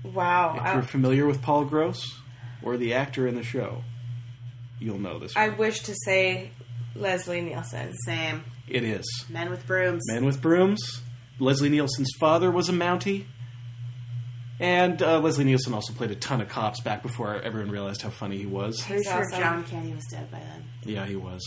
S2: Wow.
S11: If
S2: I-
S12: Oh.
S11: you're familiar with Paul Gross or the actor in the show, you'll know this.
S2: I
S11: one.
S2: wish to say Leslie Nielsen.
S12: Same.
S11: It is
S12: Men with brooms.
S11: Man with Brooms. Leslie Nielsen's father was a Mountie. And uh, Leslie Nielsen also played a ton of cops back before everyone realized how funny he was.
S12: Pretty sure
S2: awesome.
S12: John Candy was dead by then,
S11: Yeah, he was.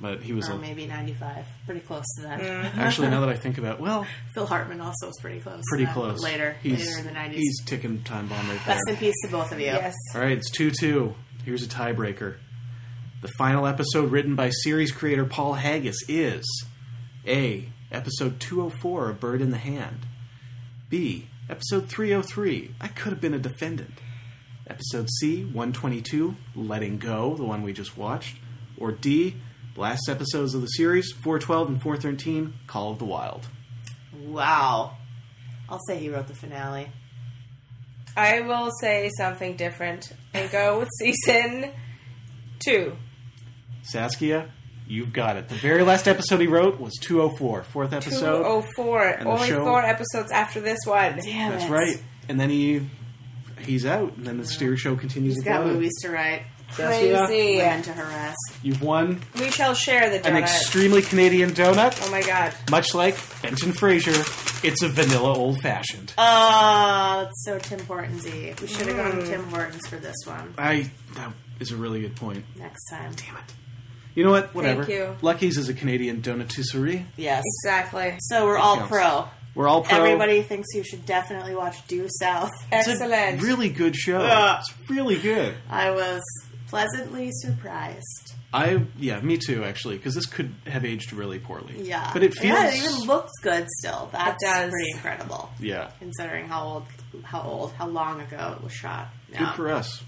S11: But he was
S12: or
S11: a,
S12: maybe ninety-five. Pretty close to that.
S2: Mm-hmm.
S11: actually now that I think about well,
S12: Phil Hartman also was pretty close.
S11: pretty
S12: to that, but
S11: close.
S12: Later,
S11: he's,
S12: later in the nineties.
S11: He's ticking time bomb right there.
S12: Rest in peace to both of you. Yes.
S11: All right, it's 2 2. Here's a tiebreaker. The final episode written by series creator Paul Haggis is A. Episode 204, A Bird in the Hand. B. Episode 303, I Could Have Been a Defendant. Episode C. 122, Letting Go, the one we just watched. Or D. Last episodes of the series, 412 and 413, Call of the Wild.
S12: Wow. I'll say he wrote the finale.
S2: I will say something different and go with season two.
S11: Saskia, you've got it. The very last episode he wrote was 204, fourth episode.
S2: 204.
S11: and the
S2: Only
S11: show-
S2: four episodes after this one. Damn
S11: That's right. And then he he's out, and then the series show continues.
S12: He's got
S11: without him.
S12: movies to write.
S11: Saskia.
S2: Crazy.
S12: Women to harass.
S11: You've won
S2: We shall share the
S11: an
S2: donut.
S11: extremely Canadian donut,
S2: oh my god.
S11: much like Benton Fraser. It's a vanilla old fashioned.
S12: Oh, it's so Tim Hortonsy. We should have gone
S2: Mm.
S12: Tim Hortons for this one
S11: I that is a really good point.
S12: next time.
S11: Damn it. You know what? Whatever.
S12: you.
S11: Lucky's is a Canadian donatisserie.
S12: Yes.
S2: Exactly.
S12: So we're all
S11: Counts.
S12: pro.
S11: We're all pro.
S12: Everybody thinks you should definitely watch Due South.
S11: It's a really good show.
S12: Yeah.
S11: It's really good.
S12: I was pleasantly surprised.
S11: I yeah, me too actually, because this could have aged really poorly.
S12: Yeah.
S11: but it feels
S12: Yeah, it even looks good still. That's
S2: does.
S12: pretty incredible.
S11: Yeah.
S12: Considering how old how old how long ago it was shot.
S11: good
S12: Yeah.
S11: for us.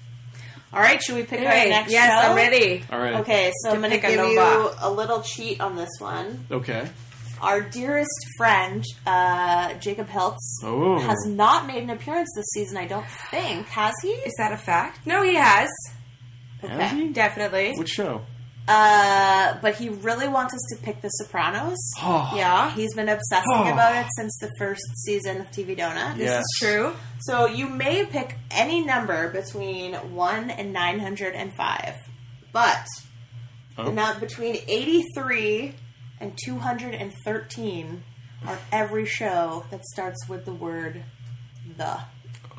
S12: All right, should we pick
S2: Anyway,
S12: our next
S2: yes,
S12: show?
S2: I'm ready.
S11: All right.
S12: Okay, so
S2: To
S12: I'm going to
S2: pick a
S12: give you
S2: Nova.
S12: a little cheat on this one.
S11: Okay.
S12: Our dearest friend, uh, Jacob Hiltz,
S11: Oh.
S12: has not made an appearance this season, I don't think. Has he?
S2: Is that a fact? No, he has.
S11: Has he?
S2: Definitely.
S11: What show?
S12: Uh, but he really wants us to pick The Sopranos.
S11: Oh.
S12: Yeah, he's been obsessing
S11: Oh.
S12: about it since the first season of TV Donut.
S11: This is Yes. true.
S12: So you may pick any number between one and nine hundred and five, but
S11: Oh.
S12: the num- between eighty-three and two hundred and thirteen are every show that starts with the word "the."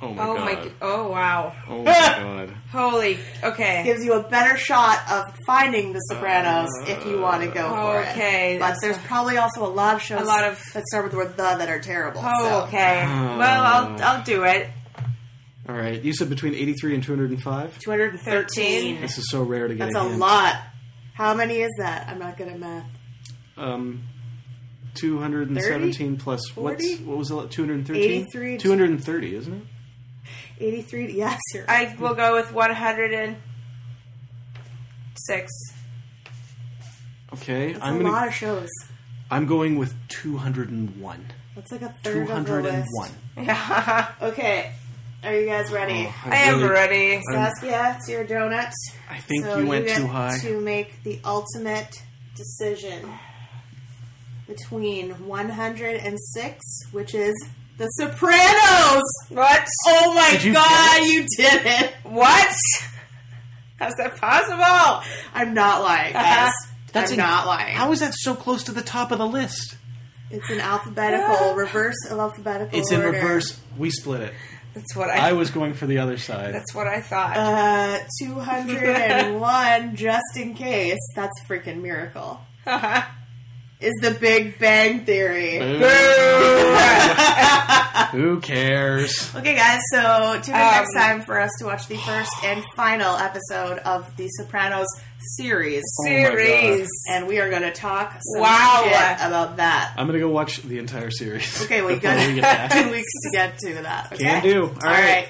S11: Oh my
S2: Oh
S11: god.
S2: my. g- Oh wow.
S11: Oh my god.
S2: Holy. Okay.
S12: gives you a better shot of finding The Sopranos if you want to go for it.
S2: Okay,
S12: but
S2: that's
S12: there's probably also a lot of shows
S2: A lot of-
S12: that start with the word "the" that are terrible.
S2: Oh,
S12: so.
S2: okay. Well, I'll I'll do it.
S11: All right. You said between 83 and 205?
S12: two hundred and thirteen.
S11: This is so rare to get
S12: That's
S11: in
S12: a
S11: hand.
S12: lot. How many is that? I'm not good at math.
S11: Um 217 plus
S12: 40?
S11: what's what was it? 213?
S12: 83.
S11: 230, isn't it?
S12: Eighty-three. Yes, you're. Right.
S2: I will go with one hundred and six.
S11: Okay.
S12: That's
S11: I'm
S12: a
S11: gonna-
S12: lot of shows.
S11: I'm going with 201.
S12: That's like a third of the
S11: 201.
S12: list. okay, are you guys ready?
S11: Oh,
S2: I am
S11: really-
S2: ready.
S11: I'm-
S12: Saskia, it's your donut.
S11: I think
S12: so
S11: you went
S12: get
S11: too high.
S12: To make the ultimate decision between 106, which is The Sopranos.
S2: What?
S12: Oh my
S11: Did you
S12: god,
S11: get it?
S12: you did it!
S2: What? How's that possible?
S12: I'm not lying,
S2: Uh-huh.
S12: guys.
S11: That's
S12: I'm
S11: in-
S12: not lying.
S11: How is that so close to the top of the list?
S12: It's in alphabetical reverse of alphabetical.
S11: It's in
S12: order.
S11: reverse. We split it.
S2: That's what I.
S11: I was going for the other side.
S2: that's what I thought.
S12: Uh, 201, just in case. That's a freaking miracle. is the Big Bang Theory.
S11: Who cares?
S12: Okay, guys, so tune in
S2: Um,
S12: next time for us to watch the first and final episode of the Sopranos series.
S11: my God.
S2: Series.
S12: And we are going to talk some
S2: Wow.
S12: shit about that.
S11: I'm gonna go watch the entire series.
S12: Okay, well, you
S11: before
S12: got
S11: we get back.
S12: two weeks to get to that. Okay?
S11: Can do. All
S12: All
S11: right.
S12: right.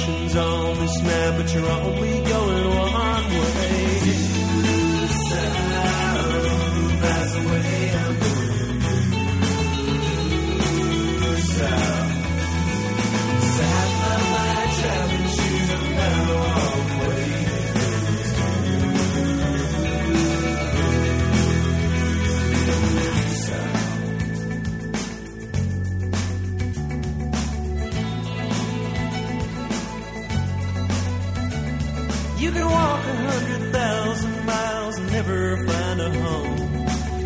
S19: snap, but you're only going one way. South, that's the way I'm going. South, south of my traveling shoes, I'm down the wrong way. South. You can walk a hundred thousand miles and never find a home.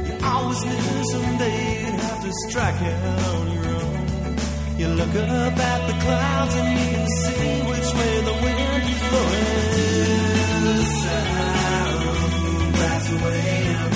S19: You always knew someday you'd have to strike out on your own. You look up at the clouds and you can see which way the wind is blowing. South, that's the way I'm